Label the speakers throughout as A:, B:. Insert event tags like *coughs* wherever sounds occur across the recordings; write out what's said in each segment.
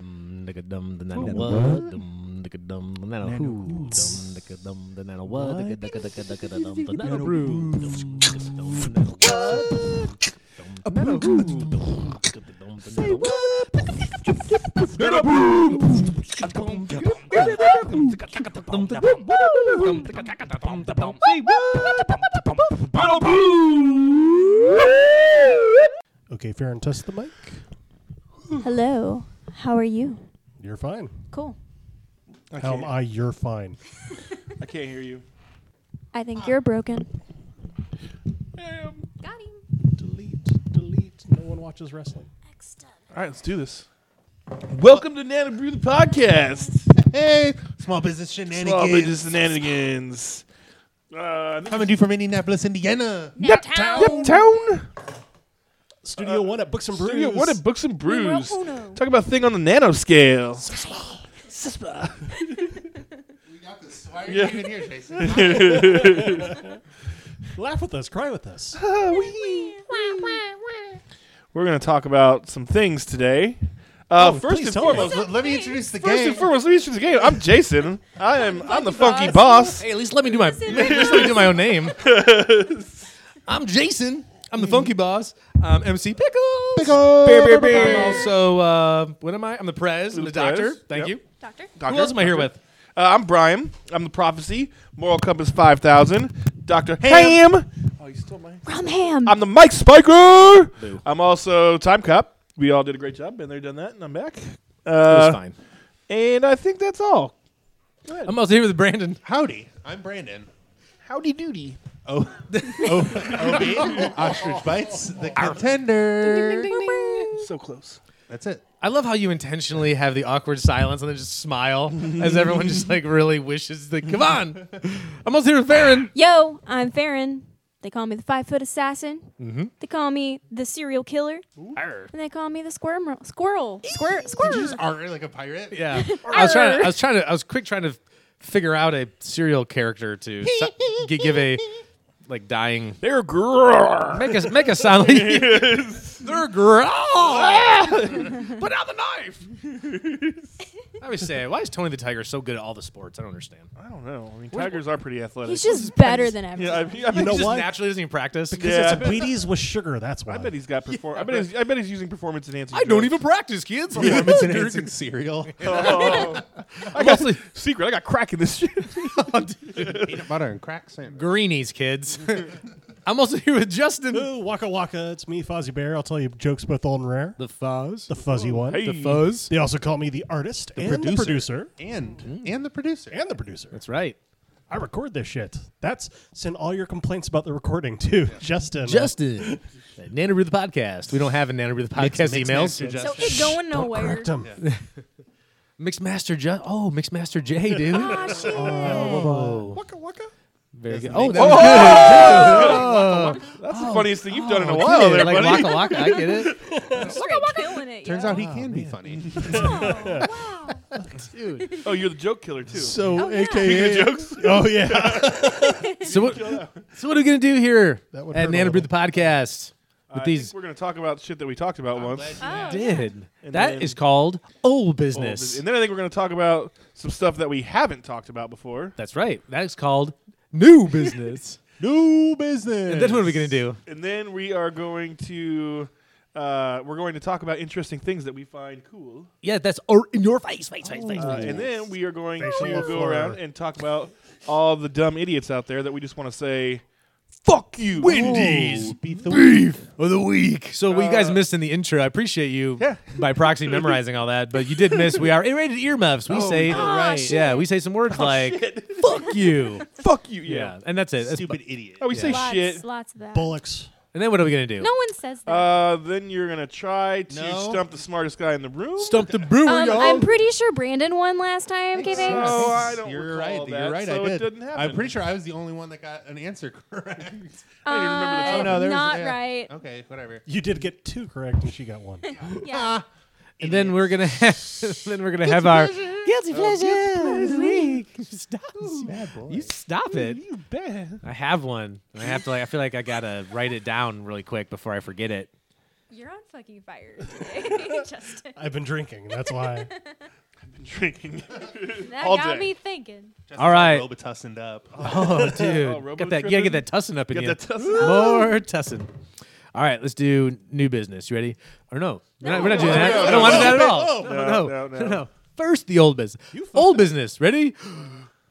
A: dum nigga dum the nana
B: Oh,
A: what
B: what?
A: dum nigga dum the nana
B: Nana
A: who
B: who?
A: dum nigga dum the nana what
B: What?
A: nigga dicka dicka dicka da dum the nana
B: Nana brew.
A: brew dum nigga dum the nana what dum
B: A
A: nana
B: brew.
A: who dum nigga the dum the nana what
C: Okay, Farron, test the mic.
D: Hello. How are you?
C: You're fine.
D: Cool.
E: I
C: How am
E: can't,
C: I? You're fine.
E: I can't hear you.
D: I think you're broken. Got him.
C: Delete, delete. No one watches wrestling.
E: All right, let's do this. Welcome to Nana Brew the podcast.
F: Hey, small business shenanigans.
E: Small business shenanigans. Uh, this
F: Coming to you from Indianapolis, Indiana.
E: Yep, town.
C: Studio One at Books and Brews.
E: Studio One at Books and Brews.
D: Numero uno.
E: Talk about thing on the nano scale.
F: We got this. Why are you
E: Yeah.
F: even here, Jason?
C: Laugh with us. Cry with
E: *laughs*
C: us.
E: We're going to talk about some things today.
A: Oh,
E: Uh, first
C: please
E: and
C: tell me.
E: foremost,
F: let, let me introduce the
E: first
F: game.
E: and foremost, let me introduce the game. I'm Jason. I am. I'm the funky boss.
A: hey at least let me do my at least let me do my own name I'm Jason I'm the funky boss I'm MC Pickles
E: Uh,
F: Pickles.
A: Bear, bear, bear. I'm also uh, what am I I'm the prez I'm the
E: The
A: doctor
E: prez,
A: thank
E: yep.
A: you
D: Doctor?
A: who else am I here with
E: Uh, I'm Brian. I'm the prophecy. Moral compass five thousand. Doctor Ham. Oh, you stole my.
D: Rum ham.
E: I'm the Mike Spiker. I'm also Time Cop. We all did a great job, been there, done that, and I'm back.
A: That's
E: Uh,
A: fine
E: and I think that's all.
A: I'm also here with Brandon
F: Howdy, I'm Brandon.
E: Howdy doody.
F: Oh, oh, OB, Ostrich Bites, the contender.
E: So close.
F: That's it.
A: I love how you intentionally have the awkward silence and then just smile as everyone just like really wishes that come on. I'm almost here with Farron.
D: Yo, I'm Farron. They call me the five foot assassin. Mm-hmm. They call me the serial killer. And they call me the squirrel. Squirrel. Squir-
F: Did you
D: squirrel.
F: just R like a pirate?
A: Yeah. I was trying to, I was trying to I was quick trying to figure out a serial character to si- gi- give a like dying
E: They're grrr.
A: make a make a sound like they're growl. Put out the knife. I always say, why is Tony the Tiger so good at all the sports? I don't understand.
E: I don't know. I mean, tigers are pretty athletic.
D: He's just better than
E: yeah, I,
D: ever.
E: I
C: You
E: bet
C: know
A: He just
C: why?
A: naturally doesn't even practice.
E: Yeah.
C: It's Wheaties with sugar. That's why.
E: I bet he's got perform. I bet he's, I bet he's using performance enhancing.
A: I don't
E: drugs.
A: even practice, kids. *laughs*
F: Performance enhancing cereal.
E: Oh. *laughs* I got secret. I got crack in this *laughs* shit.
F: Peanut butter and crack sandwich.
A: Greenies, kids. *laughs* I'm also here with Justin.
C: Ooh, waka waka. It's me, Fozzie Bear. I'll tell you jokes both old and rare.
A: The fuzz.
C: The fuzzy one.
E: Oh, Hey.
A: fuzz.
C: They also call me the artist and the
F: producer.
C: producer
F: And and the producer.
C: and the producer.
A: Mm, That's right.
C: I record this shit. That's send all your complaints about the recording to *laughs* Justin.
A: Justin. at Nanaroo the podcast. We don't have a Nanaroo the podcast
F: mix
A: emails.
F: master Justin.
D: So it going
C: Don't
D: nowhere.
C: correct him.
A: Mixmaster Ju- Oh, Mixmaster J, dude.
E: Oh,
D: Ah, shit.
F: Waka waka.
A: Very good. Oh, that was
E: That's the funniest thing you've done in a
A: good.
E: while, there,
A: Oh, like
E: buddy.
A: waka waka. I get it.
D: Straight killing it.
F: Turns out he can be funny. *laughs*
D: out. wow.
E: Oh, you're the joke killer too.
C: So,
D: yeah.
C: aka *laughs* Oh yeah.
A: So what? So what are we gonna do here
C: That would
A: at
C: hurt a
A: Nanaroo the podcast with
E: I
A: these?
E: think we're gonna talk about shit that we talked about once.
D: Oh,
A: Did That is
E: then-
A: called old
E: Well,
A: business.
E: And then I think we're going to talk about some stuff that we haven't talked about before.
A: That's right. That is called new business.
C: New business.
A: and then what are we gonna do?
E: And then we are going to uh, we're going to talk about interesting things that we find cool.
A: Yeah, that's or in your face, face, face, face.
E: Uh,
A: face.
E: and then we are going
C: Face on
E: to
C: the
E: go
C: floor.
E: around and talk about all the dumb idiots out there that we just want to say, "Fuck you, Wendy's."
C: Beat the beef.
A: of the week. So what you guys
E: Uh,
A: missed in the intro, I appreciate you
E: Yeah.
A: by proxy memorizing all that, but you did miss. We are rated earmuffs. We say,
D: right. shit.
A: yeah, we say some words like "fuck you,"
E: Fuck you,
A: yeah.
E: yeah.
A: and that's it. That's-
F: Stupid idiot.
E: Oh, we say
D: Lots,
E: shit.
D: lots of that.
C: Bullocks.
A: and then what are we gonna do?
D: No one says that.
E: Uh, then you're gonna try to
F: No.
E: stump the smartest guy in the room.
A: Stump the brewer,
D: Um,
A: y'all.
D: I'm pretty sure Brandon won last time,
F: think
D: giving.
E: so.
F: I think
E: I don't recall
F: You're right.
E: that,
F: You're right.
E: so
F: I
E: it
F: did.
E: didn't happen.
F: I'm pretty sure I was the only one that got an answer *laughs* correct.
E: I didn't remember the Oh,
D: Uh,
E: topic.
F: no, there was-
D: not
F: yeah.
D: right.
F: Okay, whatever.
C: You did get two correct, and she got
A: *laughs*
C: one.
F: Oh.
D: Yeah.
A: and then we're gonna *laughs* have, then we're gonna have our guilty pleasure of the week. Stop. You stop it.
E: You bet.
A: I have one. I have to like. I feel like I gotta write it down really quick before I forget it.
D: *laughs* You're on fucking fire today, Justin.
A: *laughs*
C: I've been drinking. That's why.
E: drinking.
D: That
E: All
D: got
E: day.
D: me thinking.
F: Just
A: All right.
F: Robitussined up.
A: Oh, dude.
E: Robo
A: Get that, you gotta
E: tripping?
A: get that tussin up in
E: Get
A: you.
E: that tussin
A: *laughs* More tussin. All right, let's do new business. You ready? Or no? We're, not,
D: No.
A: we're not doing
D: No,
A: that.
E: no,
A: I
E: no,
A: don't want
E: no.
A: that at all.
E: No,
A: No,
E: no,
A: no,
E: no.
A: no, no. First, the *laughs* old business. Old business. Ready?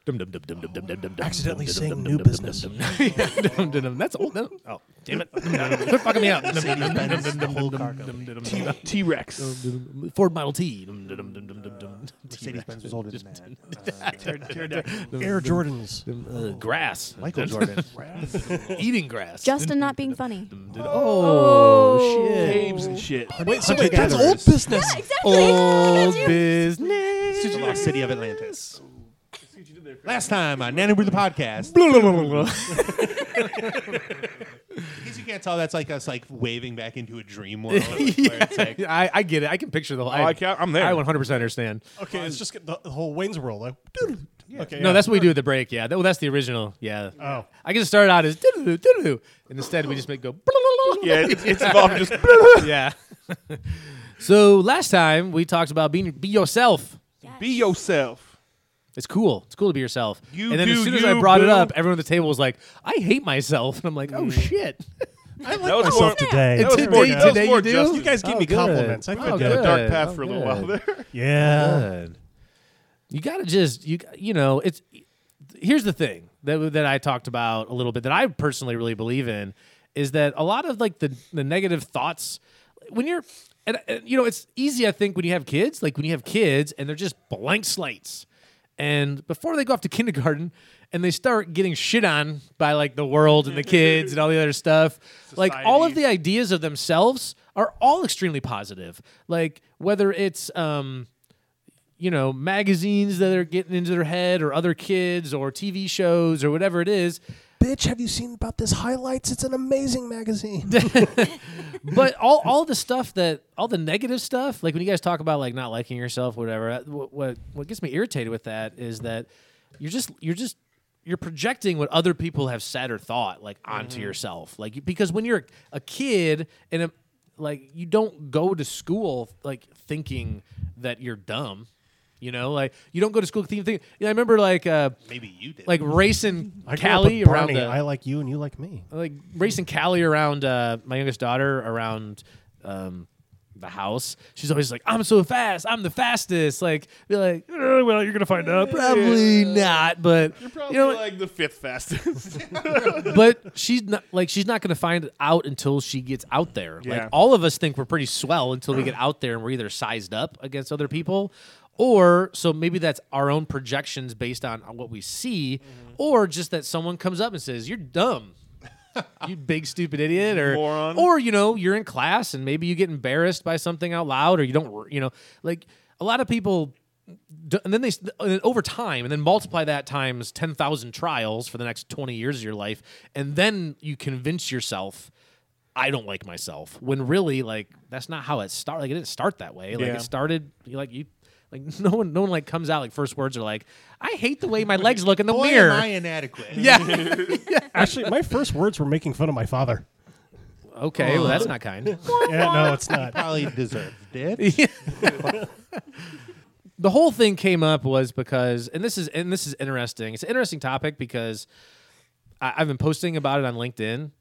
A: Dum dum dum dum dum dum dum dum.
C: Accidentally
A: dum,
C: saying
A: dum,
C: new
A: dum, dum,
C: business.
A: *laughs* dum, dum, dum. Dum, dum, dum. That's old. no. Oh, damn it! Quit fucking me up. Dum, dum, dum, dum, dum, dum, dum, dum, dum, dum, dum.
E: T Rex.
A: Ford Model T. Dum, dum, dum, dum, dum, dum.
B: Mercedes-Benz was older than that.
C: Air Jordans.
A: Uh, Grass.
B: Michael Jordan.
A: *laughs* Eating grass.
D: Justin not being funny.
A: Oh, shit.
E: Games and shit.
C: Wait, so wait, that's
B: Gatherers.
C: old business.
D: *laughs* Exactly.
A: Old
D: Look at you.
A: business.
B: the lost city of Atlantis.
A: Oh,
F: Last time on Nana Brew the podcast. *laughs* In case you can't tell, that's like us like waving back into
A: *laughs*
F: a dream world. where it's like,
A: I, I get it. I can picture the whole.
E: Oh, I can- I'm there.
A: I 100 percent understand.
C: Okay, it's just get the, the whole Wayne's World. Like, *laughs* okay,
A: No,
C: yeah.
A: that's what we do at the break. Yeah, that, well, that's the original. Yeah.
C: Oh.
A: I guess it started out as doo doo doo, and instead we just make go.
E: Yeah, it's,
A: *laughs*
E: it's involved
F: *laughs*
E: just.
A: yeah. *laughs* so last time we talked about being be yourself.
E: Be yourself.
A: It's cool. It's cool to be yourself.
E: You
A: and then as
E: do
A: soon as
E: you,
A: I brought it
E: boo. Mm.
A: up, everyone at the table was like, "I hate myself," *laughs* and I'm like, "Oh shit."
C: I like
E: That was
C: myself
E: more.
C: today.
E: That was
A: Today-
E: more, that was
A: today
E: more
A: you do?
E: justice.
C: You guys give
A: Oh,
C: me
A: good.
C: compliments. I could
A: Oh,
C: do
E: had a
A: good.
C: it.
E: dark path
A: Oh,
E: for a little while there.
C: Yeah.
A: Good. You gotta just you you know it's here's the thing that that I talked about a little bit that I personally really believe in is that a lot of like the the negative thoughts when you're and, and you know it's easy I think when you have kids like when you have kids and they're just blank slates and before they go off to kindergarten and they start getting shit on by like the world and the kids and all the other stuff like all of
E: Society.
A: the ideas of themselves are all extremely positive like whether it's um you know, magazines that are getting into their head or other kids or TV shows or whatever it is.
C: Bitch, have you seen about this highlights? It's an amazing magazine.
A: But all, all the stuff that, all the negative stuff, like when you guys talk about like not liking yourself, whatever, uh, what, what, what gets me irritated with that is that you're just, you're just, you're projecting what other people have said or thought like onto yourself. Like, you- because when you're a kid and a, like you don't go to school like thinking that you're dumb, you know, like you don't go to school thinking, yeah, I remember like, uh,
F: maybe you did.
A: like racing
C: I grew up
A: Cali
C: with
A: around
C: Barney.
A: the,
C: I like you and you like me.
A: like racing Callie around uh, my youngest daughter around um, the house. She's always like, "I'm so fast. I'm the fastest." Like, be like, "Uh, "Well, you're gonna find out. Probably not." But
E: Probably
A: you know,
E: like the fifth fastest.
A: but she's not like she's not gonna find it out until she gets out there.
E: Yeah.
A: Like all of us think we're pretty swell until we get out there and we're either sized up against other people. Or so maybe that's our own projections based on what we see, Mm-hmm.
C: Mm-hmm.
A: or just that someone comes up and says, You're dumb you big stupid idiot or
E: Moron.
A: or you know you're in class and maybe you get embarrassed by something out loud or you don't you know like a lot of people d- and then they s- and then over time and then multiply that times 10,000 trials for the next 20 years of your life and then you convince yourself I don't like myself when really like that's not how it started like it didn't start that way like
E: Yeah.
A: it started you like you like *laughs* no one no one like comes out like first words are like I hate the way my legs look in the
F: Boy,
A: mirror
F: am I inadequate.
A: yeah
C: Actually, my first words were making fun of my father.
A: okay well that's not kind
C: Yeah, no, it's not.
E: *laughs*
F: Probably deserved it.
A: the whole thing came up was because and this is and this is interesting it's an interesting topic because I, i've been posting about it on linkedin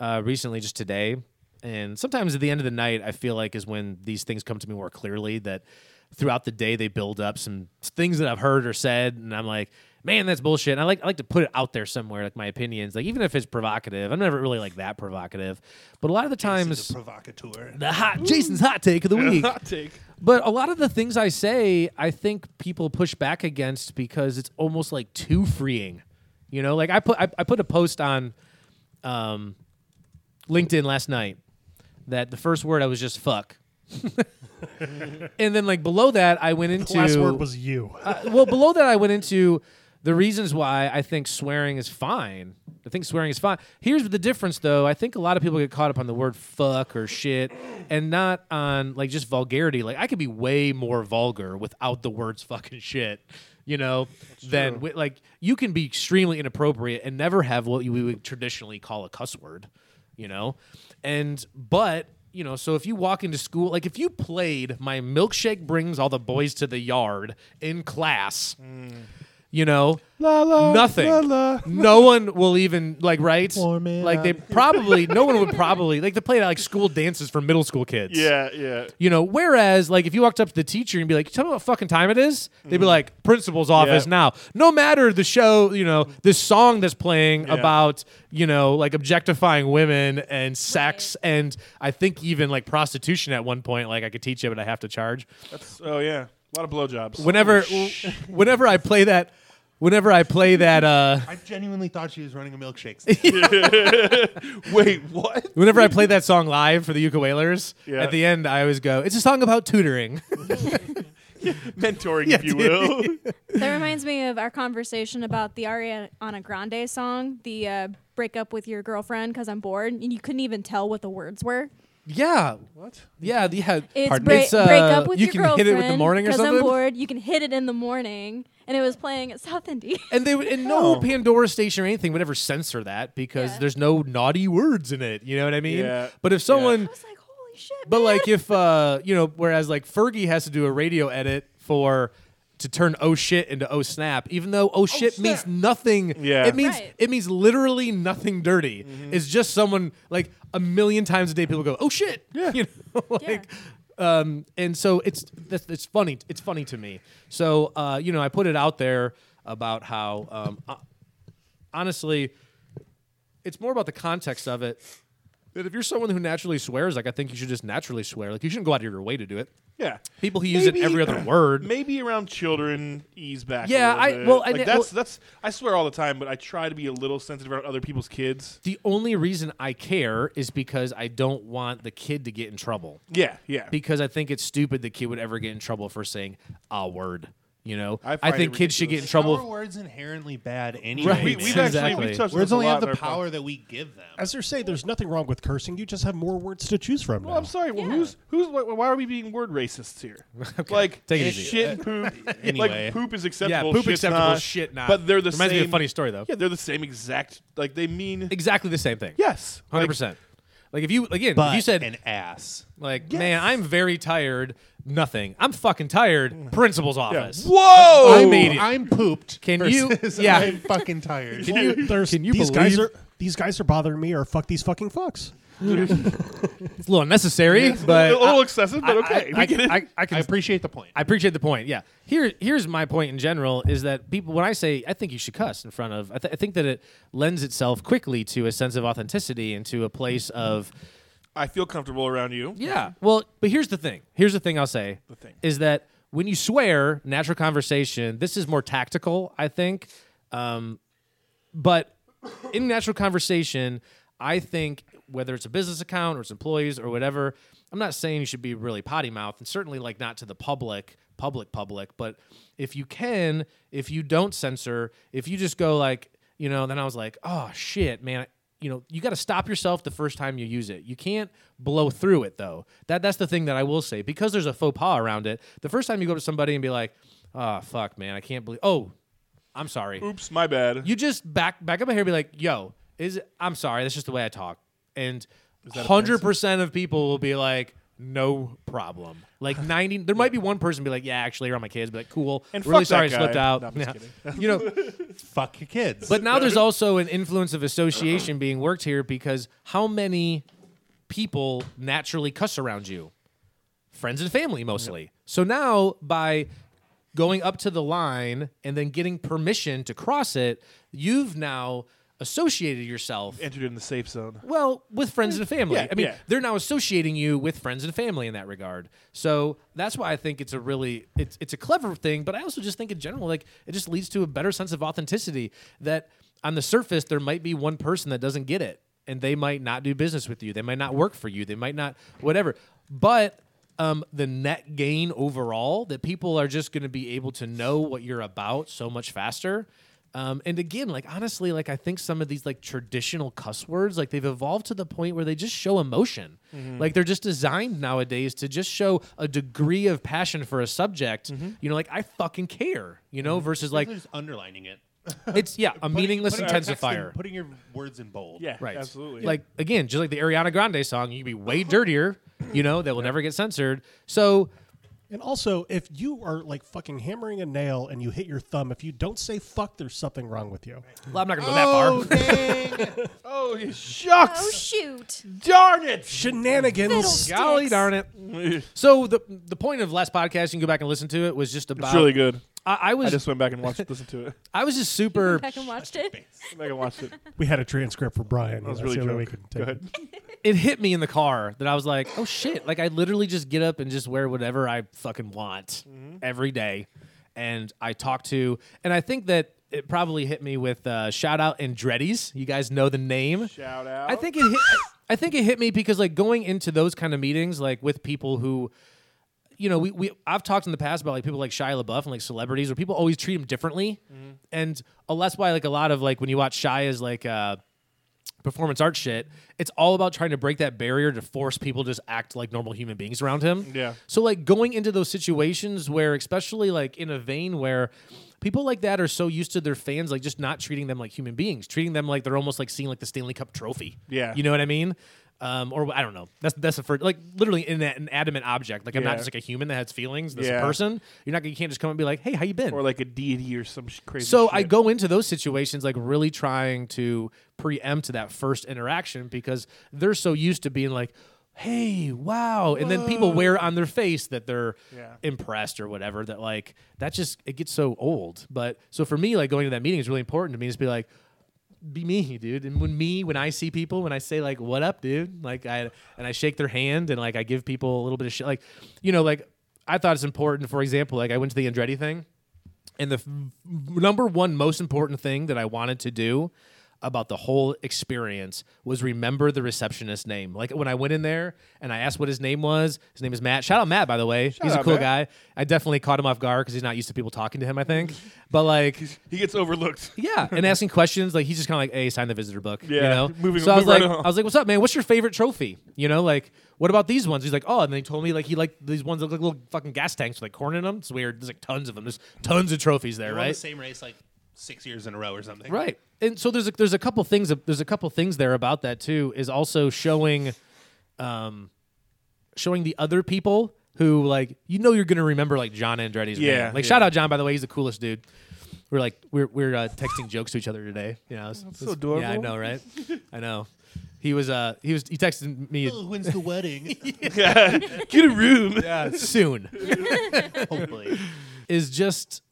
A: uh, recently just today and sometimes at the end of the night i feel like is when these things come to me more clearly that throughout the day they build up some things that i've heard or said and i'm like man that's bullshit and i like i like to put it out there somewhere like my opinions like even if it's provocative i'm never really like that provocative but a lot of the times
F: provocateur.
A: the hot jason's *laughs* hot take of the week
E: Hot take.
A: but a lot of the things I say, I think people push back against because it's almost like too freeing. You know, like I put I, I put a post on um, LinkedIn last night that the first word I was just fuck. *laughs* and then like below that I went into
C: The last word was you.
A: uh, well, below that, I went into the reasons why I think swearing is fine. I think swearing is fine. Here's the difference, though. I think a lot of people get caught up on the word fuck or shit and not on like just vulgarity. Like, I could be way more vulgar without the words fucking shit, you know, than wi- like you can be extremely inappropriate and never have what you- we would traditionally call a cuss word, you know? And, but you know, so if you walk into school, like if you played my milkshake brings all the boys to the yard in class, you know,
E: La, la,
A: nothing.
E: la, la.
A: No one will even like right.
B: Warm it
A: Like they probably no one would probably like they played like school dances for middle school kids.
E: Yeah, yeah.
A: You know, whereas like if you walked up to the teacher and be like, "Tell me what fucking time it is," they'd be like, "Principal's office
E: Mm. Yeah.
A: now." No matter the show, you know, this song that's playing
E: Yeah.
A: about you know like objectifying women and sex and I think even like prostitution at one point. Like I could teach it, but I have to charge.
E: That's, oh yeah, a lot of blowjobs.
A: Whenever, whenever I play that, whenever I play that, uh,
F: I genuinely thought she was running
A: *laughs*
F: a milkshake. stand.
E: Wait, what?
A: whenever I play that song live for the ukuleles,
E: Yeah.
A: at the end I always go, "It's a song about tutoring."
E: *laughs*
A: *laughs*
E: Mentoring, if you
A: dude.
E: will.
D: That reminds me of our conversation about the Ariana Grande song, the uh, break up with your girlfriend because I'm bored, and you couldn't even tell what the words were.
A: yeah,
E: What?
A: yeah, yeah.
D: It's,
A: Pardon?
D: break,
A: It's, uh,
D: break up with
A: you
D: your
A: can
D: girlfriend
A: hit it with the morning or
D: 'cause I'm
A: something?
D: bored. You can hit it in the morning, and it was playing at South Indy. *laughs*
A: And they would, and no
E: Oh.
A: Pandora station or anything would ever censor that because
D: Yeah.
A: there's no naughty words in it. You know what I mean?
E: Yeah.
A: But if someone,
D: I was like, holy shit!
A: but
D: man.
A: like if uh, you know, whereas like Fergie has to do a radio edit for to turn oh shit into oh snap, even though oh shit means
F: snap.
A: nothing.
E: Yeah.
A: It means
D: Right.
A: it means literally nothing dirty. It's just someone like a million times a day people go oh shit. *laughs* Yeah. You know, like. Um, and so it's that's it's funny. It's funny to me. So uh, you know, I put it out there about how um, uh, honestly, it's more about the context of it. That if you're someone who naturally swears, like I think you should just naturally swear. Like you shouldn't go out of your way to do it.
E: Yeah.
A: People who use it
E: Maybe-
A: every other
E: *clears throat*
A: word.
E: *laughs* Maybe around children, ease back. a
A: Yeah,
E: little
A: I-
E: bit.
A: well, I
E: like,
A: did-
E: that's
A: well-
E: that's I swear all the time, but I try to be a little sensitive around other people's kids.
A: The only reason I care is because I don't want the kid to get in trouble.
E: Yeah, yeah.
A: Because I think it's stupid the kid would ever get in trouble for saying a word. You know,
E: I
A: I
E: find
A: think
E: it
A: kids should get in
E: ridiculous.
A: trouble.
F: Our words inherently bad
A: Right.
F: anyway.
E: we,
A: We-
F: man.
E: we've actually
A: Exactly.
E: we've touched on this
F: words
E: a
F: only have
E: lot in
F: the
E: our
F: power that we give them.
C: As you're saying, there's nothing wrong with cursing. You just have more words to choose from.
E: Well, I'm
C: now.
E: sorry. Well,
D: Yeah.
E: who's who's why- why are we being word
A: *laughs*
E: racists here? Like
A: Take it
E: it's
A: easy.
E: shit
A: *laughs*
E: and poop.
F: Anyway.
E: Like poop is acceptable.
A: yeah, poop
E: shit's
A: acceptable,
E: not.
A: shit not.
E: But they're the
A: Reminds
E: same.
A: me of a funny story though.
E: Yeah, they're the same exact. Like they mean
A: Exactly the same thing.
E: yes.
A: hundred
E: Like,
A: percent. Like if you again, if
F: But
A: you said
F: an ass.
A: like, man, I'm very tired. Nothing. I'm fucking tired. Principal's
E: yeah.
A: office.
E: Whoa!
A: I made it.
F: I'm pooped.
A: Can you-
F: versus
A: yeah.
F: *laughs* I'm
A: *laughs*
F: fucking tired.
C: Well, there's,
A: can you
C: these guys
A: believe-
C: are these guys are bothering me or fuck these fucking fucks.
A: It's a little unnecessary,
E: *laughs*
A: but
E: a little
A: I-
E: excessive, but okay.
A: I,
E: we get it.
A: I, I, I can
F: I appreciate the point.
A: I appreciate the point. Yeah. Here, here's my point in general is that people, when I say, I think you should cuss in front of, I, th- I think that it lends itself quickly to a sense of authenticity and to a place of,
E: I feel comfortable around you.
A: yeah. Well, but here's the thing. Here's the thing I'll say. The
E: thing.
A: is that when you swear, natural conversation. This is more tactical, I think. Um, but in natural conversation, I think whether it's a business account or it's employees or whatever, I'm not saying you should be really potty mouth and certainly like not to the public, public, public. But if you can, if you don't censor, if you just go like, you know, then I was like, oh shit, man. You know, you got to stop yourself the first time you use it. You can't blow through it though. That that's the thing that I will say because there's a faux pas around it. The first time you go to somebody and be like, "Oh fuck, man, I can't believe." Oh, I'm sorry.
E: Oops, my bad.
A: You just back back up my hair and be like, yo, is I'm sorry, that's just the way I talk. And hundred percent of people will be like, no problem. Like ninety there might be one person be like, Yeah, actually, around my kids, be like, cool.
E: And
A: really sorry
E: fuck that guy."
A: I slipped out.
E: No, I'm just
A: Yeah. you
E: *laughs*
A: know,
F: Fuck your kids.
A: but now there's also an influence of association being worked here because how many people naturally cuss around you? Friends and family mostly. So now by going up to the line and then getting permission to cross it, you've now associated yourself
E: Entered in the safe zone.
A: well, with friends and family.
E: Yeah,
A: I mean,
E: yeah.
A: they're now associating you with friends and family in that regard. So that's why I think it's a really it's it's a clever thing, but I also just think in general, like it just leads to a better sense of authenticity that on the surface there might be one person that doesn't get it and they might not do business with you. They might not work for you. They might not whatever. But um, the net gain overall that people are just going to be able to know what you're about so much faster um, and again, like honestly, like I think some of these like traditional cuss words, like they've evolved to the point where they just show emotion.
E: Mm-hmm.
A: Like they're just designed nowadays to just show a degree
E: Mm-hmm.
A: of passion for a subject. You know, like I fucking care. You know, versus like
E: *laughs*
F: They're just underlining it.
A: It's yeah, a meaningless
F: putting your text in-
A: intensifier.
F: putting your words in bold.
E: Yeah,
A: Right.
E: Absolutely.
A: Like again, just like the Ariana Grande song, you can be way
E: *coughs*
A: dirtier, you know, that will never get censored. So
C: And also, if you are like fucking hammering a nail and you hit your thumb, if you don't say fuck, there's something wrong with you.
A: well, I'm not gonna go that far.
F: dang.
E: oh you
D: Oh
E: shucks!
D: shoot!
E: Darn it!
C: Shenanigans.
D: Fiddles.
A: *laughs* Golly
D: Sticks.
A: darn it!
E: *laughs*
A: So the the point of last podcast, you can go back and listen to it, was just about.
E: It's really good.
A: I, I was
E: I
A: I,
E: just went back and watched, listened to it.
A: was just
D: *laughs*
A: super.
D: Back and watched it.
E: *laughs* Went back and watched it.
C: We had a transcript for Brian.
E: I was
C: That's
E: really
C: the only way
E: drunk.
C: we could
E: Go
C: take it.
E: ahead.
A: It hit me in the car that I was like, oh shit! Like I literally just get up and just wear whatever I fucking want every day, and I talk to, and I think that it probably hit me with uh, shout out Andretti's. You guys know the name.
E: Shout out.
A: I think it hit, I think it hit me because like going into those kind of meetings like with people who you know, we, we I've talked in the past about like people like Shia LaBeouf and like celebrities where people always treat him differently.
E: Mm-hmm.
A: And uh, that's why like a lot of like when you watch Shia's like uh performance art shit, it's all about trying to break that barrier to force people to just act like normal human beings around him.
E: Yeah.
A: So like going into those situations where especially like in a vein where people like that are so used to their fans like just not treating them like human beings, treating them like they're almost like seeing like the Stanley Cup trophy.
E: Yeah.
A: You know what I mean? Um, or I don't know. That's that's the first like literally in that, an adamant object. Like I'm
E: Yeah.
A: not just like a human that has feelings. This
E: Yeah.
A: person, you're not you can't just come and be like, hey, how you been?
E: or like a deity or some sh- crazy.
A: So I
E: shit.
A: go into those situations like really trying to preempt that first interaction because they're so used to being like, "Hey, wow," and then people wear on their face that they're
E: Yeah.
A: impressed or whatever. That like that just it gets so old. But so for me, like going to that meeting is really important to me. Just be like. Be me, dude. And when me, when I see people, when I say like, "What up, dude?" Like I and I shake their hand and like I give people a little bit of shit. Like, you know, like I thought it's important. For example, like I went to the Andretti thing. And the f- number one most important thing that I wanted to do about the whole experience was remember the receptionist's name. Like when I went in there and I asked what his name was, his name is Matt. Shout out Matt, by the way. he's a
E: out,
A: cool
E: Matt.
A: guy. I definitely caught him off guard because he's not used to people talking to him, I
E: *laughs*
A: think. But like,
E: He gets overlooked.
A: yeah, and asking questions. Like he's just kind of like, "Hey, sign the visitor book." you
E: Yeah,
A: know.
E: moving- *laughs*
A: so I was
E: move right
A: like,
E: along.
A: I was like, "What's up, man? What's your favorite trophy?" You know, like, "What about these ones?" He's like, "Oh," and then he told me like he liked these ones that look like little fucking gas tanks with like corn in them. It's weird. There's like tons of them. There's tons of trophies there,
F: They won the
A: right?
F: same race like six years in a row or *laughs* something.
A: Right. And so there's a, there's a couple things there's a couple things there about that too is also showing, um, showing the other people who like you know you're gonna remember like John Andretti's
E: Yeah,
A: name. Like
E: yeah.
A: shout out John by the way, he's the coolest dude. We're like we're we're uh, texting jokes to each other today. You know, it's-
E: so
A: it's- Yeah, I
E: adorable.
A: know, right? I know. He was uh he was he texted
E: *laughs*
A: me
F: Oh, when's the *laughs* wedding?
E: *laughs* Yeah. Get a room.
A: Uh, soon.
F: Hopefully.
A: is just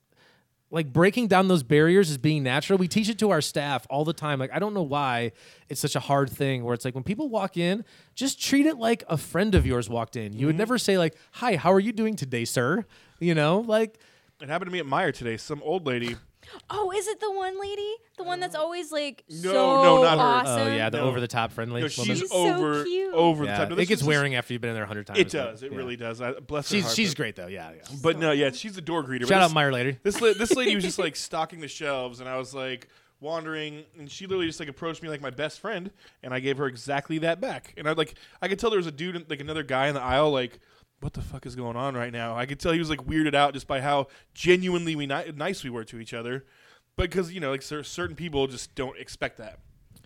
A: like breaking down those barriers is being natural. We teach it to our staff all the time. Like I don't know why it's such a hard thing where it's like when people walk in, just treat it like a friend of yours walked in. You
E: Mm-hmm.
A: would never say like, "Hi, how are you doing today, sir?" You know, like
E: *laughs* It happened to me at Meyer today. Some old lady.
D: Oh, is it the one lady? The one that's always like
E: Uh, No,
D: so
E: no, not her.
D: awesome.
A: oh yeah, the
E: No.
A: over the top friendly.
E: No,
A: woman.
E: she's
D: She's so
E: over
D: cute.
E: over the
A: yeah,
E: top. No,
A: it
E: this
A: gets
E: was
A: wearing after you've been in there a hundred times.
E: Just, it
A: but-
E: does. It
A: yeah.
E: really does. I, bless her
A: She's
E: heart,
A: she's
E: but-
A: great though. Yeah. yeah.
E: But no, yeah, she's the door greeter. but
A: Shout out
E: this-
A: Meyer later.
E: This la- this lady was just like stocking the shelves, and I was like wandering, and she literally just like approached me like my best friend, and I gave her exactly that back. And I like I could tell there was a dude, in- like another guy in the aisle, like. What the fuck is going on right now? I could tell he was like weirded out just by how genuinely we ni- nice we were to each other, but because you know like cer- certain people just don't expect that.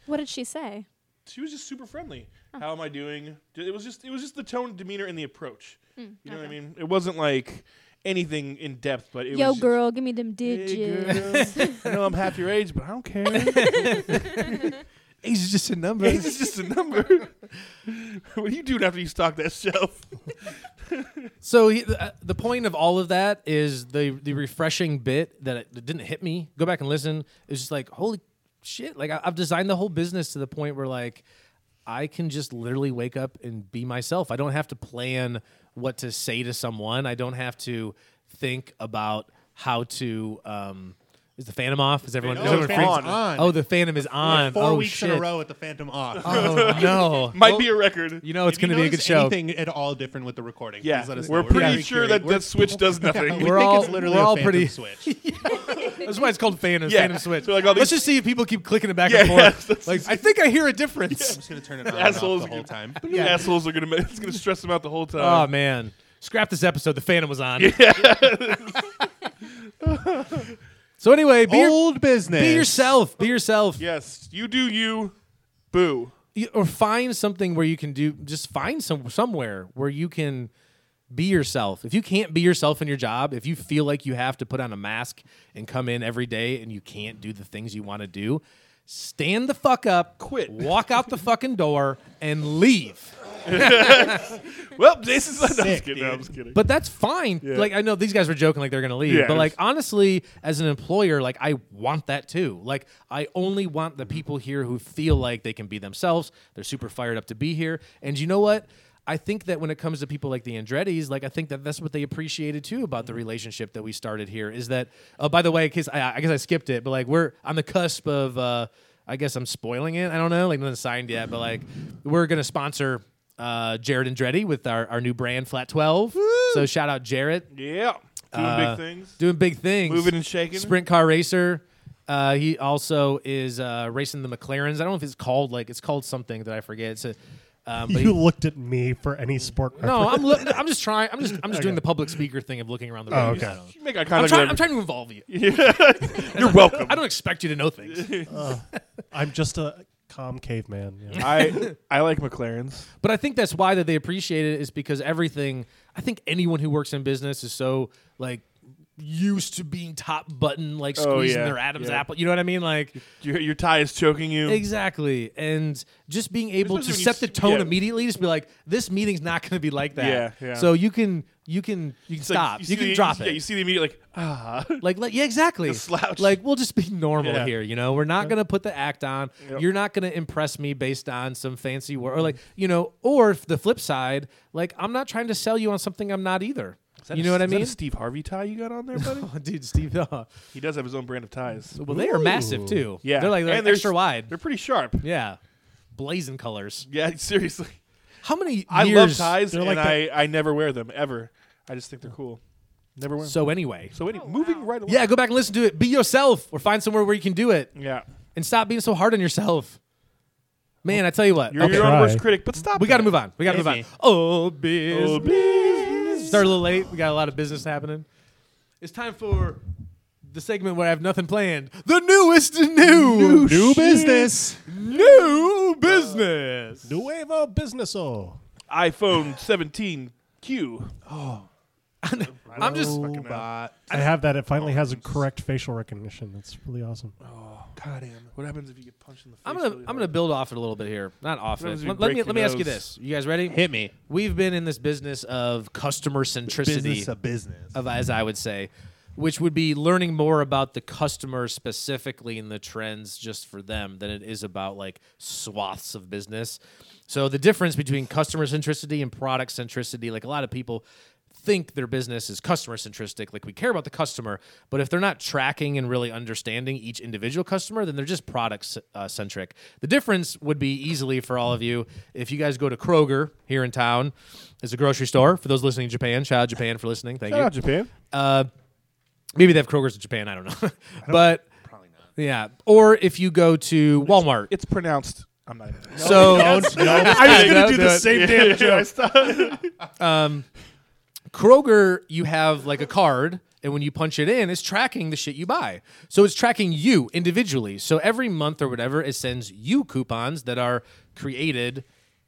D: What did she say?
E: She was just super friendly. How am I doing? D- It was just it was just the tone, demeanor, and the approach.
D: Hmm,
E: you know what I mean? It wasn't like anything in depth, but it
D: Yo,
E: was just-
D: girl, give me them digits.
E: Hey,
D: *laughs*
E: girl. I know I'm half your age, but I don't care.
A: Age is just a number.
E: Age is just a number. *laughs* what do you do after you stock that shelf?
A: So he, the, uh, the point of all of that is the the refreshing bit that it, that didn't hit me. Go back and listen. It's just like holy shit! Like I, I've designed the whole business to the point where like I can just literally wake up and be myself. I don't have to plan what to say to someone. I don't have to think about how to. Um, is the Phantom off? Is everyone?
F: No,
A: is everyone
F: the
A: freaked?
F: Phantom's on.
A: Oh, the Phantom is on.
F: Four
A: oh,
F: weeks
A: shit.
F: in a row at the Phantom Off.
A: Oh
F: *laughs*
A: no!
E: Might be a record.
A: You know it's
F: If you
A: going to be a
F: notice
A: good show.
F: Anything at all different with the recording?
E: yeah,
F: please let us
E: we're
F: know.
E: pretty
F: very
E: sure
F: curious.
E: that that switch
F: *laughs*
E: does nothing.
F: we
A: We're
F: think
A: all-
F: it's literally
A: we're
F: a
A: all
F: Phantom
A: pretty-
F: switch.
A: That's why it's called Phantom.
E: Yeah.
A: Phantom Switch.
E: So, like, all
A: Let's
E: these-
A: just see if people keep clicking it back and
E: Yeah, *laughs*
A: forth.
E: yes.
A: like I think I hear a
F: I'm
A: difference.
F: just
E: *laughs*
F: gonna turn it on and
E: *laughs*
F: off
E: Assholes
F: the
E: are
F: whole
E: gonna-
F: time.
E: *laughs*
F: Um,
E: Yeah. Assholes are gonna. ma- It's gonna stress them out the whole
A: oh
E: time.
A: man, scrap this episode. The Phantom was on. *laughs* So anyway, be, your-
F: Old business.
A: be yourself. Be yourself.
E: Yes, you do you. Boo.
A: You- Or find something where you can do. Just find some somewhere where you can be yourself. If you can't be yourself in your job, if you feel like you have to put on a mask and come in every day and you can't do the things you want to do, stand the fuck up,
E: Quit.
A: walk out the fucking door, and leave.
E: Well, Jason's not. I'm just
F: Sick,
E: kidding. No, I'm
F: dude.
E: just kidding.
A: But that's fine. Like I know these guys were joking like they're gonna leave.
E: Yeah.
A: But like honestly, as an employer, like I want that too. Like I only want the people here who feel like they can be themselves. They're super fired up to be here. And you know what? I think that when it comes to people like the Andretti's, like I think that that's what they appreciated too about the relationship that we started here. Is that? Oh, by the way, because I, I guess I skipped it, but like we're on the cusp of. uh I guess I'm spoiling it. I don't know. Like nothing's signed yet, but like we're gonna sponsor uh, Jared Andretti with our, our new brand Flat Twelve. So shout out Jared
E: yeah, doing
A: Uh,
E: big things.
A: doing big things,
E: Moving and shaking.
A: Sprint car racer. Uh, he also is uh, racing the McLarens. I don't know if it's called like it's called something that I forget. It's a,
C: *laughs* *laughs*
A: um, but
C: You
A: he-
C: looked at me for any sport.
A: no, I'm look
C: *laughs*
A: I'm just trying. I'm just I'm just doing the public speaker thing of looking around the room.
C: Oh, okay.
A: I don't know.
E: You make eye
A: I'm,
E: contact.
A: trying, I'm
E: *laughs* with
A: trying to involve you.
E: everybody. You're welcome.
A: I don't expect you to know things,
C: I'm just a calm caveman.
E: *laughs*
C: you know.
E: I I like McLarens.
A: but I think that's why that they appreciate it is because everything. I think anyone who works in business is so like used to being top button, like
E: Oh,
A: squeezing
E: yeah.
A: their Adam's
E: Yeah.
A: apple. You know what I mean? Like
E: Your, your tie is choking you.
A: Exactly. And just being able to
E: Especially when
A: set
E: you
A: the
E: s-
A: tone
E: yeah.
A: immediately, just be like, this meeting's not going to be like that.
E: Yeah, yeah.
A: So you can you can you can
E: It's like
A: stop. you
E: see
A: can
E: the-
A: drop
E: Yeah,
A: it.
E: you see the immediate like ah.
A: like let- yeah, exactly.
E: The *laughs* slouch.
A: Like we'll just be normal
E: Yeah.
A: here, you know. We're not going to put the act on.
E: Yep.
A: You're not going to impress me based on some fancy word or like, you know, or if the flip side, like I'm not trying to sell you on something I'm not either. You know what I mean?
E: Steve Harvey tie you got on
A: *laughs*
E: there, buddy?
A: Oh, *laughs* dude, Steve. uh,
E: he does have his own brand of ties.
A: well, they are massive too.
E: Yeah,
A: They're like, they're
E: And
A: like extra wide.
E: They're pretty sharp.
A: Yeah. Blazing colors.
E: Yeah, *laughs* seriously.
A: How many years
E: I love ties,
C: They're
E: and
C: like
E: I, I never wear them ever. I just think they're cool. Never wear them.
A: So anyway,
E: So any, moving right along.
A: Oh, Yeah, go back and listen to it. Be yourself or find somewhere where you can do it
E: yeah.
A: and stop being so hard on yourself. Man, I tell you what.
E: You're
A: Okay.
E: your own
C: Try.
E: worst critic, but stop.
A: We got to move on. We got to move on.
F: Maybe.
A: Oh, business.
E: Oh, business.
A: Start a little late. We got a lot of business happening. It's time for the segment where I have nothing planned. The newest new.
F: New business.
A: New business.
C: Nuevo busineso.
E: iPhone 17 Q.
A: I'm just.
E: Uh, Fucking hell.
C: I have that. It finally has a correct facial recognition. That's really awesome.
E: Goddamn. What happens if you get punched in the face?
A: I'm gonna
E: really
A: I'm gonna
E: hard?
A: build off it a little bit here. Not off
E: What
A: it.
E: happens if you
A: Let, let
E: break
A: me
E: your
A: let me ask you
E: nose?
A: this. You guys ready?
F: Hit me.
A: We've been in this business of customer centricity.
F: Business of business.
A: of as I would say, which would be learning more about the customer specifically and the trends just for them than it is about like swaths of business. So the difference between customer centricity and product centricity, like a lot of people think their business is customer centristic, like we care about the customer, but if they're not tracking and really understanding each individual customer, then they're just product uh, centric. The difference would be easily for all of you if you guys go to Kroger here in town, it's a grocery store. For those listening in Japan, shout out Japan for listening. Thank you.
E: Shout out Japan.
A: Uh, maybe they have Kroger's in Japan. I don't know, *laughs* but probably not. Yeah, or if you go to Walmart.
E: It's pronounced. I'm not. Even,
A: so
C: I was going to do
A: do
C: the
A: it.
C: same damn joke.
A: *laughs* Um, Kroger, you have like a card, and when you punch it in, it's tracking the shit you buy. So it's tracking you individually. So every month or whatever, it sends you coupons that are created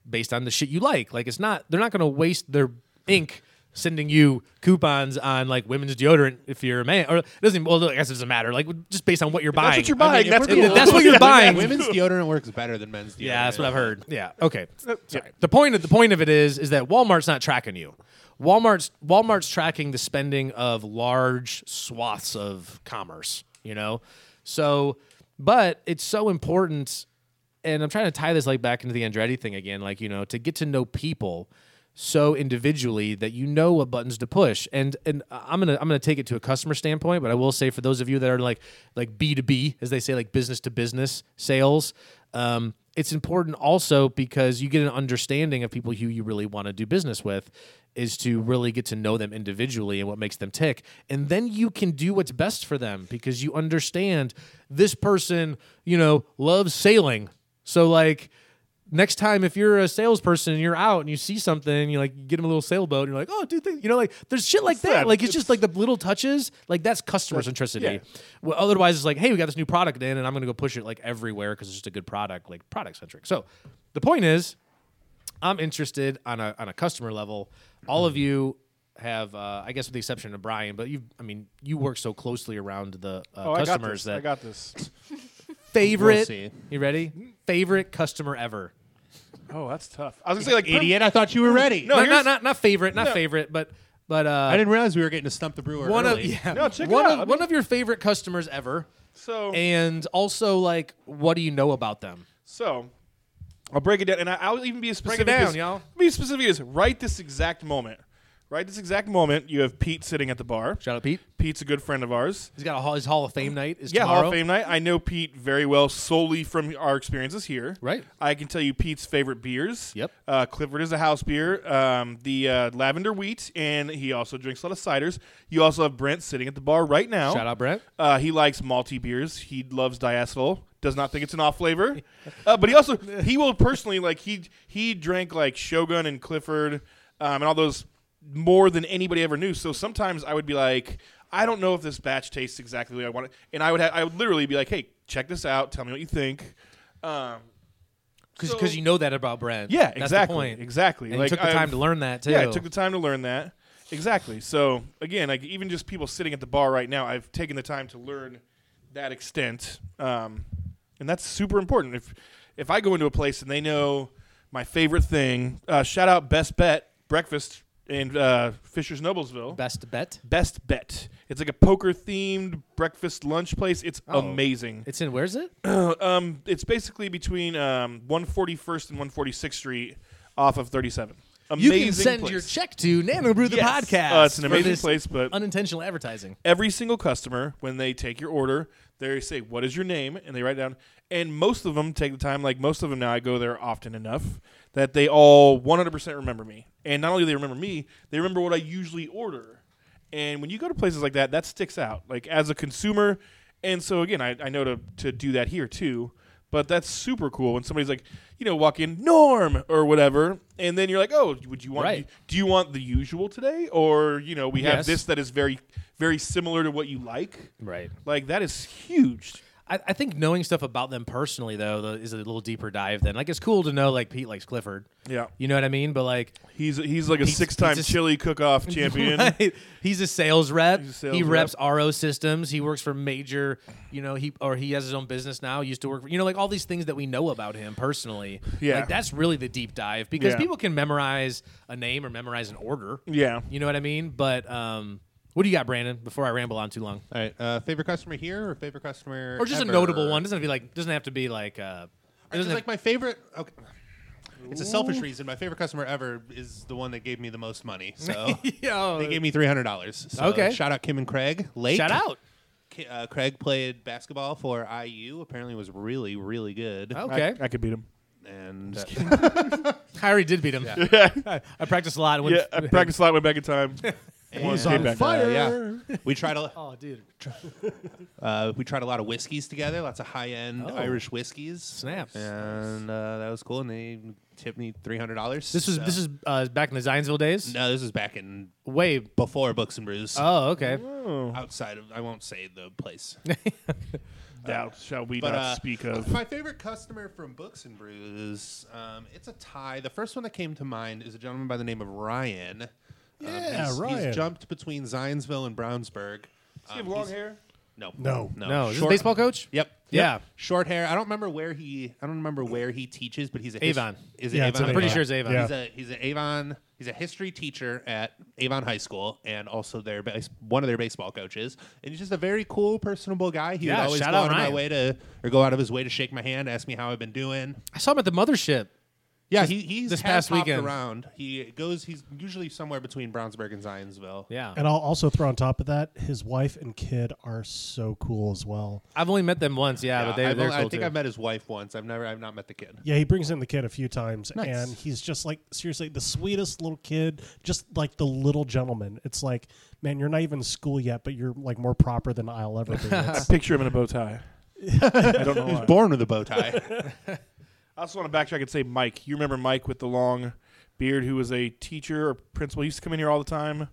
A: based on the shit you like. Like it's not, they're not going to waste their ink sending you coupons on like women's deodorant if you're a man or it doesn't well I guess it doesn't matter like just based on what you're
E: that's
A: buying
E: what you're buying.
F: if
E: that's
F: we're
E: cool.
A: being- That's what
E: *laughs*
F: *laughs*
A: you're buying. *laughs*
F: Women's deodorant works better than men's deodorant.
A: Yeah, that's what I've heard. Yeah. Okay.
E: Sorry.
A: The point of the point of it is is that Walmart's not tracking you. Walmart's Walmart's tracking the spending of large swaths of commerce, you know? So but it's so important and I'm trying to tie this like back into the Andretti thing again, like, you know, to get to know people so individually that you know what buttons to push. And and I'm gonna I'm gonna take it to a customer standpoint, but I will say for those of you that are like like B two B, as they say, like business to business sales, um, it's important also because you get an understanding of people who you really want to do business with is to really get to know them individually and what makes them tick and then you can do what's best for them because you understand this person you know loves sailing so like next time if you're a salesperson and you're out and you see something, you like you get them a little sailboat and you're like, oh, dude, thank-" you know, like there's shit like that.
E: that.
A: Like it's just like the little touches. Like that's customer centricity. Well, otherwise, it's like, hey, we got this new product in, and I'm gonna go push it like everywhere because it's just a good product, like product centric. So the point is, I'm interested on a on a customer level. All of you have, uh, I guess, with the exception of Brian, but you, I mean, you work so closely around the uh,
E: Oh, I got
A: customers
E: this. I
A: that
E: got
A: *clears throat*
E: this.
A: favorite.
F: see.
A: you ready? Favorite customer ever.
E: Oh, that's tough. I was gonna say like per-
F: Idiot, I thought you were ready.
E: No,
A: not,
E: here's-
A: not not not favorite, not
E: No.
A: favorite, but but uh,
F: I didn't realize we were getting to stump the brewer.
A: one of
F: early.
A: yeah,
E: No, check it
A: one
E: out.
A: of
E: I mean-
A: one of your favorite customers ever,
E: So
A: and also like, what do you know about them?
E: So I'll break it down, and I, I'll even be as specific.
A: down,
E: as,
A: y'all.
E: Be as specific as right this exact moment. Right this exact moment, you have Pete sitting at the bar.
A: Shout out Pete.
E: Pete's a good friend of ours.
A: He's got a hall, his Hall of Fame night is
E: Yeah,
A: tomorrow.
E: Hall of Fame night. I know Pete very well solely from our experiences here.
A: Right.
E: I can tell you Pete's favorite beers.
A: Yep.
E: Uh, Clifford is a house beer. Um, the uh, lavender wheat, and he also drinks a lot of ciders. You also have Brent sitting at the bar right now.
A: Shout out Brent.
E: Uh, he likes malty beers. He loves diacetyl. Does not think it's an off flavor, uh, but he also he will personally like he he drank like Shogun and Clifford um, and all those more than anybody ever knew. So sometimes I would be like, I don't know if this batch tastes exactly the way I want it, and I would ha- I would literally be like, Hey, check this out. Tell me what you think. Um,
A: because
E: So-
A: you know that about Brent.
E: yeah,
A: That's
E: exactly,
A: The point.
E: exactly.
A: And you took the
E: I've-
A: time to learn that too.
E: yeah, I took the time to learn that. Exactly. So again, like even just people sitting at the bar right now, I've taken the time to learn that extent, um, and that's super important. If if I go into a place and they know my favorite thing, uh, shout out Best Bet Breakfast in uh, Fisher's Noblesville.
A: best bet.
E: Best Bet. It's like a poker themed breakfast lunch place. It's
A: Oh.
E: amazing.
A: It's in where's it?
E: *clears throat* um, it's basically between um, 141st and 146th Street off of 37.
A: You
E: Amazing
A: can send
E: place.
A: your check to Nano Brew the
E: Yes.
A: podcast.
E: Uh, it's an
A: for
E: amazing
A: this
E: place, but
A: Unintentional advertising.
E: every single customer, when they take your order, they say, What is your name? And they write down. And most of them take the time, like most of them now, I go there often enough that they all 100% remember me. And not only do they remember me, they remember what I usually order. And when you go to places like that, that sticks out, like as a consumer. And so, again, I, I know to, to do that here too. But that's super cool when somebody's like, you know, walk in Norm or whatever, and then you're like, oh, would you want?
A: Right.
E: Do you want the usual today, or you know, we
A: Yes.
E: have this that is very, very similar to what you like?
A: Right.
E: Like that is huge.
A: I, I think knowing stuff about them personally though the, is a little deeper dive. Then like it's cool to know like Pete likes Clifford.
E: Yeah,
A: You know what I mean? But like *laughs*
E: he's he's like a
A: He's-
E: six-time
A: he's a- *laughs*
E: chili cook-off champion.
A: Right. He's a sales rep.
E: He's a sales
A: he
E: rep.
A: reps RO systems. He works for major, you know, he or he has his own business now. He used to work for, you know, like all these things that we know about him personally.
E: Yeah.
A: Like that's really the deep dive because
E: Yeah.
A: people can memorize a name or memorize an order.
E: Yeah,
A: You know what I mean? But um what do you got, Brandon, before I ramble on too long?
F: All right, uh, favorite customer here or favorite customer?
A: Or just
F: ever?
A: a notable one. Doesn't have to be like doesn't have to be like uh
F: Or
A: doesn't
F: just
A: have-
F: like my favorite. Okay. It's a selfish reason. My favorite customer ever is the one that gave me the most money.
A: *laughs*
F: So
A: *laughs* Yo,
F: they gave me three hundred dollars. So
A: Okay.
F: Shout out Kim and Craig. Late.
A: shout out.
F: Ki- Uh, Craig played basketball for IU. Apparently was really really good.
A: Okay.
E: I could beat him.
F: And *laughs*
A: Kyrie did
E: *laughs*
A: beat him. I, I practiced a lot. and went-
E: Yeah,
A: *laughs*
E: I practiced a lot. Went back in time. *laughs*
F: and,
E: on
F: uh,
C: fire.
F: yeah. We tried a
A: Oh, dude.
F: uh, we tried a lot of whiskeys together. Lots of high end
A: Oh.
F: Irish whiskeys.
A: Snaps.
F: And uh, that was cool. And they tipped me three hundred dollars.
A: This was this is uh, back in the Zionsville days.
F: no. This was back in
A: Way
F: before Books and Brews.
A: Oh, okay.
F: outside of I won't say the
A: *laughs*
F: place.
E: Thou shall we
F: But
E: not
F: uh,
E: speak of.
F: my favorite customer from Books and Brews, um, it's a tie. The first one that came to mind is a gentleman by the name of Ryan. Yeah, he's,
C: Ryan.
F: He's jumped between Zionsville and Brownsburg.
E: Does he have
F: Um,
E: long
F: he's-
E: hair?
F: No,
C: No.
F: no,
A: No, is this a
F: Short-
A: baseball coach?
F: Yep.
A: Yeah.
F: Yep. Short hair. I don't remember where he. I don't remember where he teaches, but he's a his-
A: Avon.
F: Is it
C: Yeah, it's
F: Avon?
C: in
A: I'm pretty
C: Avon.
A: sure it's Avon.
C: Yeah.
F: He's a he's an Avon. He's a history teacher at Avon High School, and also their base, one of their baseball coaches. And he's just a very cool, personable guy. He
A: Yeah,
F: would always go
A: shout out
F: out of my
A: Ryan.
F: way to or go out of his way to shake my hand, ask me how I've been doing.
A: I saw him at the mothership.
F: Yeah, he, he's
A: this
F: has
A: past
F: hopped
A: weekend.
F: around. He goes. He's usually somewhere between Brownsburg and Zionsville.
A: Yeah.
C: And I'll also throw on top of that, his wife and kid are so cool as well.
A: I've only met them once, yeah,
F: Yeah,
A: but they,
F: I've
A: they're
F: only-
A: cool
F: I think
A: too.
F: I've met his wife once. I've never. I've not met the kid.
C: Yeah, he brings in the kid a few times,
F: Nice.
C: and he's just like seriously the sweetest little kid, just like the little gentleman. It's like, man, you're not even in school yet, but you're like more proper than I'll
A: *laughs*
C: ever be. It's-
E: Picture him in a bow tie. I don't know why.
F: Born with a bow tie.
E: I also want to backtrack and say Mike. You remember Mike with the long beard, who was a teacher or principal. He used to come in here all the time.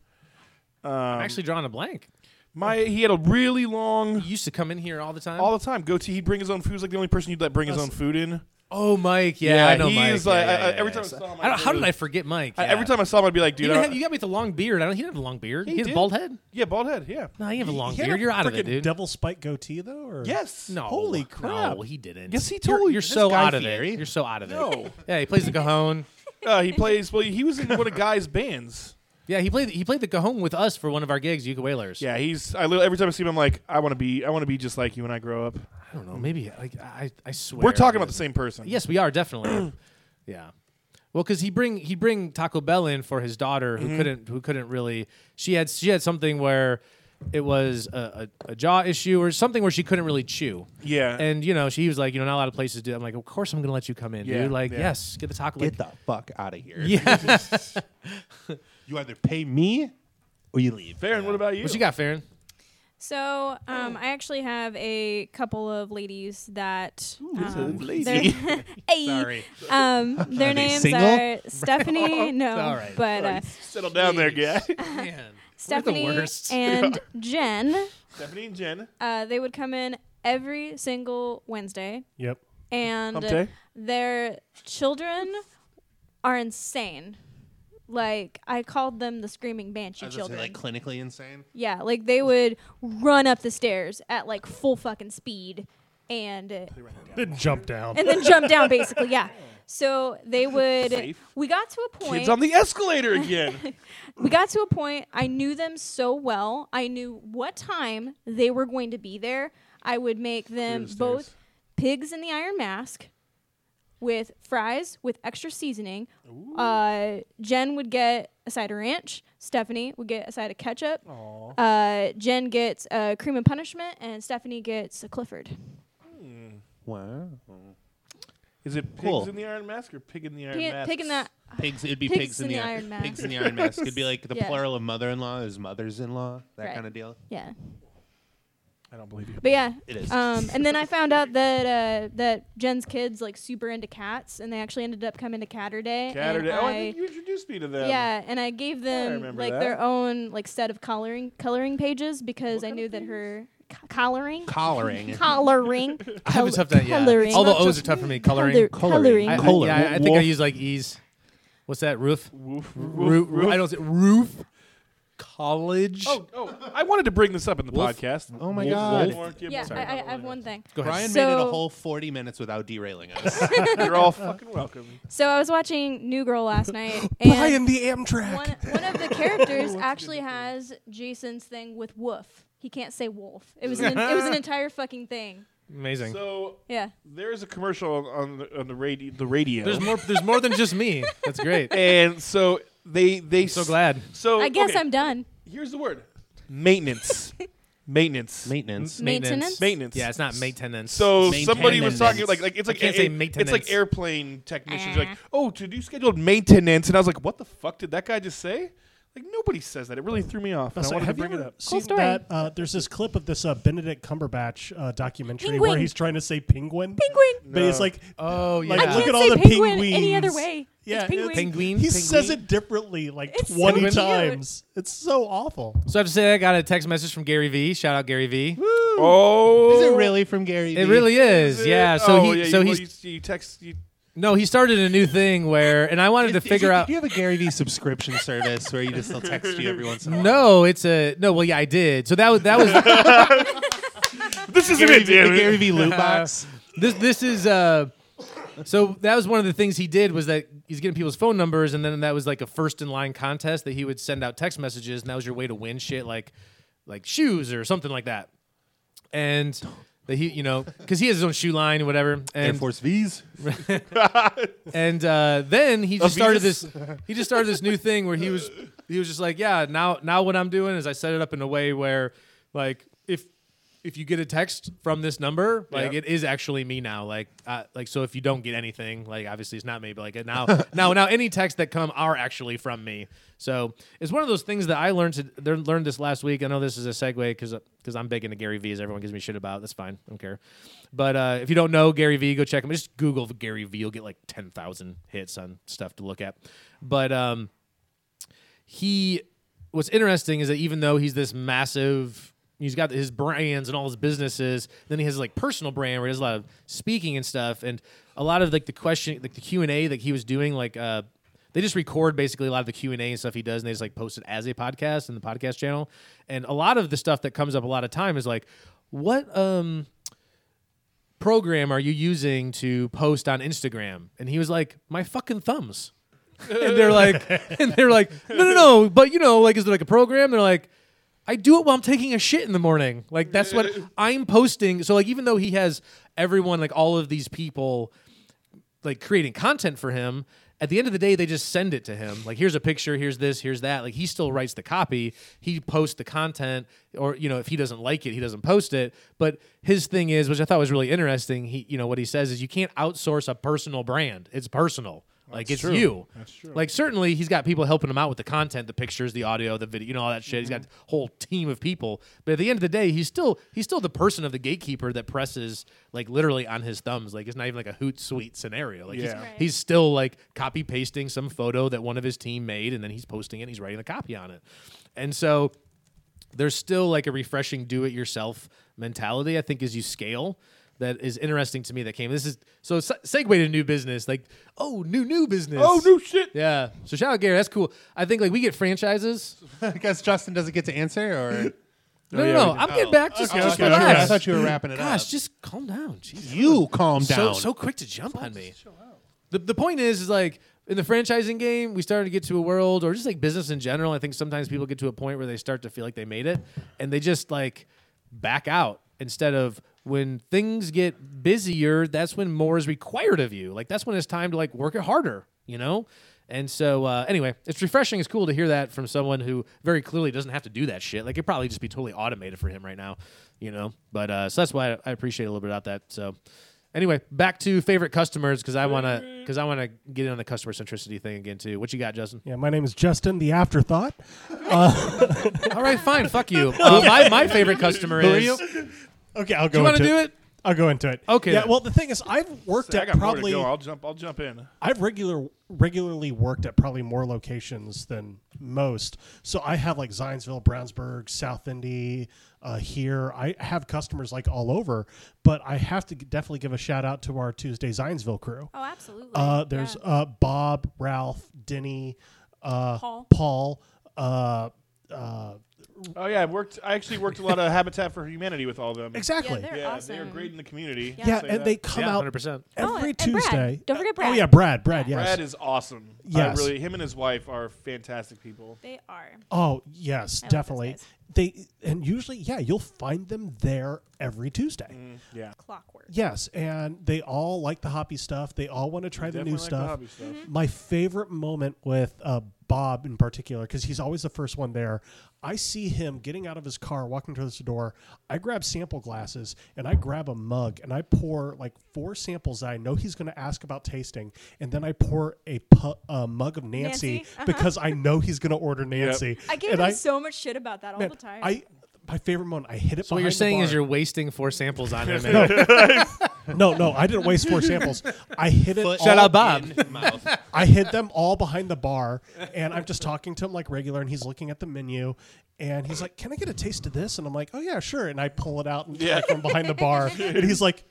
A: I'm actually drawing a blank.
E: My he had a really long,
A: He used to come in here all the time.
E: all the time goatee. He'd bring his own food. He was like the only person you'd let bring his own food in.
A: oh, Mike. Yeah, I know
E: he
A: Mike.
E: is
A: Yeah,
E: like
A: yeah,
E: I- I-
A: yeah,
E: every
A: yeah.
E: time I saw him.
A: I don't, how did I
E: really-
A: forget Mike?
E: I-
A: Yeah.
E: every time I saw him, I'd be like,
A: you,
E: dude,
A: didn't
E: I,
A: have, you got me with the long beard. I don't. He didn't have a long beard. He, had
E: did.
A: a bald head.
E: yeah, bald head, yeah.
A: No, he didn't have a long
C: He had
A: beard.
C: a
A: You're out of it,
C: frickin'
A: dude.
C: Devil spike goatee though, or
E: Yes.
A: no,
E: Holy crap.
A: No, he didn't.
E: Yes, he
A: You're-
E: totally-
A: You're,
E: this
A: so
F: Guy
A: out of
F: Fieri.
A: it. You're so out of it.
E: No.
A: Yeah, he plays the cajon.
E: Uh, he plays. Well, he was in one of Guy's bands.
A: Yeah, he played. He played the cajon with us for one of our gigs, Yuka Whalers.
E: Yeah, he's. I li- every time I see him, I'm like, I want to be. I want to be just like you when I grow up.
A: I don't know. Maybe like I. I swear.
E: We're talking about
A: dude.
E: the same person.
A: Yes, we are
E: *clears throat*
A: definitely. yeah. Well, because he bring he bring Taco Bell in for his daughter who
E: Mm-hmm.
A: couldn't who couldn't really she had she had something where it was a, a, a jaw issue or something where she couldn't really chew.
E: Yeah.
A: And you know she was like you know not a lot of places do. I'm like of course I'm gonna let you come in
E: Yeah,
A: dude like
E: yeah.
A: yes get the taco
F: Get
A: like,
F: the fuck out of here.
A: yeah.
F: *laughs* You either pay me or you leave.
E: Farron, what about you?
A: what you got, Farron?
D: So um, I actually have a couple of ladies that. um,
F: lady.
D: they're- *laughs* Hey.
A: Sorry.
D: Um, their names
F: single?
D: are
E: *laughs*
D: Stephanie. No,
A: All right.
D: but uh,
E: Settle down there, guy.
A: *laughs* Man.
E: *laughs*
D: Stephanie
A: worst.
D: and Jen.
E: Stephanie and Jen.
D: Uh, they would come in every single Wednesday,
C: Yep.
D: and
E: Hump day?
D: their children are insane. Like I called them the screaming banshee
F: I was gonna say,
D: children.
F: like clinically insane.
D: Yeah, like they would run up the stairs at like full fucking speed and and
C: Didn't jump down.
D: then jump
C: *laughs*
D: down basically. Yeah. So they would
E: Safe.
D: we got to a point
E: Kids on the escalator again.
D: *laughs* we got to a point I knew them so well. I knew what time they were going to be there. I would make them
E: the stairs.
D: both pigs in the iron mask with fries with extra seasoning. Uh, Jen would get a side of ranch. Stephanie would get a side of ketchup. Uh, Jen gets a cream and punishment, and Stephanie gets a Clifford.
F: Wow.
E: Is it pigs
F: Cool.
E: in the Iron Mask or pig in the Iron
D: Pig,
E: Mask?
D: pig in that.
F: Pigs. It'd be
D: Pigs
F: pigs, in the, iron mask. Pigs in the iron mask. It'd be like the
D: Yeah.
F: plural of mother-in-law is mothers-in-law. That
D: Right.
F: kind of deal.
D: Yeah.
E: I don't believe you.
D: But yeah,
F: It is.
D: Um, and then I found out that uh, that Jen's kids like super into cats, and they actually ended up coming to Catter Day. and
E: Catterday. Oh, I
D: I-
E: think you introduced me to them.
D: yeah, and I gave them
E: remember
D: like
E: that.
D: their own like set of coloring coloring pages because I knew that her co- coloring *laughs*
F: Collaring.
D: coloring
A: I have a tough time. Yeah.
D: coloring.
A: All the
D: Not
A: O's
D: just
A: are tough for me.
D: color-
A: Coloring.
D: *laughs* coloring.
A: I, I-
F: Color.
A: yeah, I, I think I
F: Wolf.
A: use like E's. What's that? Roof.
E: Woof,
A: Roof.
E: woof,
A: I
E: woof.
A: don't say roof. College.
E: Oh, oh! I wanted to bring this up in the
A: Wolf?
E: podcast.
F: Oh my
E: Wolf,
F: God.
E: wolf, wolf,
D: yeah,
E: sorry.
D: I, I I have one thing.
A: Go ahead.
F: Brian
D: So-
F: made it a whole 40 minutes without derailing us.
E: *laughs* You're all fucking welcome.
D: So I was watching New Girl last night, and
C: Brian the Amtrak.
D: one one of the
E: *laughs*
D: characters actually has Jason's thing with woof. He can't say wolf. It was an, it was an entire fucking thing.
A: Amazing.
E: So
D: Yeah.
E: there is a commercial on the, on the radio. The radio.
A: There's more. There's more than just me. That's great.
E: *laughs* and so they they
A: so glad.
C: Oh,
E: So
D: I guess
E: okay,
D: I'm done.
E: Here's the word.
D: *laughs*
E: Maintenance. maintenance.
F: Maintenance.
D: Maintenance?
E: Maintenance.
A: Yeah, it's not maintenance.
E: So somebody was talking
F: Maintenance.
E: like like it's like
A: can't
E: a-
A: say
E: a- It's
A: maintenance.
E: like airplane technicians are like,
D: Ah.
E: oh, to do scheduled maintenance, and I was like, what the fuck did that guy just say? Like nobody says that. It really threw me off. and I
C: So
E: wanted to
C: have you
E: bring it
C: ever
E: up.
C: seen
D: story.
C: that? Uh, there's this clip of this uh, Benedict Cumberbatch uh, documentary
D: Penguin.
C: where he's trying to say penguin.
D: Penguin.
C: But he's
E: No.
C: like,
A: Oh yeah.
C: like
D: I
C: look
D: can't
C: at all
D: say
C: the
D: penguin
C: penguins.
D: any other way. It's
C: Yeah,
D: penguin.
A: Penguin,
C: He
A: penguin.
C: says it differently like
D: It's so
C: 20
D: cute.
C: times. It's so awful.
A: So I have to say I got a text message from Gary V. Shout out Gary V.
E: Oh,
F: Is it *laughs* really from Gary?
A: It
F: Vee?
A: really is. Yeah. So
E: oh,
A: he.
E: yeah,
A: so
E: you,
A: he's.
E: well, you, you text. You,
A: no, he started a new thing where, and I wanted to
F: Is- is
A: figure
F: it-
A: out.
F: Do you have a Gary Vee subscription service where you just they'll text you every once in a while?
A: No, it's a no. Well, yeah, I did. So that was that was
E: this isn't
F: *laughs* Gary
E: it,
F: Vee, the
E: damn it.
F: Gary Vee *laughs* loot box.
A: this. This is uh. So that was one of the things he did was that he's getting people's phone numbers, and then that was like a first in line contest that he would send out text messages, and that was your way to win shit like, like shoes or something like that. And that he, you know, because he has his own shoe line, and whatever.
F: Air
A: And
F: Force *laughs* V's.
A: and uh, then he just started
E: Venus?
A: this. He just started this new thing where he was he was just like, yeah, now now what I'm doing is I set it up in a way where like if if you get a text from this number, like
E: Yep.
A: it is actually me now. Like, uh, like so if you don't get anything, like obviously it's not me, but like now, now, now any texts that come are actually from me. So it's one of those things that I learned to there- learned this last week. I know this is a segue because because I'm big into Gary Vee as everyone gives me shit about. That's fine, I don't care. But uh, if you don't know Gary Vee, go check him. Just Google Gary Vee, you'll get like ten thousand hits on stuff to look at. But um, he what's interesting is that even though he's this massive he's got his brands and all his businesses then he has like personal brand where he has a lot of speaking and stuff and a lot of like the question like the q&a that he was doing like uh they just record basically a lot of the q&a and stuff he does and they just like post it as a podcast in the podcast channel and a lot of the stuff that comes up a lot of time is like what um program are you using to post on instagram and he was like my fucking thumbs and they're like, *laughs* and they're like, no, no, no. But you know, like, is there like a program? They're like, I do it while I'm taking a shit in the morning. Like that's what I'm posting. So like, even though he has everyone, like all of these people, like creating content for him. At the end of the day, they just send it to him. Like, here's a picture, here's this, here's that. Like, he still writes the copy. He posts the content, or you know, if he doesn't like it, he doesn't post it. But his thing is, which I thought was really interesting. He, you know, what he says is, you can't outsource a personal brand. It's personal. Like it's you. That's true. Like certainly he's got people helping him out with the content, the pictures, the audio, the video, you know, all that shit. He's got a whole team of people. But at the end of the day, he's still he's still the person of the gatekeeper that presses like literally on his thumbs. Like it's not even like a hoot suite scenario. Like
E: Yeah.
A: he's,
D: Right.
A: he's still like copy pasting some photo that one of his team made and then he's posting it and he's writing the copy on it. And so there's still like a refreshing do it yourself mentality i think as you scale that is interesting to me that came this is so se- segue to new business like oh new new business
E: Oh, new shit.
A: yeah so shout out gary that's cool i think like we get franchises
F: Oh, because Justin doesn't get to answer, or
A: no
E: yeah,
A: no no
E: we
A: i'm getting back just,
F: Okay,
A: just
F: okay, I, thought you were, I
A: relax.
F: thought you were wrapping it
A: gosh
F: up.
A: just calm down Jeez.
F: you calm
A: so
F: down.
A: so quick to jump on me. The the point is is like in the franchising game, we started to get to a world or just like business in general, I think sometimes people get to a point where they start to feel like they made it and they just like back out instead of when things get busier, that's when more is required of you. Like that's when it's time to like work it harder, you know? And so, uh, anyway, it's refreshing. It's cool to hear that from someone who very clearly doesn't have to do that shit. Like it'd probably just be totally automated for him right now, you know. But uh, so that's why I, I appreciate a little bit about that. So, anyway, back to favorite customers because I wanna because I wanna get in on the customer centricity thing again too. What you got, Justin?
C: Yeah, my name is Justin, the afterthought.
A: All right, fine. Fuck you. Uh, my my favorite customer
F: Who are
A: is.
F: you?
A: Do
C: Okay, I'll go
A: you want
C: into
A: to do it?
C: I'll go into it.
A: Okay,
C: Yeah,
A: then.
C: well, the thing is, I've worked
E: I
C: at
E: got
C: probably
E: more to go. I'll jump. I'll jump in.
C: I've regular regularly worked at probably more locations than most. So I have like Zionsville, Brownsburg, South Indy, uh, here. I have customers like all over, but I have to definitely give a shout out to our Tuesday Zionsville crew.
D: Oh, absolutely.
C: Uh, there's
D: Yeah.
C: uh, Bob, Ralph, Denny, uh,
D: Paul.
C: Paul uh, uh,
E: Oh yeah, I worked. I actually worked a lot of Habitat for Humanity with all of them.
C: exactly.
D: they're-
E: Yeah, they are
D: awesome.
E: great in the community.
D: Yeah.
C: yeah,
E: Say
C: and
E: that.
C: they come
A: Yeah,
C: out
A: hundred percent.
D: Oh,
C: every
D: and Brad.
C: Tuesday.
D: Don't forget
C: Oh
D: Brad.
C: yeah, Brad. Brad. Yes.
E: Brad is awesome. I
C: Yes.
E: really, him and his wife are fantastic people.
D: They are.
C: Oh yes,
D: those
C: definitely.
D: guys.
C: They and usually, yeah, you'll find them there every Tuesday.
E: Mm, Yeah,
D: Clockwork.
C: Yes, and they all like the hoppy stuff. They all want to try the new
E: Definitely like the
C: stuff.
E: hobby stuff.
D: Mm-hmm.
C: My favorite moment with uh, Bob in particular, because he's always the first one there. I see him getting out of his car, walking towards the door. I grab sample glasses and I grab a mug and I pour like four samples that I know he's going to ask about tasting, and then I pour a, pu- a mug of Nancy,
D: Nancy, uh-huh.
C: because I know he's going to
E: *laughs*
C: order Nancy.
D: I gave
C: and
D: him so much shit about that all
C: Man,
D: the time.
C: *laughs* I my favorite moment. I hit it.
A: So what you're
C: behind the
A: saying is
C: bar.
A: you're wasting four samples on him. and-
C: *laughs* no, no. I didn't waste four samples. I hit it.
F: Foot
A: Shout
F: all
A: out *laughs* Bob.
F: in mouth.
C: I hid them all behind the bar, and I'm just talking to him like regular, and he's looking at the menu, and he's like, "Can I get a taste of this?" And I'm like, "Oh yeah, sure." And I pull it out and like, from behind the bar, and he's like,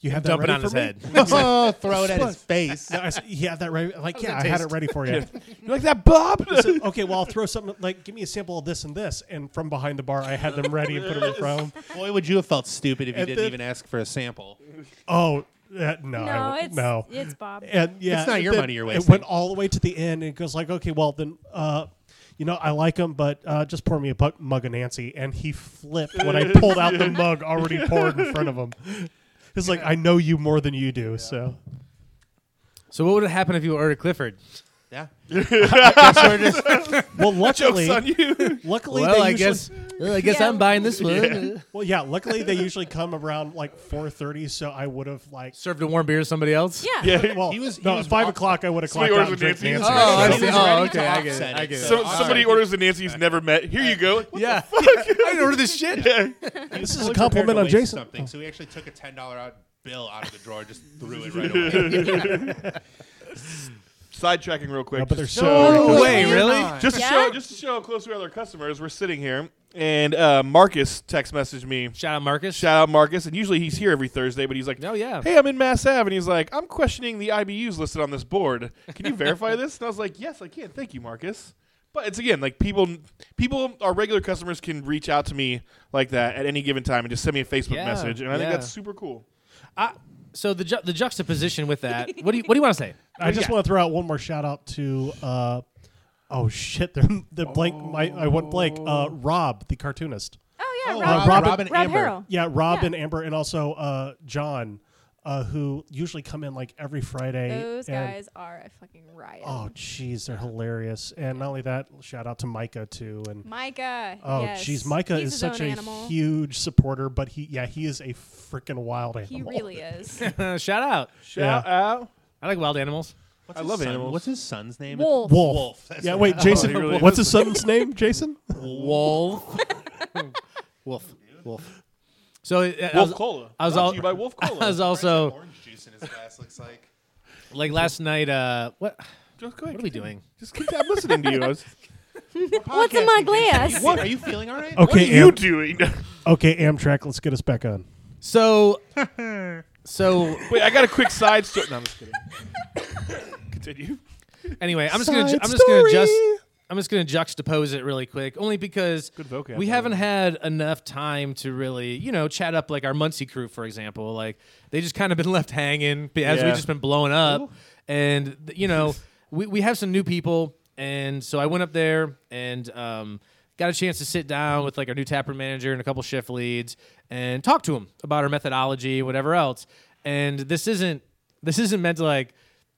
C: "You have that
A: Dump it
C: ready
A: on
C: for
A: his
C: me?" *laughs*
A: head.
F: oh, throw it at his face.
C: No, I said, "You have that ready?" Like, "Yeah,
A: that
C: I had
A: taste?"
C: it ready for you."
E: You like that, Bob?
C: I said, *laughs* "Okay, well, I'll throw something like give me a sample of this and this." And from behind the bar, I had them ready and put them in front of him.
F: Boy, would you have felt stupid if you
C: And
F: didn't
C: then-
F: even ask for a sample?
C: Oh. uh, no, I
D: no,
C: won't-
D: it's
C: no.
D: it's Bob.
C: and yeah,
F: It's not your
C: then
F: money you're
C: It
F: wasting.
C: went all the way to the end, and it goes like, okay, well then, uh, you know, I like him, but uh, just pour me a bu- mug of Nancy, and he flipped when
F: *laughs*
C: I pulled out the mug already poured in front of him. It's like I know you more than you do, so
A: so what would have happened if you ordered Clifford?
F: Yeah. *laughs*
C: Well, luckily,
E: Jokes
C: *laughs*
E: on you.
C: luckily
A: Well,
C: they
A: I
C: usually,
A: guess, well, I guess
D: Yeah.
A: I'm buying this one.
C: well, yeah, luckily they usually come around like four thirty. So I would have like,
A: Served a warm beer to somebody else.
D: Yeah.
E: yeah.
C: well,
F: He was- he
C: no,
F: was
C: at five
F: wa-
C: o'clock I would have
E: Somebody
C: clocked out and
E: orders
C: drank
E: a Nancy.
C: Nancy.
A: Oh, I see.
E: Yeah.
F: He was
A: Oh,
F: ready to
A: okay. I get it.
F: offset
A: I
F: it,
A: get it.
F: so-
E: So, somebody orders a Nancy he's never met. Here you go.
A: yeah. I didn't order this shit.
C: This is
F: Fully
C: a
F: prepared
C: compliment
F: to
C: on
F: waste
C: Jason.
F: Something. So we actually took a ten dollar out bill out of the drawer, just threw *laughs* it right away.
E: Sidetracking real quick.
C: No, but they're
E: just,
C: so
A: No
C: ridiculous.
A: way, really?
E: just to
D: Yeah.
E: show just to show how close we are to our customers, we're sitting here and uh, Marcus text messaged me.
A: Shout out Marcus.
E: Shout out Marcus, and usually he's here every Thursday, but he's like,
A: Oh, yeah.
E: hey, I'm in Mass Ave, and he's like, I'm questioning the IBUs listed on this board. Can you verify this? And I was like, yes, I can. Thank you, Marcus. But it's again like people, people, our regular customers can reach out to me like that at any given time and just send me a Facebook
A: Yeah,
E: message, and I think
A: yeah.
E: that's super cool.
A: I, so the ju- the juxtaposition with that. What do you what do you want to say?
C: I just want to throw out one more shout out to. Uh, Oh shit! *laughs* They're, the blank, my, I went blank. Uh, Rob, the cartoonist.
D: Oh yeah,
F: Oh,
D: Oh. Rob,
C: uh, Robin-
D: Rob,
F: Robin Amber.
D: Harrell.
C: Yeah, Rob
D: Yeah.
C: and Amber, and also uh, John, uh, who usually come in like every Friday.
D: Those
C: and-
D: guys are a fucking riot.
C: Oh, jeez, they're hilarious. And not only that, shout out to Micah too. And
D: Micah.
C: oh,
D: yes.
C: jeez, Micah is
D: He's his
C: such a
D: own animal.
C: huge supporter. But he, yeah, he is a freaking wild animal.
D: He really is.
A: Uh, Shout out.
E: Shout out!
A: I like wild animals.
F: What's
E: I
F: his
E: love
F: son-
E: animals.
F: What's his son's name?
C: *laughs*
D: Wolf.
C: Wolf.
F: Wolf, that's
C: Yeah,
F: what-
C: wait, Jason.
E: he really
C: what's
E: is.
C: his son's name? Jason.
A: Wolf. *laughs* Wolf. Wolf. So uh, I
E: Wolf
A: was-
E: Cola.
A: I was
E: Brought
A: al-
E: to you by Wolf
A: *laughs*
E: Cola.
A: I was
F: Brian's got
A: also
F: orange juice in his glass. Looks like.
A: like last night. Uh, what
E: just go ahead,
A: what are we
E: continue.
A: doing?
E: Just keep I'm listening to you.
A: *laughs*
E: I was,
D: What's in my
F: Podcasting, Jason.
D: glass?
F: What are you feeling? All right.
E: what are
C: Okay,
E: you
C: Am-
E: doing? *laughs*
C: okay, Amtrak. Let's get us back on.
F: *laughs*
A: So so
E: Wait, I got a quick side story. No, I'm
A: *laughs*
E: just kidding. Continue.
A: anyway, I'm just gonna ju-
C: Side
A: I'm just gonna just
C: story.
A: I'm just gonna juxtapose it really quick, only because
E: Good vocab,
A: we
E: by the
A: haven't
E: way.
A: had enough time to really you know chat up like our Muncie crew, for example. Like they just kind of been *laughs* left hanging be- as
E: Yeah.
A: we've just been blowing up, and th- you know *laughs* we we have some new people, and so I went up there and. um Got a chance to sit down with like our new tapper manager and a couple shift leads and talk to them about our methodology, whatever else. And this isn't this isn't meant to like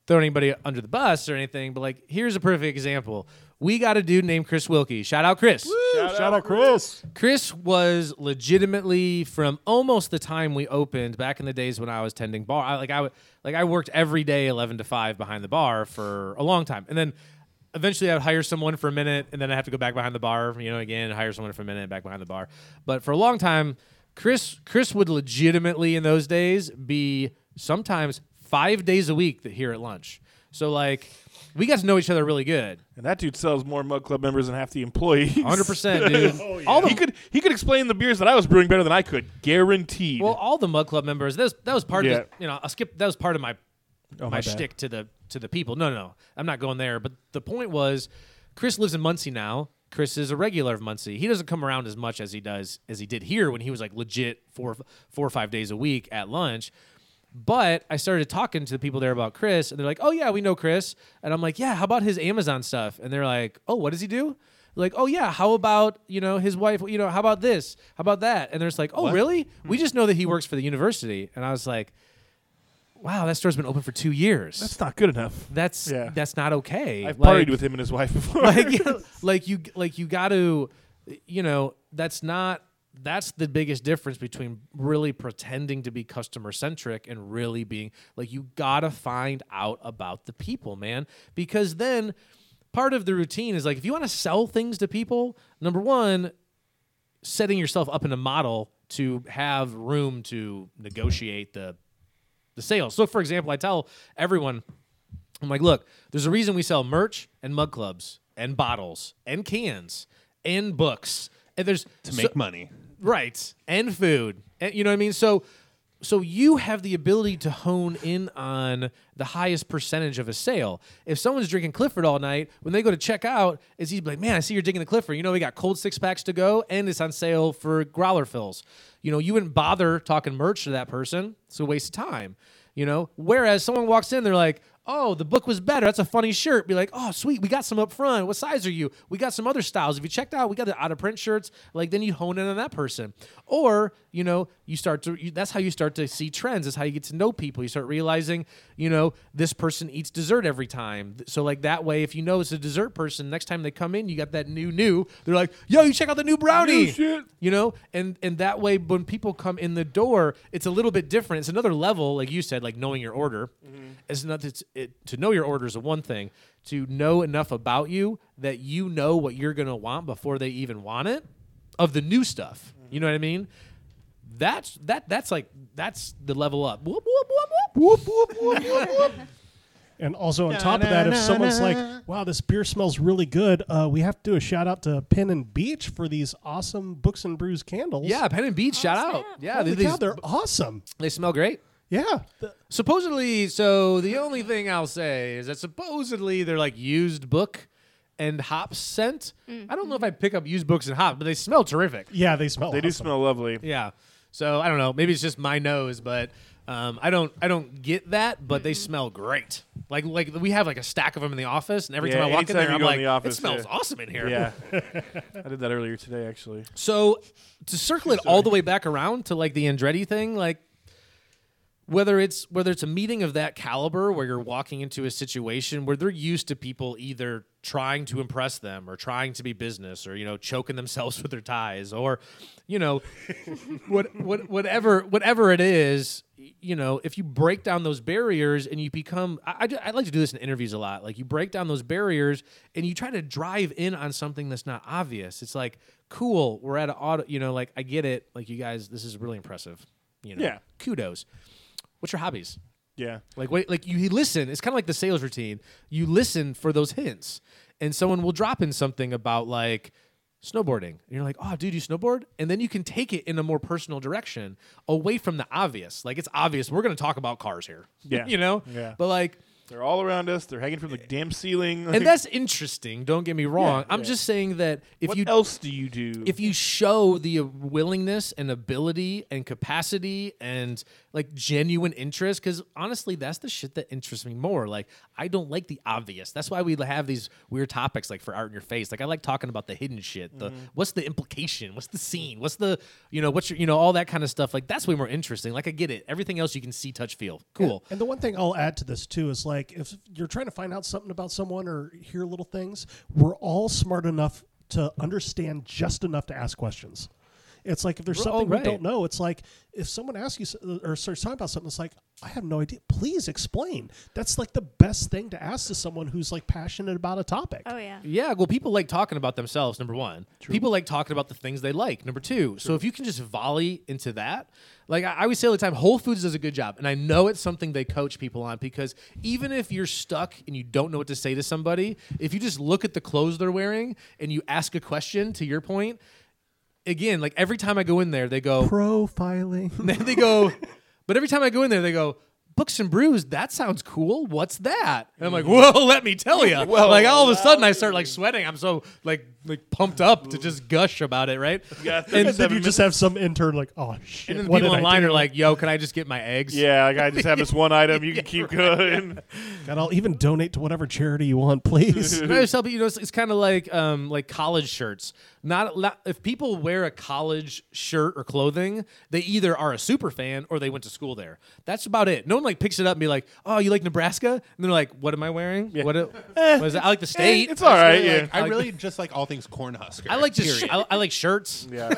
A: throw anybody under the bus or anything, but like here's a perfect example. We got a dude named Chris Wilkie. Shout out Chris.
E: Shout,
C: Chris.
A: Chris was legitimately from almost the time we opened back in the days when I was tending bar. I, like I would, like I worked every day eleven to five behind the bar for a long time, and then eventually I would hire someone for a minute, and then I have to go back behind the bar, you know, again hire someone for a minute back behind the bar. But for a long time, Chris Chris would legitimately in those days be sometimes five days a week here at lunch. So like we got to know each other really good.
E: And that dude sells more Mug Club members than half
A: *laughs*
E: the employees.
A: 100%
E: *laughs*
A: dude.
E: All the, he could he could explain the beers that I was brewing better than I could, guaranteed.
A: Well, all the Mug Club members. That was, that was part
E: Yeah.
A: of this, you know. I skip. That was part of my my,
E: Oh, my bad.
A: shtick to the to the people. No, no, no. I'm not going there. But the point was, Chris lives in Muncie now. Chris is a regular of Muncie. He doesn't come around as much as he does as he did here when he was like legit four four or five days a week at lunch. But I started talking to the people there about Chris, and they're like, "Oh yeah, we know Chris." And I'm like, "Yeah, how about his Amazon stuff?" And they're like, "Oh, what does he do?" Like, "Oh yeah, how about you know his wife? You know, how about this? How about that?" And they're just like, "Oh really?
E: Hmm.
A: We just know that he works for the university." And I was like, "Wow, that store's been open for two years.
E: that's not good enough.
A: that's
E: Yeah.
A: that's not okay."
E: I've
A: Like-
E: partied with him and his wife
A: *laughs*
E: before.
A: like *laughs* like you like you got to you know that's not that's the biggest difference between really pretending to be customer centric and really being like you got to find out about the people man because then part of the routine is like if you want to sell things to people number 1 setting yourself up in a model to have room to negotiate the the sales. So, for example, I tell everyone, I'm like, look, there's a reason we sell merch and mug clubs and bottles and cans and books. And there's
F: To make money.
A: right and food and you know what i mean so so you have the ability to hone in on the highest percentage of a sale if someone's drinking clifford all night when they go to check out is he's like man i see you're drinking the clifford you know we got cold six packs to go and it's on sale for growler fills you know you wouldn't bother talking merch to that person it's a waste of time you know whereas someone walks in they're like oh, the book was better. That's a funny shirt. Be like, oh, sweet, we got some up front. What size are you? We got some other styles. If you checked out, we got the out of print shirts. Like then you hone in on that person, or you know, you start to. You, that's how you start to see trends. Is how you get to know people. You start realizing, you know, this person eats dessert every time. So like that way, if you know it's a dessert person, next time they come in, you got that new new. They're like, yo, you check out the new brownie.
E: shit.
A: You know, and and that way, when people come in the door, it's a little bit different. It's another level, like you said, like knowing your order. It's not it's, it, to know your order is a one thing. To know enough about you that you know what you're gonna want before they even want it, of the new stuff. You know what I mean? That's that that's like that's the level up. Whoop, whoop, whoop, whoop, whoop, whoop, whoop, whoop.
C: And also on top of that, if someone's like, "Wow, this beer smells really good," uh, we have to do a shout out to Pin and Beach for these awesome Books and Brews candles.
A: Yeah, Penn and Beach, shout out.
D: snap.
A: Yeah,
C: Oh, Holy
A: these-
C: cow, they're awesome.
A: they smell great.
C: Yeah,
A: Supposedly, so the only thing I'll say is that supposedly they're like used book and hop scent. I don't know if
E: Mm-hmm.
A: I pick up used books and hop, but they smell terrific.
C: yeah, they smell.
E: *laughs* They do
C: awesome.
E: smell lovely.
A: Yeah. So I don't know. Maybe it's just my nose, but um, I don't I don't get that. But
E: Mm-hmm.
A: they smell great. Like like we have like a stack of them in the office, and every
E: Yeah,
A: time I walk in
E: anytime
A: there,
E: you
A: I'm
E: go in
A: like,
E: the office,
A: it smells
E: yeah.
A: awesome in here.
E: Yeah, I did that earlier today, actually.
A: So to circle it all the way back around to like the Andretti thing, like whether it's whether it's a meeting of that caliber where you're walking into a situation where they're used to people either trying to impress them or trying to be business or you know choking themselves *laughs* with their ties or you know what, what whatever whatever it is y- you know if you break down those barriers and you become I, I, ju- I like to do this in interviews a lot like you break down those barriers and you try to drive in on something that's not obvious it's like cool we're at an auto you know like i get it like you guys this is really impressive you know
E: Yeah.
A: kudos what's your hobbies
E: Yeah,
A: like wait, like you listen. It's kind of like the sales routine. You listen for those hints, and someone will drop in something about like snowboarding, and you're like, "Oh, dude, you snowboard," and then you can take it in a more personal direction, away from the obvious. Like it's obvious we're going to talk about cars here. *laughs*
E: Yeah.
A: you know.
E: Yeah.
A: But
E: *laughs*
A: like,
E: they're all around us. They're hanging from the damn ceiling. Like,
A: and that's interesting. Don't get me wrong.
E: Yeah,
A: I'm
E: yeah.
A: just saying that if
E: what
A: you
E: else do you do?
A: if you show the willingness and ability and capacity and like genuine interest because honestly that's the shit that interests me more like i don't like the obvious that's why we have these weird topics like for art in your face like i like talking about the hidden shit the what's the implication what's the scene what's the you know what's your you know all that kind of stuff like that's way more interesting like i get it everything else you can see touch feel cool
C: And the one thing I'll add to this too is like if you're trying to find out something about someone or hear little things, we're all smart enough to understand just enough to ask questions. It's like if there's
A: We're all
C: something
A: oh, right.
C: we don't know, it's like if someone asks you s- uh, or starts talking about something, it's like I have no idea. Please explain. That's like the best thing to ask to someone who's like passionate about a topic.
D: Oh yeah.
A: Yeah, well, people like talking about themselves. Number one, people like talking about the things they like. Number two, so if you can just volley into that, like I, I always say all the time, Whole Foods does a good job, and I know it's something they coach people on because even if you're stuck and you don't know what to say to somebody, if you just look at the clothes they're wearing and you ask a question, to your point, again, like every time I go in there, they go, *laughs*
C: Profiling.
A: and they go, but every time I go in there, they go, Books and Brews, that sounds cool. What's that? And I'm like,
C: Mm.
A: whoa, *laughs* let me
C: *laughs*
A: tell you. Well, like all of a sudden I start like sweating. I'm so like like pumped up to just gush about it, right?
E: Yeah,
A: *laughs* And,
C: And then you just have some intern like, oh shit.
A: and then the
C: what
A: people
C: did I
A: in line
C: do?
A: are like, yo, can I just get my eggs?
E: yeah, like I just have
A: *laughs*
E: this one item. You can keep going.
C: God, I'll even donate to whatever charity you
A: *laughs*
C: want, please.
A: And I always tell people, you know, it's, it's kind of like um, like college shirts. Not, not if people wear a college shirt or clothing, they either are a super fan or they went to school there. That's about it. No one like picks it up and be like, "Oh, you like Nebraska?" And they're like, "What am I wearing?
E: *laughs*
A: What, it, what is it? I like the state.
E: It's all right.
F: Really,
E: Yeah.
F: like, I really just like all things Cornhusker.
A: I like just sh-
F: period.
A: I, I like
E: *laughs*
A: shirts.
E: yeah.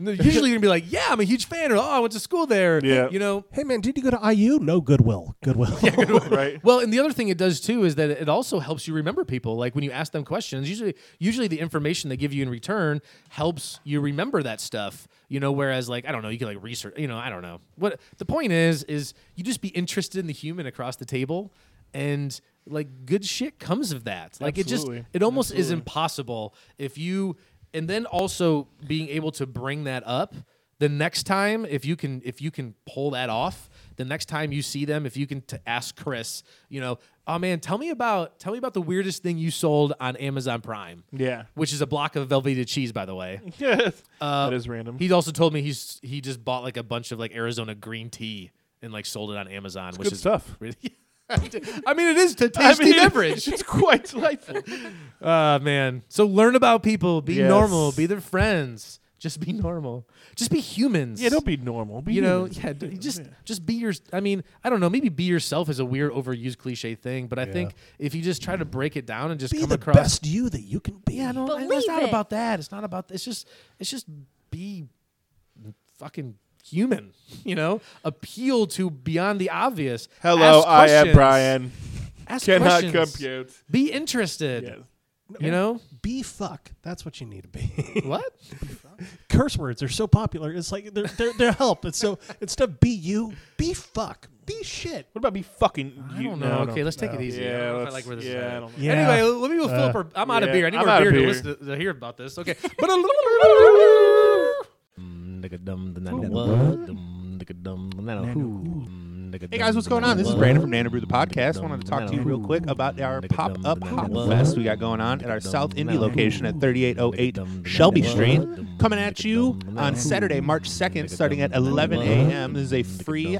A: No, Usually you're gonna be like, "Yeah, I'm a huge fan," or "Oh, I went to school there."
E: Yeah.
A: you know.
C: hey man, did you go to IU? No, Goodwill.
A: *laughs*
C: Goodwill.
E: *laughs* Right.
A: Well, and the other thing it does too is that it also helps you remember people. Like when you ask them questions, usually usually the information they give you in return helps you remember that stuff. You know, whereas like I don't know, you can like research. You know, I don't know. What the point is is you just be interested in the human across the table, and like good shit comes of that. Like it
E: Absolutely.
A: just it almost is impossible if you and then also being able to bring that up the next time if you can if you can pull that off the next time you see them if you can t- ask chris you know oh man tell me about tell me about the weirdest thing you sold on amazon prime
E: Yeah. Mm-hmm.
A: which is a block of velveeta cheese by the way *laughs* Uh,
E: that is random.
A: he's also told me he's he just bought like a bunch of like arizona green tea and like sold it on amazon which
E: good
A: is
E: stuff.
A: really *laughs* I mean,
E: *laughs*
A: it is to
E: I
A: tasty
E: mean,
A: beverage.
E: It's quite delightful.
A: *laughs* Ah, man. So learn about people. Be
E: Yes.
A: normal. Be their friends. Just be normal. Just be humans.
E: yeah, don't be normal. Be
A: you know,
E: humans.
A: yeah, d- just just be your. I mean, I don't know. Maybe be yourself is a weird, overused cliche thing, but I think if you just try to break it down and just
C: Be
A: come
C: the
A: across,
C: best you that you can be.
A: yeah, no, I-
D: Believe
A: it's not
D: it.
A: about that. It's not about. It's just, it's just be fucking human. *laughs* You know, appeal to beyond the obvious.
E: Hello,
A: Ask
E: I am
A: questions.
E: Brian.
A: Ask
E: Cannot
A: questions.
E: compute.
A: Be interested.
E: Yes.
A: You know
C: Be fuck. That's what you need to be. *laughs*
A: what?
C: Curse words are so popular. It's like they're they're, they're help. It's so instead of be you, be fuck, be shit.
E: What about be fucking?
A: I
E: you?
A: don't know.
E: No, no.
A: okay, let's take it easy. I
E: Yeah,
A: don't know if I
E: let's-
A: like where this is
E: yeah, I
A: at.
E: don't know.
C: Yeah.
A: Anyway, let me go fill
C: Uh,
A: up our. I'm out of
E: yeah,
A: beer. I need
E: I'm
A: more
E: out
A: beer,
E: of
A: to
E: beer.
A: listen to, to hear about this. Okay. "Mm, Mm,
F: Hey guys, what's going on? This is Brandon from Nana Brew the podcast. wanted to talk to you real quick about our pop up hop fest we got going on at our South Indy location at 3808 Shelby Street. Coming at you on Saturday, March 2nd, starting at 11 a.m. This is a free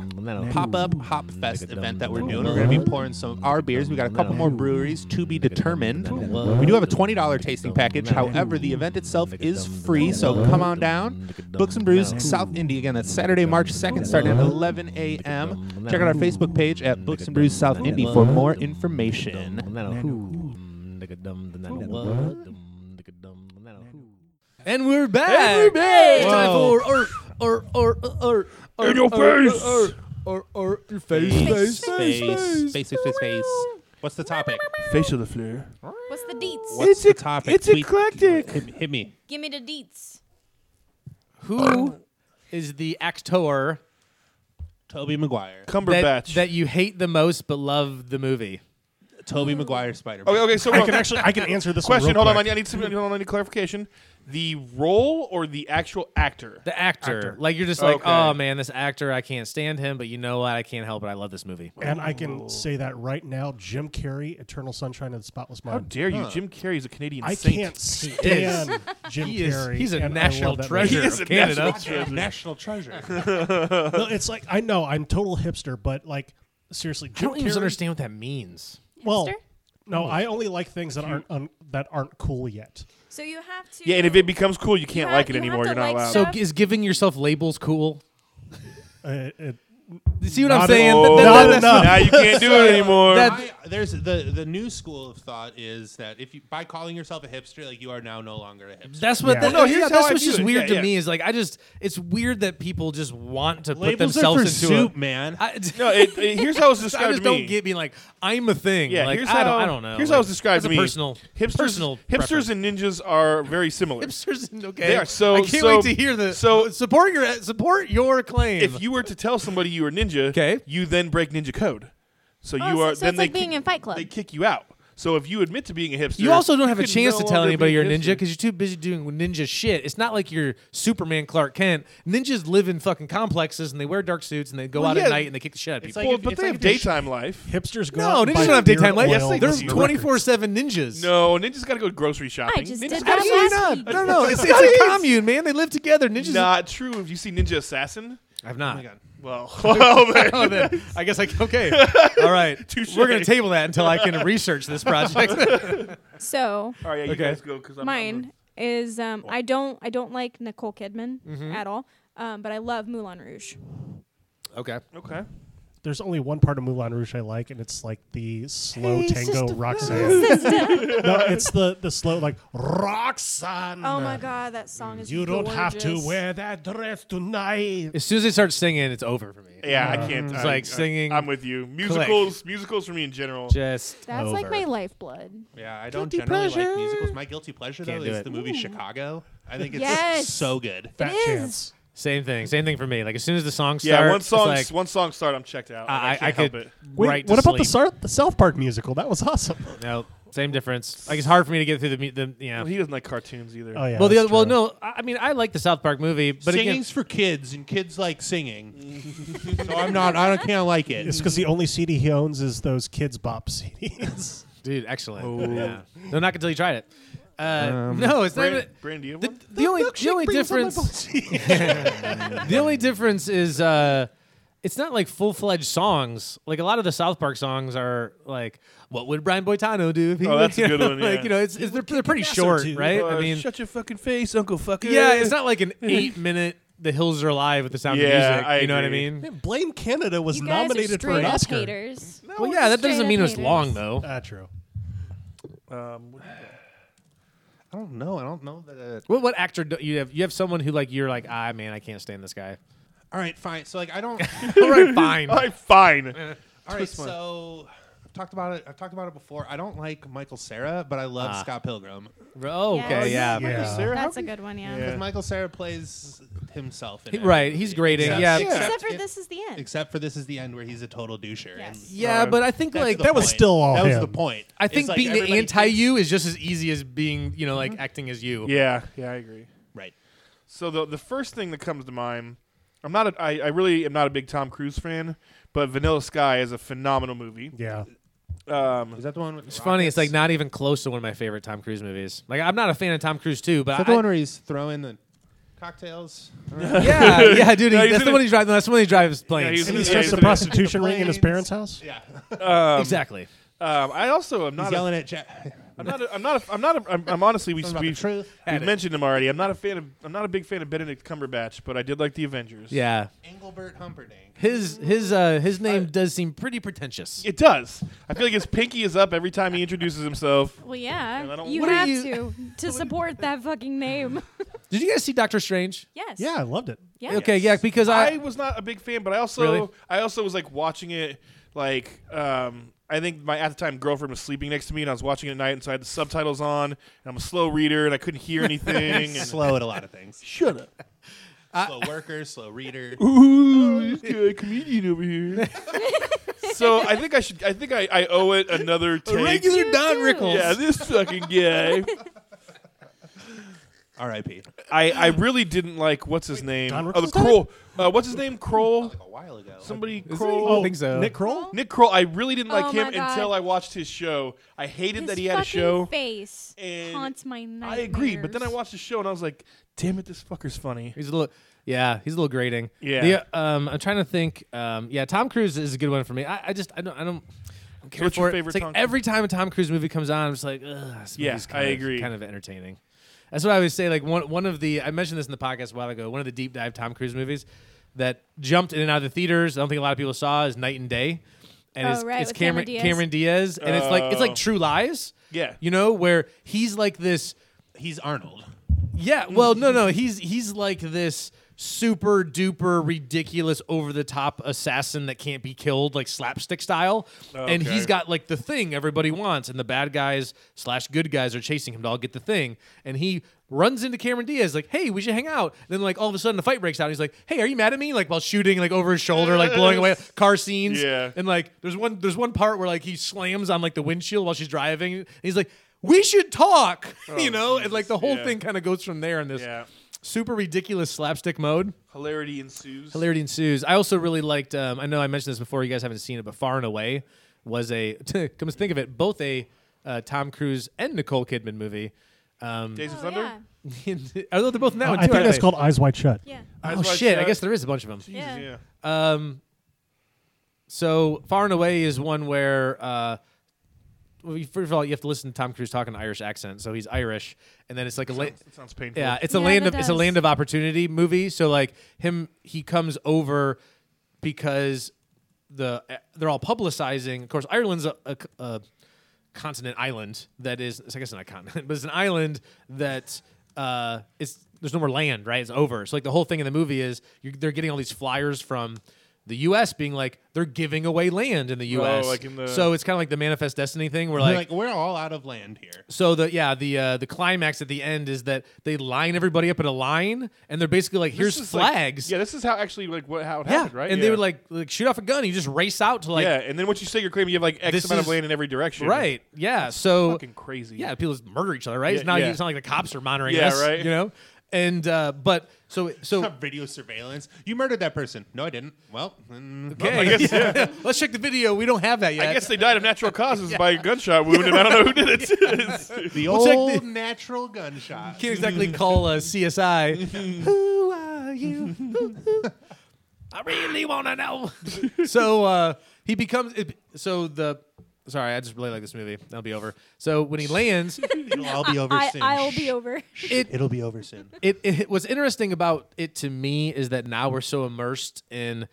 F: pop up hop fest event that we're doing. We're going to be pouring some of our beers. We got a couple more breweries to be determined. We do have a $20 tasting package. However, the event itself is free, so come on down. Books and Brews South Indy again. That's Saturday, March 2nd, starting at 11 a.m. Check out our Facebook page at Books and Brews South Indy for more information.
A: And we're back.
E: And we're back.
A: It's time
E: Whoa.
A: for or or or or or
E: In your
A: or-
E: face.
A: or- or or your face face face
F: face,
A: face.
F: face, face, face. What's the topic?
E: Face of the flare.
D: What's the deets?
F: What's the topic?
E: it's
F: Tweet-
E: eclectic.
F: Hit, hit me.
D: Give me the deets.
A: Who is the actor
F: Toby Maguire.
A: that,
E: Cumberbatch.
A: that you hate the most but love the movie?
F: Toby Maguire Spider Man.
E: okay, okay. So
C: I
E: we're-
C: can actually I can answer this
E: question.
C: One
E: Hold
C: real
E: on, I
C: quick.
E: need, I need some. Hold on, I need clarification. The role or the actual actor?
A: The actor. Like you're just like,
E: Okay.
A: oh man, this actor, I can't stand him, but you know what? I can't help it. I love this movie.
C: And I can say that right now. Jim Carrey, Eternal Sunshine of the Spotless
A: uh,
E: How
C: Mind.
E: dare you? Jim Carrey is a Canadian
C: I
E: saint.
C: can't stand Jim
A: He
C: Carrey.
A: is he's a
C: and I love
A: national
C: that movie.
A: treasure
E: He is
A: of
E: a national
A: Canada.
F: National treasure.
C: No, it's like I know I'm total hipster, but like seriously,
A: I
C: Jim
A: don't even
C: Carrey-
A: understand what that means.
C: Well,
D: Hipster?
C: no, I only like things that aren't un, that aren't cool yet.
D: So you have to.
E: Yeah, and if it becomes cool, you can't
D: have-
E: like it
D: you have
E: anymore.
D: to
E: You're not
D: like
E: allowed.
A: So
D: Jeff?
A: is giving yourself labels cool?
C: Uh, it,
A: You see what I'm
C: Not
A: saying?
C: at
E: Oh,
A: Th- th-
C: all.
A: that's-
C: enough.
E: Now you
A: *laughs*
E: can't do it anymore.
A: That-
F: I, there's the the new school of thought is that if you by calling yourself a hipster, like you are now no longer a hipster.
A: That's what.
C: Yeah.
A: That,
E: Well, no,
A: yeah,
E: here's
A: that's
E: how I
A: what's
E: view
A: just
E: it.
A: weird
E: Yeah,
A: to
E: yeah.
A: me is like I just. It's weird that people just want to put
F: Labels are
A: themselves
F: for
A: into
F: soup,
A: a,
F: man.
A: I, *laughs*
E: no, it, it- here's how it's
A: I
E: described
A: just
E: to me.
A: don't get being like I'm a thing.
E: yeah,
A: like,
E: here's
A: I,
E: how,
A: don't, I don't know.
E: Here's
A: like,
E: how it's described
A: that's a
E: to me.
A: Personal,
E: hipsters,
A: personal
E: hipsters
A: preference. *laughs*
E: and ninjas are very similar.
A: hipsters. and- Okay,
E: They are so-
A: I can't
E: so-
A: wait to hear this.
E: so-
A: support your support your claim.
E: if you were to tell somebody you were ninja,
A: 'Kay.
E: you then break ninja code. So
D: Oh,
E: you
D: so-
E: are
D: so
E: then
D: it's
E: they
D: like being
E: kick-
D: in Fight Club.
E: They kick you out. So if you admit to being a hipster,
A: You also don't have a
E: could
A: chance
E: no
A: to tell
E: longer
A: anybody
E: be a
A: you're a ninja
E: hipster.
A: because you're too busy doing ninja shit. It's not like you're Superman Clark Kent. Ninjas live in fucking complexes and they wear dark suits and they go
E: Well,
A: out
E: yeah.
A: at night and they kick the shit out of people.
E: well,
F: if-
E: but
F: it's
E: they
F: like
E: have
F: if you're sh-
E: daytime life.
C: hipsters go.
A: no,
C: out and
A: ninjas
C: buy
A: don't have
C: beer
A: daytime
C: oil
A: life.
E: Yes, they
A: They're
E: do.
C: and
A: twenty four seven ninjas.
E: No, ninjas got to go grocery shopping.
D: I just
E: ninjas
D: did
E: gotta
D: that
E: go
A: absolutely not.
D: last week.
A: No, no, it's, it's a commune, man. They live together. Ninjas. Oh
E: Not true. If you see Ninja Assassin,
A: I've
E: Oh
A: not.
E: well,
A: *laughs*
E: *laughs* well then.
A: Oh, then I guess I okay. All right,
E: Touche.
A: we're gonna table that until I can research this project.
D: So
E: All right, yeah, you
A: Okay.
E: guys go because I'm
D: mine is um, I don't I don't like Nicole Kidman
C: Mm-hmm.
D: at all, um, but I love Moulin Rouge.
E: Mm.
A: okay.
E: I'm- okay.
C: There's only one part of Moulin Rouge I like, and it's like the slow
A: Hey,
C: tango
A: sister-
C: Roxanne.
D: *laughs*
C: no, it's the the slow like Roxanne.
D: Oh my god, that song is
C: You don't have to
D: gorgeous.
C: wear that dress tonight.
A: As soon as they start singing, it's over for me.
E: Yeah, I can't. It's
A: like singing
E: I'm with you. Musicals, musicals for me in general.
A: Just
D: That's like
A: over.
D: my lifeblood.
F: Yeah, I don't
A: Guilty
F: generally
A: pleasure.
F: like musicals. My guilty pleasure
A: Can't
F: though
A: do
F: is
A: it.
F: the movie Chicago. I think it's
D: Yes.
F: so good.
C: Fat
D: is.
C: chance.
A: Same thing. Same thing for me. Like as soon as the song starts,
E: yeah, one
A: it's
E: song,
A: like,
E: one song start. I'm checked out. Like, I,
A: I, I,
E: can't help
A: could
E: it.
C: Wait,
A: right.
C: what
A: to
C: about the
A: sleep.
C: Sar- the South Park musical? That was awesome.
A: No, same difference. Like it's hard for me to get through the mu- the yeah.
E: Well, he doesn't like cartoons either.
C: Oh yeah.
A: well, the
C: that's
A: other, well,
C: true.
A: no. I I mean, I like the South Park movie, but again,
F: Singing's for kids, and kids
C: *laughs*
F: like singing. so I'm not. I don't can't like it.
C: *laughs* It's because the only CD he owns is those Kids Bop
D: *laughs*
C: CDs.
A: dude, excellent.
E: Oh.
A: Yeah. No, not until you tried it. Uh,
C: Um,
A: no, it's not.
E: Brand,
A: even-
E: Brand, do you have
A: The,
E: one?
A: the only the only difference the only difference is uh, it's not like full fledged songs. Like a lot of the South Park songs are like, "What would Brian Boitano do?" If he
E: Oh,
A: would-"
E: that's a
A: *laughs* you
E: good
A: know,
E: one,
A: Like
E: yeah.
A: you know, it's, it's they're, they're pretty
C: ass or
A: short,
C: two.
A: right?
E: Uh,
A: I mean,
E: shut your fucking face, Uncle Fucker.
A: yeah, it's not like an eight minute "The Hills Are Alive" with the sound
E: Yeah,
A: of music.
E: I
A: you know what I
E: agree.
C: *laughs*
A: mean?
C: Man, Blame Canada was
D: You guys are
C: nominated for
D: straight
C: an
D: up
C: Oscar.
D: haters.
A: well, yeah, that
D: straight
A: doesn't
D: up
A: mean it's
D: haters.
A: long though.
C: Ah, true.
E: Um, what do you got?
F: I don't know. I don't know that.
A: What what actor do you have? You have someone who like you're like, ah, man, I can't stand this guy.
F: All right, fine. So like, I don't.
A: All right, fine.
E: All right, fine.
F: All right,
E: Twist one.
F: so I've talked about it. I've talked about it before. I don't like Michael Sarah, but I love
A: Ah.
F: Scott Pilgrim.
A: Oh, okay,
D: Yes.
A: yeah.
C: Yeah.
F: Sarah,
D: That's a good one, yeah.
E: Yeah.
F: because Michael Sarah plays himself. In
A: He-
F: it.
A: right, he's grading.
F: Except-
A: Yeah,
E: Yeah.
D: Except for
F: it-
D: this is the end.
F: Except for this is the end where he's a total doucher.
D: Yes.
F: And
A: yeah,
E: Alright.
A: but I think
F: that's
A: like
F: the
C: that was
F: point.
C: still all
F: That was
C: him.
F: the point.
A: I
F: It's
A: think
F: like
A: being the
F: everybody
A: anti
F: thinks-
A: you is just as easy as being, you know, like acting as you.
E: Yeah, yeah, I agree.
F: Right.
E: So the the first thing that comes to mind, I'm not. A, I, I really am not a big Tom Cruise fan, but Vanilla Sky is a phenomenal movie.
C: Yeah.
E: Um,
F: Is that the one with?
A: It's funny. It's like not even close to one of my favorite Tom Cruise movies. Like I'm not a fan of Tom Cruise too, but
F: Is that the
A: I,
F: one where he's throwing the cocktails?
A: *laughs* yeah, yeah, dude. he-
E: No, he's
A: that's
E: in
A: the
E: a-
A: one he drives. That's the one he drives
E: Yeah,
A: planes.
E: he's
C: And
E: in
C: he
E: Yeah,
C: starts
E: he's
C: the
E: in the-
C: prostitution ring in his
F: planes.
C: parents' house.
F: yeah.
A: exactly.
E: um, I also am
F: He's
E: not. A,
F: yelling at Jack.
E: I'm not. A, I'm not. A, I'm not. A, I'm, I'm honestly. We
F: Something about
E: we
F: the truth.
E: we
A: Had it.
E: mentioned him already. I'm not a fan of. I'm not a big fan of Benedict Cumberbatch, but I did like the Avengers.
A: Yeah.
F: Engelbert Humperdinck.
A: His his uh his name does seem pretty pretentious.
E: It does. I feel like his pinky is up every time he introduces himself.
D: Well,
E: And I
D: yeah.
E: don't-
D: You
A: What are
D: have
A: you-
D: to to support that
E: *laughs*
D: fucking name.
A: Did you guys see Doctor Strange?
D: yes.
C: Yeah, I loved it.
D: Yeah.
A: Okay, yeah, because I,
E: I was not a big fan, but I also
A: Really?
E: I also was like watching it like um I think my at the time girlfriend was sleeping next to me and I was watching it at night and so I had the subtitles on and I'm a slow reader and I
A: *laughs*
E: couldn't hear anything. and,
F: Slow at a lot of *laughs* things.
E: Shut up.
F: slow worker, slow reader.
E: Ooh, oh, this guy, comedian over here. so I think I should I think I, I owe it
A: *laughs*
E: another take.
A: *laughs* regular Don
D: do.
A: Rickles.
E: yeah, this fucking guy.
F: R.I.P. Like
E: I, I really didn't like what's his name?
C: Don
E: oh, the
C: Rickles died?
E: Kroll. Uh, what's his name? Kroll.
F: a while ago.
E: Somebody
A: he?
E: Kroll.
A: I don't think so.
C: Nick Kroll?
E: Nick Kroll, I really didn't like
D: Oh
E: him
D: my God.
E: until I watched his show. I hated
D: His
E: that he had a
D: fucking
E: show.
D: face
E: and
D: haunts my nightmares.
E: I agreed, but then I watched the show and I was like, "Damn it, this fucker's funny."
A: He's a little, yeah, he's a little grating.
E: Yeah.
A: The, um, I'm trying to think. Um, yeah, Tom Cruise is a good one for me. I, I just, I don't, I don't. I don't care
E: What's
A: for
E: your
A: it.
E: favorite
A: It's like
E: Tom Cruise?
A: every time a Tom Cruise movie comes on, I'm just like, ugh, this
E: Yeah,
A: movie's
E: I
A: kind of,
E: agree.
A: Kind of entertaining. That's what I always say. Like one, one of the, I mentioned this in the podcast a while ago. One of the deep dive Tom Cruise movies that jumped in and out of the theaters. I don't think a lot of people saw is Night and Day, and
D: Oh,
A: it's,
D: right,
A: it's
D: with Cameron Diaz.
A: Cameron Diaz, and it's like it's
E: Oh.
A: like True Lies.
E: Yeah.
A: You know where he's like this.
F: He's Arnold.
A: Yeah, well, no, no, he's he's like this super duper ridiculous over the top assassin that can't be killed, like slapstick style. And
E: Okay.
A: he's got like the thing everybody wants, and the bad guys slash good guys are chasing him to all get the thing. And he runs into Cameron Diaz, like, "Hey, we should hang out." then, like, all of a sudden, the fight breaks out. and he's like, "Hey, are you mad at me?" Like while shooting, like over his shoulder, like blowing away *laughs* car scenes.
E: Yeah.
A: And like, there's one there's one part where like he slams on like the windshield while she's driving. And he's like. We should talk, *laughs* you know, and like the whole
E: Oh, Yeah.
A: thing kind of goes from there in this
E: Yeah.
A: super ridiculous slapstick mode.
E: Hilarity ensues.
A: Hilarity ensues. I also really liked. Um, I know I mentioned this before. You guys haven't seen it, but Far and Away was a. *laughs* Come to think of it, both a uh, Tom Cruise and Nicole Kidman movie. *laughs* Um,
E: Days of
D: Oh,
E: Thunder.
D: yeah.
A: although they're both in that one
C: I
A: too.
C: think
A: aren't
C: that's
A: they?
C: called Eyes Wide Shut.
D: Yeah.
A: Oh
E: Eyes Wide
A: shit! I
E: Shut.
A: guess there is a bunch of them.
E: Jesus,
D: Yeah.
E: yeah.
A: Um, so far and away is one where, uh, well, you- first of all, you have to listen to Tom Cruise talk in an Irish accent, so he's Irish, and then it's like a la-
E: Sounds, that sounds painful.
A: Yeah, it's a
D: Yeah,
A: land
D: that
A: of it's a
D: does.
A: land of opportunity movie. So like him, he comes over because the they're all publicizing. Of course, Ireland's a, a, a continent island that is. I guess not a continent, *laughs* but it's an island that uh, it's there's no more land. Right, it's over. So like the whole thing in the movie is you're, they're getting all these flyers from. The U.S. being like they're giving away land in the U.S.
E: Oh, like in the-
A: so it's kind of like the manifest destiny thing,
E: *laughs*
A: where
F: Like,
A: like
F: we're all out of land here.
A: so the yeah the uh, the climax at the end is that they line everybody up in a line and they're basically like
E: This
A: here's
E: is like-
A: flags
E: yeah, this is how actually like what how it
A: Yeah.
E: happened, right?
A: and they would like like shoot off a gun and you just race out to like
E: yeah, and then once you say your claim, you have like X
A: This
E: amount
A: is-
E: of land in every direction.
A: right yeah so
E: Fucking crazy.
A: yeah people just murder each other right
E: Yeah,
A: it's not
E: yeah.
A: it's not like the cops are monitoring
E: Yeah,
A: us
E: right.
A: you know and uh, but so so
E: *laughs*
F: Video surveillance. You murdered that person. No, I didn't. Well, mm,
A: okay *laughs* let's check the video we don't have that yet
E: I guess they died
A: *laughs*
E: of natural causes by a gunshot wound, and I don't know who did *laughs* it.
F: the
A: We'll check
F: old
A: the-
F: natural
A: *laughs*
F: gunshot.
A: can't exactly call uh, CSI. Who are you? I really want to know. *laughs* so uh, he becomes. It, so the. Sorry, I just really like this movie. That'll be over. So when he lands,
F: It'll all be over
D: I,
F: soon.
D: I'll be
F: *laughs*
D: over. *laughs*
A: it
F: It'll be over soon.
A: it, it what's interesting about it to me is that now we're so immersed in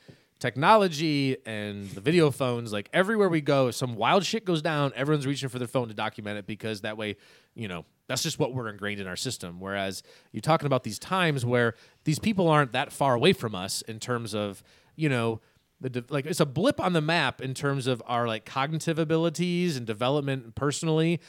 A: technology and the video phones like everywhere we go if some wild shit goes down everyone's reaching for their phone to document it because that way you know that's just what we're ingrained in our system whereas you're talking about these times where these people aren't that far away from us in terms of you know the de- like it's a blip on the map in terms of our like cognitive abilities and development personally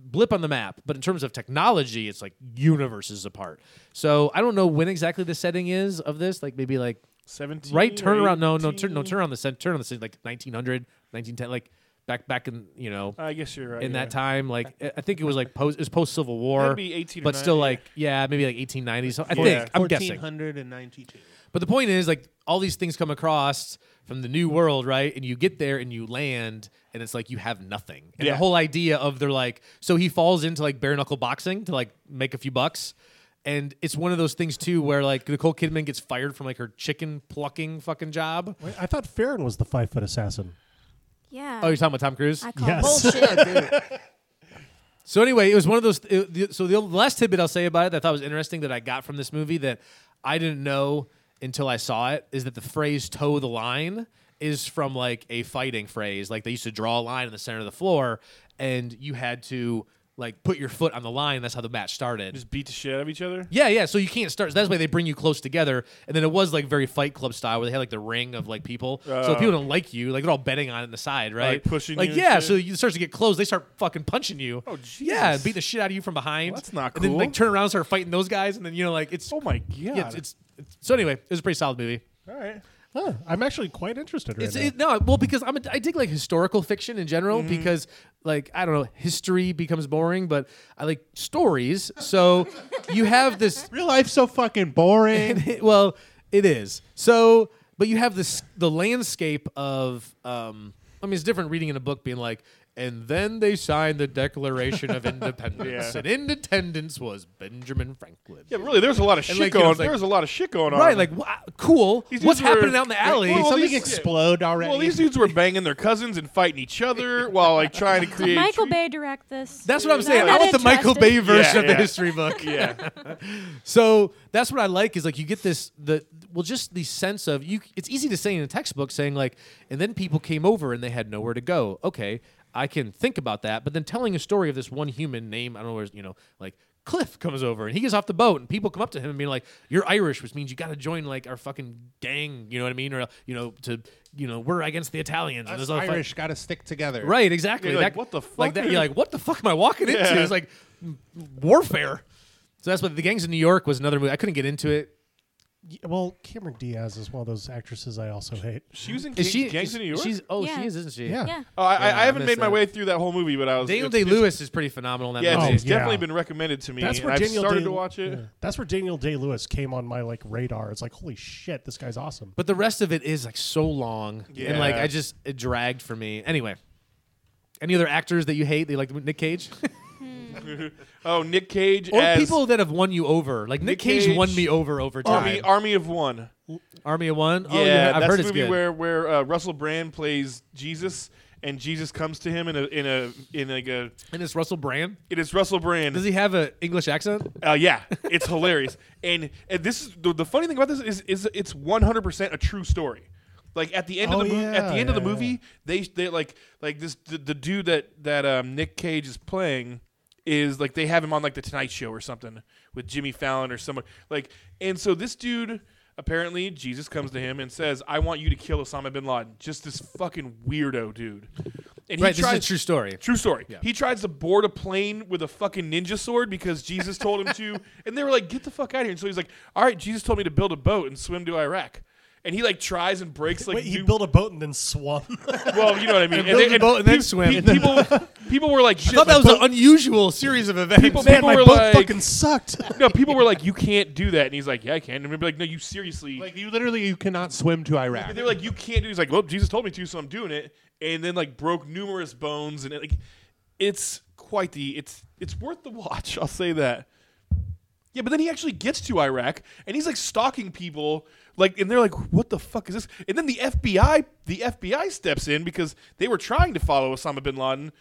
A: blip on the map, but in terms of technology, it's like universes apart. So I don't know when exactly the setting is of this. Like maybe like
E: Seventeen.
A: right
E: or
A: turnaround. No, no turn, no
E: 18?
A: turn on the cent- turn on the cent- like 1900, 1910, like back back in you know
E: I guess you're right.
A: in
E: Oh, yeah.
A: that time. Like I- I think it was like post it was post Civil War,
E: That'd be 18 or
A: but still
E: 90,
A: like yeah maybe like 1890s. So I
E: Yeah.
A: think I'm guessing.
F: 1492.
A: But the point is, like, all these things come across from the new world, right? And you get there and you land, and it's like you have nothing. And
E: Yeah.
A: the whole idea of they're like, so he falls into like bare knuckle boxing to like make a few bucks. And it's one of those things too where like Nicole Kidman gets fired from like her chicken plucking fucking job.
C: Wait, I thought Farron was the five foot assassin.
D: Yeah.
A: Oh, you're talking about Tom Cruise?
D: I call
C: Yes.
A: *laughs*
D: bullshit.
A: So anyway, it was one of those. it- the- so the last tidbit I'll say about it that I thought was interesting that I got from this movie that I didn't know until I saw it is that the phrase "toe the line" is from like a fighting phrase. Like they used to draw a line in the center of the floor, and you had to like put your foot on the line. That's how the match started.
E: Just beat the shit out of each other.
A: Yeah, yeah. So you can't start. That's why they bring you close together. And then it was like very Fight Club style, where they had like the ring of like people. so
E: Oh.
A: people don't like you. Like they're all betting on it in the side, right?
E: pushing
A: Like
E: you and
A: yeah.
E: shit?
A: So you start to get close. They start fucking punching you. Oh
E: Jesus.
A: Yeah, and beat the shit out of you from behind.
E: Well, that's not
A: And then
E: cool.
A: like turn around, and start fighting those guys, and then you know like it's
E: Oh my god.
A: yeah, it's, it's, it's- so anyway. It was a pretty solid movie.
E: all right.
C: Huh, I'm actually quite interested right
A: It's
C: now.
A: it, no well because I'm a, I dig like historical fiction in general
E: Mm-hmm.
A: because like I don't know history becomes boring, but I like stories. So you have this
F: Real life's so fucking
A: *laughs*
F: boring.
A: And it- well, it is. So, but you have this the landscape of. Um, I mean, it's different reading in a book, being like, and then they signed the Declaration
E: *laughs*
A: of Independence,
E: Yeah.
A: and in attendance was Benjamin Franklin.
E: Yeah, but really, there's a lot of shit
A: And, like, you know,
E: going.
A: it's like-
E: there was a lot of shit going on.
A: Right, like wow, cool.
E: These
A: What's
E: dudes were-
A: happening out in the alley?
E: Well,
F: Something
E: these-
F: explode already.
E: well, these dudes were banging their cousins and fighting each other while like trying to create.
D: Michael Bay direct this.
A: That's what I'm
D: No,
A: saying.
D: not
A: I want the Michael
D: interested.
A: Bay version
E: Yeah,
A: of the
E: yeah.
A: history book.
E: Yeah,
A: *laughs* So that's what I like is like you get this the well just the sense of you it's easy to say in a textbook saying like and then people came over and they had nowhere to go. Okay, I can think about that, but then telling a story of this one human name, I don't know where you know, like Cliff comes over and he gets off the boat and people come up to him and being like, "You're Irish, which means you got to join like our fucking gang," you know what I mean? Or you know to you know we're against the Italians. and
F: Us
A: there's all the fight-
F: Irish got to stick together.
A: Right, exactly.
E: You're like, "What the
A: Like
E: fuck?"
A: that, you're like, what the fuck am I walking into?
E: Yeah.
A: It's like m- warfare. So that's what the gangs in New York was another movie. I couldn't get into it.
C: Y- well, Cameron Diaz is one of those actresses I also hate.
E: she was in
A: Is
E: Gangs,
A: she
E: Gangs
A: is-
E: in New York.
A: She's oh
D: Yeah.
A: she is, isn't she?
C: Yeah.
D: Yeah.
E: oh, I, I,
A: Yeah, I
E: I haven't
A: missed
E: made my
A: that.
E: way through that whole movie, but I was.
A: Daniel
E: it's-
A: Day
E: it's-
A: Lewis is pretty phenomenal in that
E: Yeah, it's,
A: movie.
E: it's
C: Oh, yeah.
E: definitely been recommended to me.
C: That's where
E: and I've
C: Daniel
E: started
C: Day-
E: to watch it.
C: yeah. That's where Daniel Day Lewis came on my like radar. It's like, holy shit, this guy's awesome.
A: But the rest of it is like so long, and like
E: Yeah.
A: I just it dragged for me. Anyway, any other actors that you hate? They like Nick Cage, *laughs*
E: Oh, Nick Cage
A: or
E: as
A: people that have won you over. Like Nick,
E: Nick
A: Cage, won
E: Cage,
A: me over over time.
E: Army Army of One.
A: Army of One. oh,
E: yeah,
A: yeah, I've
E: that's
A: heard
E: the
A: it's
E: movie
A: good.
E: where where uh, Russell Brand plays Jesus, and Jesus comes to him in a in a in like a
A: and it's Russell Brand.
E: it is Russell Brand.
A: Does he have an English
E: *laughs*
A: accent?
E: Uh, yeah, it's hilarious. And, and this is the, the funny thing about this is is it's 100% a true story. Like at the end
C: Oh,
E: of the movie, at the
C: yeah,
E: end of the
C: yeah,
E: movie, they they like like this the, the dude that that um, Nick Cage is playing is like they have him on like the Tonight Show or something with Jimmy Fallon or someone like and so this dude apparently Jesus comes to him and says I want you to kill Osama bin Laden just this fucking weirdo dude and he
A: Right, this is a
E: tries-
A: true story.
E: True story. He tries to board a plane with a fucking ninja sword because Jesus told him to. And they were like, get the fuck out of here. And so he's like, all right, Jesus told me to build a boat and swim to Iraq. And he like tries and breaks like
C: Wait, he
E: new-
C: built a boat and then
E: *laughs*
C: swam. *laughs*
E: well, you know what I mean.
A: build a boat and then swim.
E: people, people were like, shit,
A: I thought
E: my
A: that was
E: boat-
A: an unusual series of events.
E: people,
C: Man,
E: people
C: my
E: were
C: boat
E: like,
C: fucking sucked.
E: no, people were like, you can't do that. And he's like, yeah, I can. And they'd be like, no, you seriously,
F: Like you literally you cannot swim to Iraq.
E: they were like, you can't do. He's like, well, Jesus told me to, so I'm doing it. And then like broke numerous bones, and it, like, it's quite the. It's it's worth the watch. I'll say that. Yeah, but then he actually gets to Iraq, and he's like stalking people Like, and they're like, "What the fuck is this?" And then the FBI, the FBI steps in because they were trying to follow Osama bin Laden,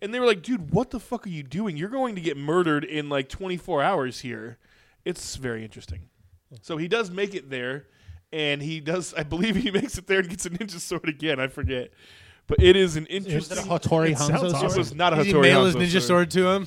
E: and they were like, "Dude, what the fuck are you doing? You're going to get murdered in like 24 hours here." It's very interesting. So he does make it there, and he does. I believe he *laughs* makes it there and gets a ninja sword again. I forget, but it is an interesting.
F: Hattori
C: It sounds
F: Hanzo.
C: awesome.
E: It was *laughs* not a
A: Did he
E: Hattori
A: mail his
E: Hanzo
A: ninja
E: sword.
A: sword to him?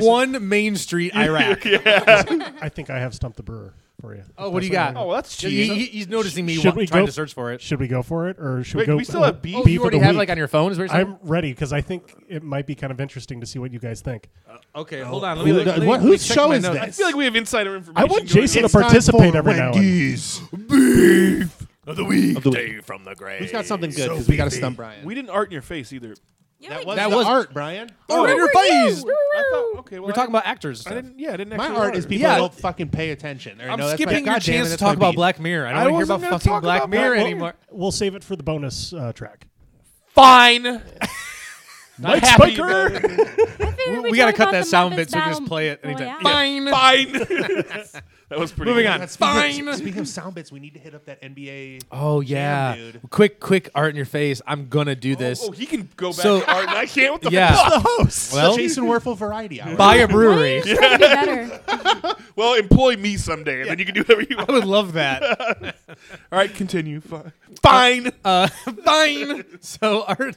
A: One Main Street, Iraq.
C: I think I have stumped the brewer for you.
A: Oh, what do you
C: That's
A: got?
E: Oh, well, that's
A: He-
E: cheap.
A: he- he's noticing me
C: Should
A: wa-
C: we
A: trying
C: go-
A: to search for it.
C: Should we go for it, or should
E: Wait,
C: we go?
E: we still have beef?
A: Oh,
E: Beef
A: you already have like on your phone? Is what you're saying?
C: I'm ready because I think it might be kind of interesting to see what you guys think.
A: okay, hold on. Let
F: Who
A: me,
F: the-
A: let me,
F: what-
A: let me
F: whose
A: check
F: show
A: my
F: is
A: notes.
F: this?
E: I feel like we have insider information.
C: I want
E: going
C: Jason
E: on.
C: to participate every now and then.
F: Beef of the week. from the grave. Who's got something good? Because we got to stump Brian.
E: We didn't art in your face either.
D: Yeah,
F: that
D: like-
F: was
A: That
F: the
A: was-
F: art, Brian.
A: Oh, in your face.
E: I thought, okay, well,
A: We're talking about actors.
E: I didn't. Yeah, I didn't.
F: My
E: actually
F: art is people
A: Yeah.
F: don't fucking pay attention. Or,
A: I'm
F: no, that's my,
A: skipping your
F: God damn it,
A: chance to
F: that's
A: talk
F: my
A: about
F: beef. *laughs*
A: Black Mirror. I
E: I
A: don't want to hear
E: wasn't
A: about
E: gonna
A: fucking
E: talk
A: Black
E: about
A: Mirror
E: Black Mirror.
A: anymore.
C: We'll save it for the bonus uh, track.
E: Fine.
C: Mike
E: happy
C: Spiker.
D: I figured
A: We
D: we'd
A: gotta
D: talk
A: cut
D: about
A: that
D: the
A: sound
D: Muppets
A: bit so we can just
D: Battle
A: play it anytime.
D: Royale.
E: Fine. Fine. *laughs* that was pretty.
A: Moving
E: good.
A: on.
F: That's speaking
A: Fine.
F: Of, speaking of sound bits, we need to hit up that NBA.
A: Oh yeah,
F: dude.
A: quick, quick art in your face. I'm gonna do this.
E: Oh, he can go back
A: So-
E: to art, and I can't. What the
A: yeah,
F: the host.
A: Well-
F: Jason Werfel Variety Hour.
A: buy a *laughs*
D: Why
A: brewery.
D: don't you try to be
A: *laughs*
D: better?
E: fuck? Well, employ me someday, and then you can do whatever you want.
A: I would love that.
E: All right, continue. Fine. Fine.
A: Uh, *laughs* fine. So art.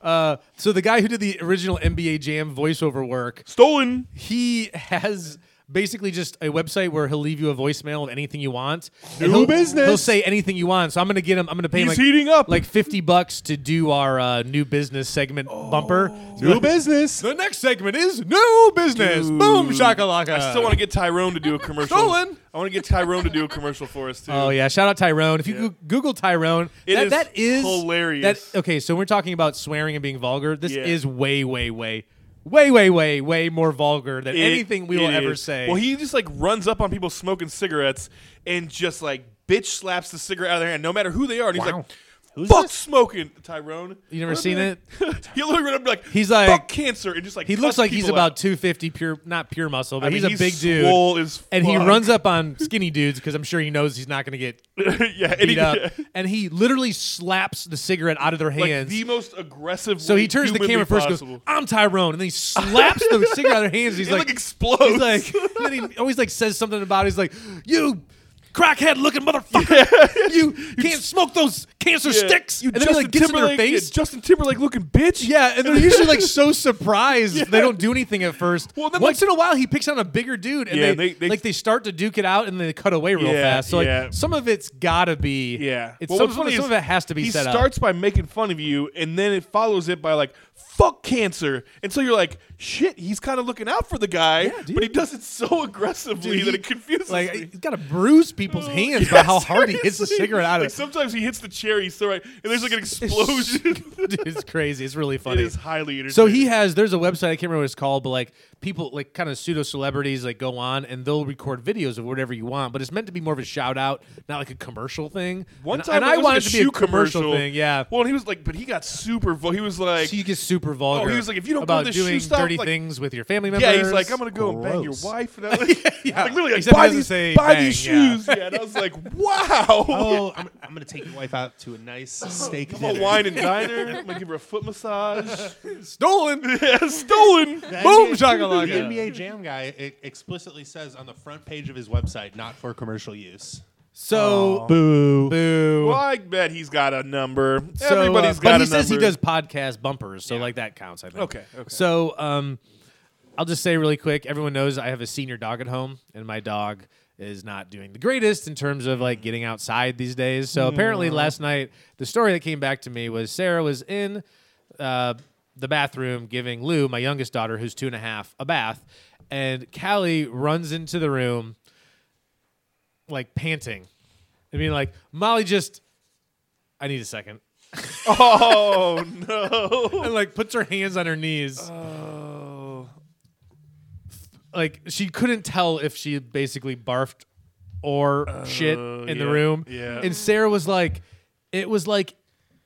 A: Uh, so the guy who did the original NBA Jam voiceover work,
E: Stolen.
A: he has basically just a website where he'll leave you a voicemail of anything you want. And
F: New
A: he'll,
F: business.
A: He'll say anything you want. So I'm gonna get him. I'm gonna pay him
E: He's
A: like,
E: heating up.
A: like 50 bucks to do our uh, new business segment bumper.
F: New business.
A: Oh. The next segment is new business. Boom shakalaka.
E: I still want to get Tyrone to do a commercial.
A: Stolen.
E: I want to get Tyrone to do a commercial for us too.
A: Oh yeah! Shout out Tyrone. If you
E: Yeah.
A: goo- Google Tyrone,
E: It
A: that,
E: is
A: that is
E: hilarious.
A: That, okay, so we're talking about swearing and being vulgar. This
E: Yeah.
A: is way, way, way, way, way, way, way more vulgar than
E: It-
A: anything we
E: it
A: will ever
E: is.
A: say.
E: Well, he just like runs up on people smoking cigarettes and just like bitch slaps the cigarette out of their hand, no matter who they are. And he's
F: Wow.
E: like,
F: Who's
E: "Fuck
F: this?
E: smoking, Tyrone."
A: you never
E: I'll be
A: seen
E: like-
A: it?
E: *laughs* He'll literally run up and be like,
A: He's like-
E: "Fuck cancer," and just like
A: He
E: cuss
A: looks like he's
E: people
A: about
E: out.
A: 250 pure, not pure muscle, but
E: I mean,
A: he's a big dude.
E: swole as
A: and he
E: fuck.
A: runs up on skinny dudes because I'm sure he knows he's not going to get
E: *laughs* yeah, and
A: beat
E: he,
A: up.
E: yeah.
A: And he literally slaps the cigarette out of their
E: *laughs* like
A: hands.
E: the most aggressive.
A: so he
E: way
A: turns the
E: humanly
A: camera first, and
E: possible.
A: goes, "I'm Tyrone," and then he slaps
E: *laughs*
A: the cigarette out of their hands. And he's
E: it like,
A: like
E: explodes.
A: He's like,
E: *laughs*
A: and then he always like says something about. It. He's like, you crackhead looking motherfucker,
E: *laughs*
A: you can't smoke those cancer
E: Yeah.
A: sticks.
E: You
A: and then he like
E: Justin
A: gets in their
E: Timberlake- yeah,
A: face.
E: Justin Timberlake looking bitch.
A: Yeah, and they're usually like so surprised they don't do anything at first.
E: Well, then,
A: Once in a while, he picks on a bigger dude, and
E: Yeah,
A: they,
E: they- they-
A: like they start to duke it out, and then they cut away real
E: Yeah,
A: fast. So like
E: yeah.
A: some of it's gotta be
E: Yeah.
A: It's
E: Well,
A: some,
E: what's
A: some,
E: funny
A: some
E: is
A: of it has to be
E: He
A: set up.
E: starts by making fun of you, and then it follows it by like "fuck cancer," and so you're like, "Shit, he's kind of looking out for the guy, but he does it so aggressively
A: Dude,
E: that
A: he-
E: it confuses
A: Like
E: me." Oh,
A: he's gotta bruise
E: *laughs*
A: people's hands by
E: Yeah,
A: how hard he hits the
E: seriously.
A: cigarette out
E: Like,
A: of. *laughs*
E: sometimes he hits the cherry, so right, and there's like an explosion. *laughs*
A: Dude, it's crazy. It's really
E: it
A: funny.
E: is highly entertaining.
A: So he has there's a website I can't remember what it's called, but like people like kind of pseudo celebrities like go on and they'll record videos of whatever you want, but it's meant to be more of a shout out, not like a commercial thing.
E: one
A: and,
E: time
A: and
E: it
A: I
E: was,
A: wanted
E: like,
A: it
E: a
A: to be a
E: shoe
A: commercial, thing, yeah.
E: Well, and he was like, but he got super. Vo- he was like, oh,
A: so you get super vulgar.
E: was like, if you don't go
A: about
E: to the shoe
A: doing
E: stop,
A: dirty
E: like-
A: things with your family members,
E: Yeah, he's like, I'm gonna go and bang your
F: Gross.
E: wife.
A: *laughs*
E: And I was like,
A: Yeah.
E: *laughs* like literally, like,
A: Except he
E: buy
A: doesn't
E: these,
A: say
E: buy
A: bang,
E: these
A: yeah.
E: shoes. Yeah. and I was like, *laughs* wow.
A: *laughs*
F: Oh, I'm, I'm gonna take your wife out to a nice steak
E: I'm a
F: dinner.
E: wine
A: *laughs*
E: and diner. I'm gonna give her a foot massage.
A: stolen.
E: *laughs* yeah, stolen.
A: *laughs* Boom,
F: The
E: *laughs*
F: NBA
A: shakalaka.
F: The NBA Jam guy it explicitly says on the front page of his website, not for commercial use.
A: So
F: Boo.
A: boo.
E: Well, I bet he's got a number.
A: So, uh,
E: Everybody's
A: but
E: got
A: he
E: a
A: says he
E: number.
A: does podcast bumpers, so like that counts. I think.
E: Okay, okay.
A: So um, I'll just say really quick. Everyone knows I have a senior dog at home, and my dog is not doing the greatest in terms of like getting outside these days. So
E: Mm.
A: apparently, last night the story that came back to me was Sarah was in uh, the bathroom giving Lou, my youngest daughter, who's two and a half, a bath, and Callie runs into the room like panting. I mean, like Molly just. I need a second
E: *laughs* Oh no.
A: and like puts her hands on her knees. Oh. Like she couldn't tell if she basically barfed or shit in the
E: Oh, yeah,
A: room.
E: yeah.
A: And Sarah was like, it was like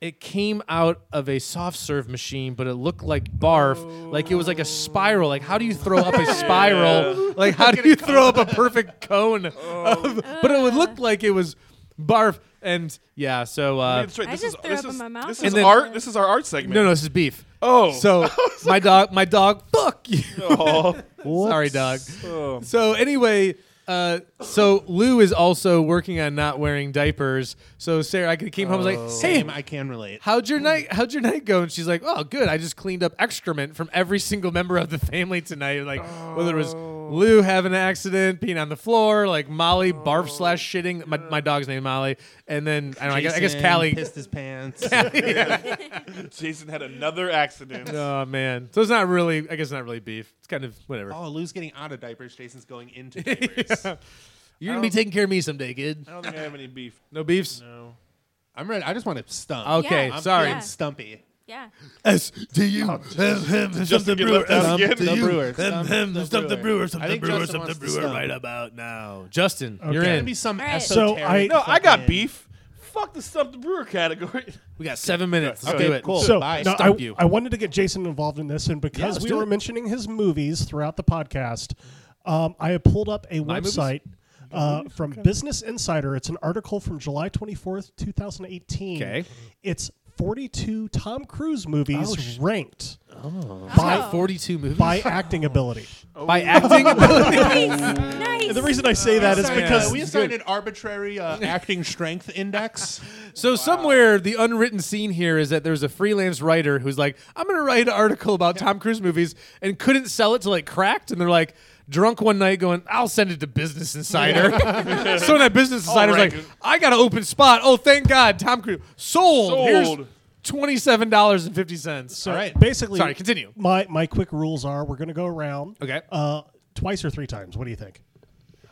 A: It came out of a soft serve machine, but it looked like barf. Like it was like a spiral. Like how do you throw up a spiral? Like how do you throw up a perfect cone? of-
E: Oh.
A: but it would look like it was barf. And yeah, so *laughs* uh,
E: That's right,
D: I
E: this
D: just
E: is,
D: threw
E: this
D: up in
E: is-
D: my mouth.
E: This
D: And
E: is
A: then-
E: art. This is our art segment.
A: no, no, this is beef.
E: Oh. *laughs*
A: so my dog, my dog, fuck you.
E: Oh.
A: *laughs* Sorry, dog.
E: Oh.
A: So anyway, uh, so Lou is also working on not wearing diapers. So Sarah, I came home
E: Oh.
A: I was like, "Hey,
F: Same, I can relate.
A: how'd your night? How'd your night go?" And she's like, "Oh, good. I just cleaned up excrement from every single member of the family tonight. Like whether it was
E: Oh.
A: Lou having an accident, peeing on the floor, like Molly barf slash shitting. My, my dog's name Molly, and then I, don't know, I guess, I guess
F: Jason
A: Callie.
F: pissed
A: *laughs*
F: his pants.
E: Jason had another
A: *laughs*
E: accident.
A: Oh man, so it's not really. I guess it's not really beef. It's kind of whatever.
F: oh, Lou's getting out of diapers. Jason's going
A: *laughs*
F: into diapers.
A: You're gonna be taking care of me someday, kid.
E: I don't think I have any beef.
A: No beefs.
E: No.
F: I'm ready. I just want to stump.
A: Okay,
D: Yeah.
F: I'm
A: sorry.
F: feeling Stumpy.
D: Yeah.
A: S D U
E: Oh. Just to get left out again.
F: the brewer.
A: Stump the brewer, stump
F: I
A: the
F: think
A: brewer,
F: Justin
A: stump the
F: wants to
A: brewer
F: stump.
A: right about now. Justin, you're
C: Okay.
F: There's gonna be
A: in.
F: some
D: All right.
C: So I-
F: esoteric
E: No, I got
F: fucking-
E: beef. Fuck the stump the brewer category. *laughs*
A: We got seven minutes. Let's
F: Okay,
A: do it.
F: cool.
C: So
F: Bye.
C: no,
A: Stump
C: I,
A: you.
C: I wanted to get Jason involved in this, and because
A: let's
C: we
A: do
C: were
A: it.
C: mentioning his movies throughout the podcast, um, I have pulled up a
A: movies?
C: website uh, from Business Insider. It's an article from July twenty fourth, two thousand eighteen.
A: Okay.
C: it's forty two Tom Cruise movies ranked
A: By
C: by
A: 42 movies.
C: by acting ability.
E: Oh.
F: Oh.
A: By acting *laughs*
F: *laughs*
D: Nice. nice.
C: And the reason I say that is
F: Sorry,
C: because
F: uh, we assigned an arbitrary uh, acting strength index.
A: So somewhere the unwritten scene here is that there's a freelance writer who's like, I'm gonna write an article about Tom Cruise movies and couldn't sell it till like cracked, and they're like drunk one night going, I'll send it to Business Insider. *laughs* so that Business Insider's
E: right.
A: like, I got an open spot. Oh, thank God, Tom Cruise sold. Here's
E: Sold.
A: twenty-seven dollars and fifty cents.
C: so
F: All right.
C: basically
A: Sorry, continue.
C: My my quick rules are: we're going to go around
A: Okay.
C: uh, twice or three times. What do you think?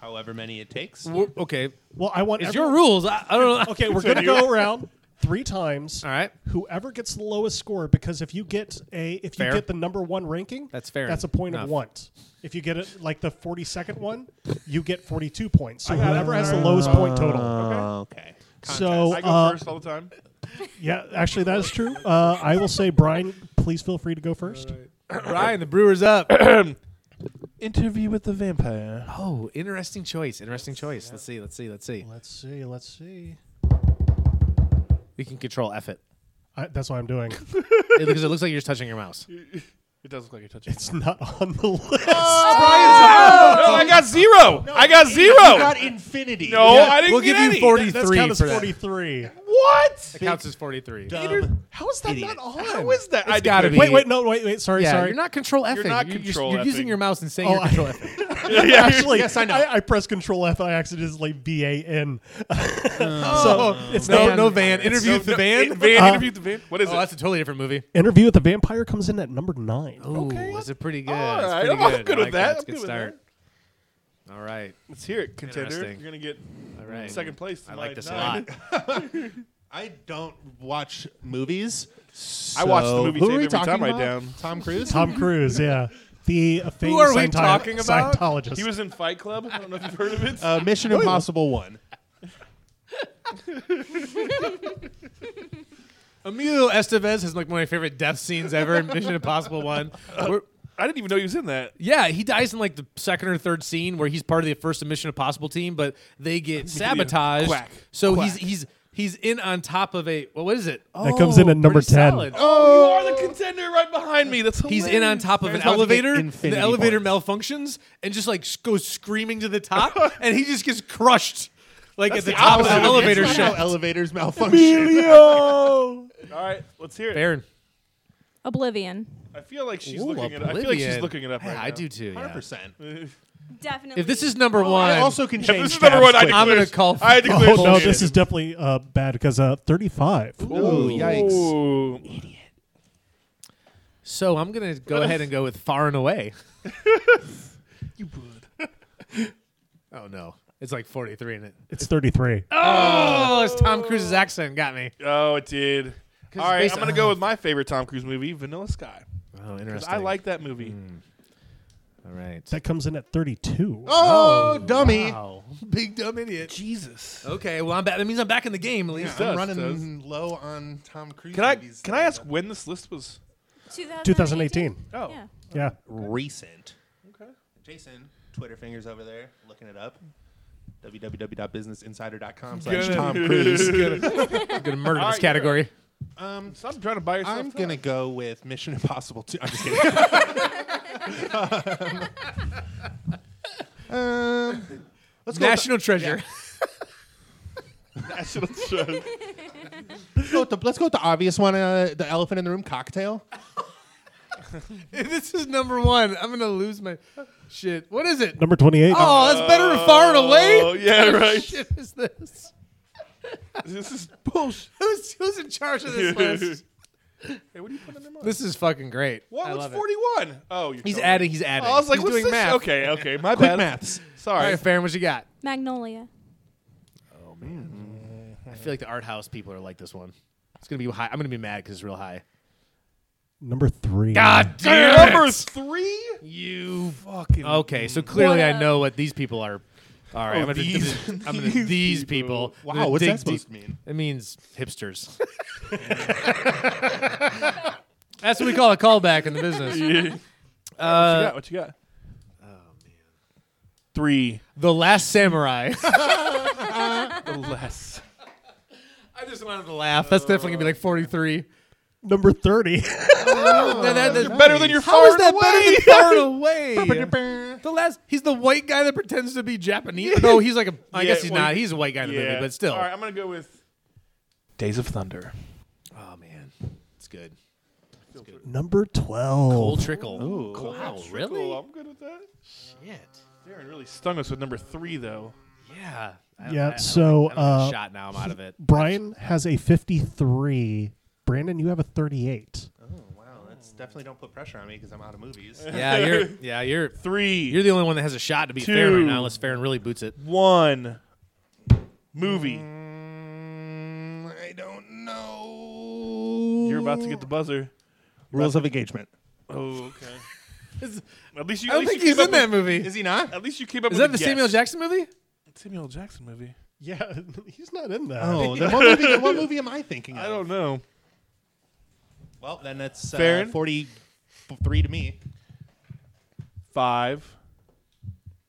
F: However many it takes.
A: W- okay.
C: Well, I want
A: It's
C: everyone-
A: your rules. I, I don't know.
C: Okay, we're gonna go around three times.
A: All right.
C: Whoever gets the lowest score, because if you get a if
A: Fair.
C: you get the number one ranking,
A: That's fair
C: That's a point
A: enough.
C: of want. If you get it like the forty second one, you get forty two points. So whoever has the lowest point total.
F: Okay.
A: Oh,
C: So
E: Uh, I go
C: uh,
E: first all the time.
C: yeah, actually that is true. Uh, I will say, Brian, please feel free to go first.
A: Ryan, the brewer's up.
E: *clears throat* Interview with the vampire.
A: oh, interesting choice. Interesting choice. Let's see. Let's see. Let's see.
C: Let's see. Let's see.
A: We can control F it.
C: I, that's what I'm doing.
A: It- because it looks like you're just touching your mouse.
E: It does look like
A: *laughs*
E: you're
C: *laughs*
E: touching.
C: It's not on the list.
A: Oh,
E: no, I got zero. I got zero.
F: Got infinity.
E: no, I didn't
A: we'll
E: get
A: give you
E: any.
A: 43
C: That's counted as
A: for that.
C: 43.
E: What?
A: That counts as 43.
F: Dumb
C: How is that
F: Idiot.
C: not on?
E: How is that? I
A: gotta
E: didn't-
A: be.
C: Wait, wait, no, wait, wait. Sorry,
A: Yeah,
C: sorry. *laughs*
A: you're not control F.
E: not control
A: You're using
E: F-ing.
A: your mouse and saying
C: Oh,
A: you're
C: I-
A: control F.
C: Actually,
F: yes, I know.
C: I, pressed Control F and I accidentally V A N.
A: Uh.
C: *laughs* so Oh, it's
A: No,
C: not-
A: no van. Interview
E: *laughs*
A: with the *laughs* van.
E: It- Van Uh-huh.
C: Uh,
E: interview with the van. What is
A: Oh, that's
E: it?
A: a totally different movie.
C: Interview with the Vampire comes in at number nine.
A: Ooh, that's a pretty good.
E: All
A: that's
E: right,
A: pretty
E: I'm- I'm
A: good.
E: good
A: I
E: with
A: like
E: that.
A: That's a
E: I'm
A: good
E: good with
A: start. All right.
E: Let's hear it, contender. You're
A: Interesting.
E: gonna get
A: All right.
E: second place.
A: I like this a
E: tonight.
A: lot.
F: I don't watch movies.
E: *laughs*
F: So
E: I watch the movie
F: who
E: tape
F: are we
E: every
F: talking
E: time I
F: about?
E: down.
F: Tom Cruise.
C: Tom Cruise, yeah, the uh, famous
A: are we
C: Scientolo-
A: talking about?
C: Scientologist.
E: He was in Fight Club. I don't know if you've heard of it.
F: Uh, Mission Impossible One.
A: Emilio Estevez has like one of my favorite death scenes ever in Mission Impossible *laughs* One. We're-
E: I didn't even know he was in that.
A: yeah, he dies in like the second or third scene where he's part of the first Mission Impossible team, but they
F: *laughs*
A: get sabotaged.
E: Quack.
A: So
E: Quack.
A: he's he's he's in on top of a well, what is it? Oh,
C: That comes in at number
A: pretty
C: 10.
A: solid.
E: Oh, you are the contender right behind me. That's
A: He's in on top of an
F: Man's about to get
A: elevator. and The
F: infinity
A: elevator
F: points.
A: malfunctions and just like s- goes screaming to the
F: *laughs*
A: top, and he just gets crushed, like at the,
E: the
A: top of
E: opposite
A: an
E: of
A: elevator
F: That's how
A: shaft.
F: elevators malfunction.
E: All right, let's hear it.
A: Baron,
D: Oblivion.
E: I feel like she's
A: Ooh,
E: looking it. up. I feel like she's
A: Oblivion.
E: looking it up
A: Yeah,
E: right now.
A: I do too.
F: Hundred
A: Yeah.
F: percent.
D: Definitely.
A: If this is number one,
F: I also can
E: Yeah,
F: change.
E: this is number one.
F: tabs
E: I
F: quick.
A: I'm
E: declare-
A: gonna call for *laughs*
E: I declare.
C: oh no,
E: bullshit.
C: this is definitely uh, bad because uh, thirty-five.
F: Ooh, yikes.
E: Ooh.
A: so I'm gonna go ahead and go with Far and
E: *laughs*
A: Away. you would. *laughs* oh no, it's like 43 in it.
C: It's thirty-three.
A: Oh, it's Tom Cruise's accent got me.
E: Oh, it did. All
A: it's
E: right,
A: based
E: I'm gonna
A: on-
E: go with my favorite Tom Cruise movie, Vanilla Sky.
A: Oh,
E: 'Cause
A: interesting.
E: I like that movie.
B: All right.
C: That comes in at 32.
F: Oh, dummy.
C: Wow.
F: Big dumb idiot.
E: Jesus.
B: Okay, well I'm back. That means I'm back in the game at least.
E: Yeah.
F: I'm
E: Does, uh,
F: running
E: does.
F: low on Tom Cruise.
E: Can I
F: movies
E: can I ask when this list was?
C: 2018.
E: Oh,
D: Yeah.
C: Yeah.
F: recent?
E: okay.
F: Jason, Twitter fingers over there, looking it up. www.businessinsider.com
E: Good.
F: slash Tom Cruise.
B: I'm gonna murder this
E: right,
B: category.
F: Um,
E: Stop trying to buy yourself.
F: I'm
E: time. *laughs*
F: gonna go with Mission Impossible 2. I'm just kidding. um, um, let's, go with the,
B: National Treasure.
E: National Treasure.
F: let's go with the let's go with the obvious one. Uh, the elephant in the room, cocktail.
B: *laughs* this is number one. I'm gonna lose my shit. What is it?
C: Number 28.
B: Oh, that's better than far and
E: Oh
B: away.
E: yeah,
B: What
E: right.
B: shit is this?
E: this is bullshit.
B: *laughs* Who's, who's in charge of
E: hey,
B: this list?
E: what do you put under mine?
B: *laughs* This is fucking great.
E: What?
B: I
E: What's
B: love it.
E: 41? Oh, you're
B: He's
E: telling me.
B: adding. He's adding.
E: Oh, I was like,
B: he's
E: what's
B: doing
E: this?
B: math.
E: Okay, okay, my
F: Quick
E: bad.
F: maths.
B: All
E: Sorry.
B: right, Farron, what you got?
D: Magnolia.
B: I feel like the art house people are like this one. It's gonna be high. I'm gonna be mad because it's real high.
C: Number three.
E: Number three.
B: You
E: Fucking.
B: okay? So clearly,
D: What
B: I
D: a-
B: know what these people are. All right, I'm gonna
F: these-
B: I'm gonna, *laughs* these people.
F: Wow,
B: I'm gonna
F: what's that
B: dig
F: supposed
B: deep-
F: to mean?
B: It means hipsters. *laughs* That's what we call a callback in the business.
E: what you got? What you got? Oh man. Three
B: The Last Samurai.
E: or less.
B: I just wanted to laugh. That's definitely gonna be like 43.
C: Number 30.
B: That- that- that-
E: Better than your
B: How is
E: far
B: that
E: and
B: better than Far Away? the last, he's the white guy that pretends to be Japanese. No, he's like a. I
E: Yeah,
B: guess he's
E: well,
B: not. He's a white guy in the movie, but still.
E: All right, I'm gonna go with Days of Thunder.
B: Oh man, it's good.
C: *laughs* Number 12.
B: Cold trickle. wow,
E: Cool,
B: really?
E: I'm good with that.
B: Shit.
E: Darren really stung us with number three, though.
B: Yeah. I-
C: Yeah,
B: I- I don't
C: so,
B: think- I don't think
C: uh,
B: shot now. I'm out of it.
C: Brian has a 53. Brandon, you have a 38.
F: Oh wow, that's definitely don't put pressure on me because I'm out of movies.
B: Yeah, you're. Yeah, you're.
E: Three,
B: You're the only one that has a shot to beat Farron right
E: Two.
B: now, unless Farron really boots it.
E: one movie.
F: Mm, I don't know.
E: You're about to get the buzzer.
F: rules of engagement.
E: Oh, *laughs* okay.
B: Is-
E: At least you.
B: I don't
E: at least
B: think
E: you
B: he's
E: came
B: in
E: up
B: that movie.
F: Is he not?
E: With, at least you came up.
B: Is
E: with
B: that the
E: a
B: Samuel
E: guess.
B: Jackson movie?
E: Samuel Jackson movie?
C: Yeah, *laughs* he's not in that.
F: Oh, then what movie? *laughs* then what movie am I thinking of?
E: I don't know.
F: Well, then that's uh,
E: Farron?
F: forty-three Uh, to me.
E: Five,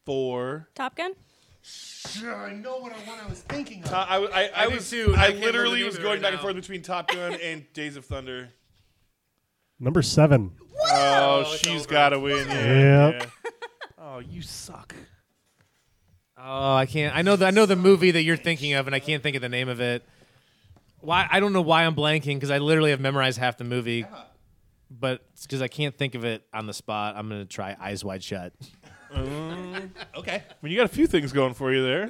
E: four.
D: Top Gun.
F: Sure, I know what I, what I was thinking
E: Uh,
F: of.
E: I, I, I,
B: did
E: was
B: too, and I
E: I
B: can't remember
E: literally
B: the
E: was
B: name of it
E: going
B: right
E: back and
B: now.
E: forth between Top Gun and Days
B: *laughs*
E: of Thunder.
C: Number seven.
E: Oh,
F: it's
E: she's
F: over.
E: got to
B: *laughs*
E: win. Yeah.
C: Yep.
E: yeah. Oh, you suck.
B: Oh, I can't. I know. The, I know the movie that you're thinking of, and I can't think of the name of it. Why? I don't know why I'm blanking because I literally have memorized half the movie, but it's because I can't think of it on the spot. I'm gonna try Eyes Wide Shut.
F: Okay.
E: I mean, you got a few things going for you there.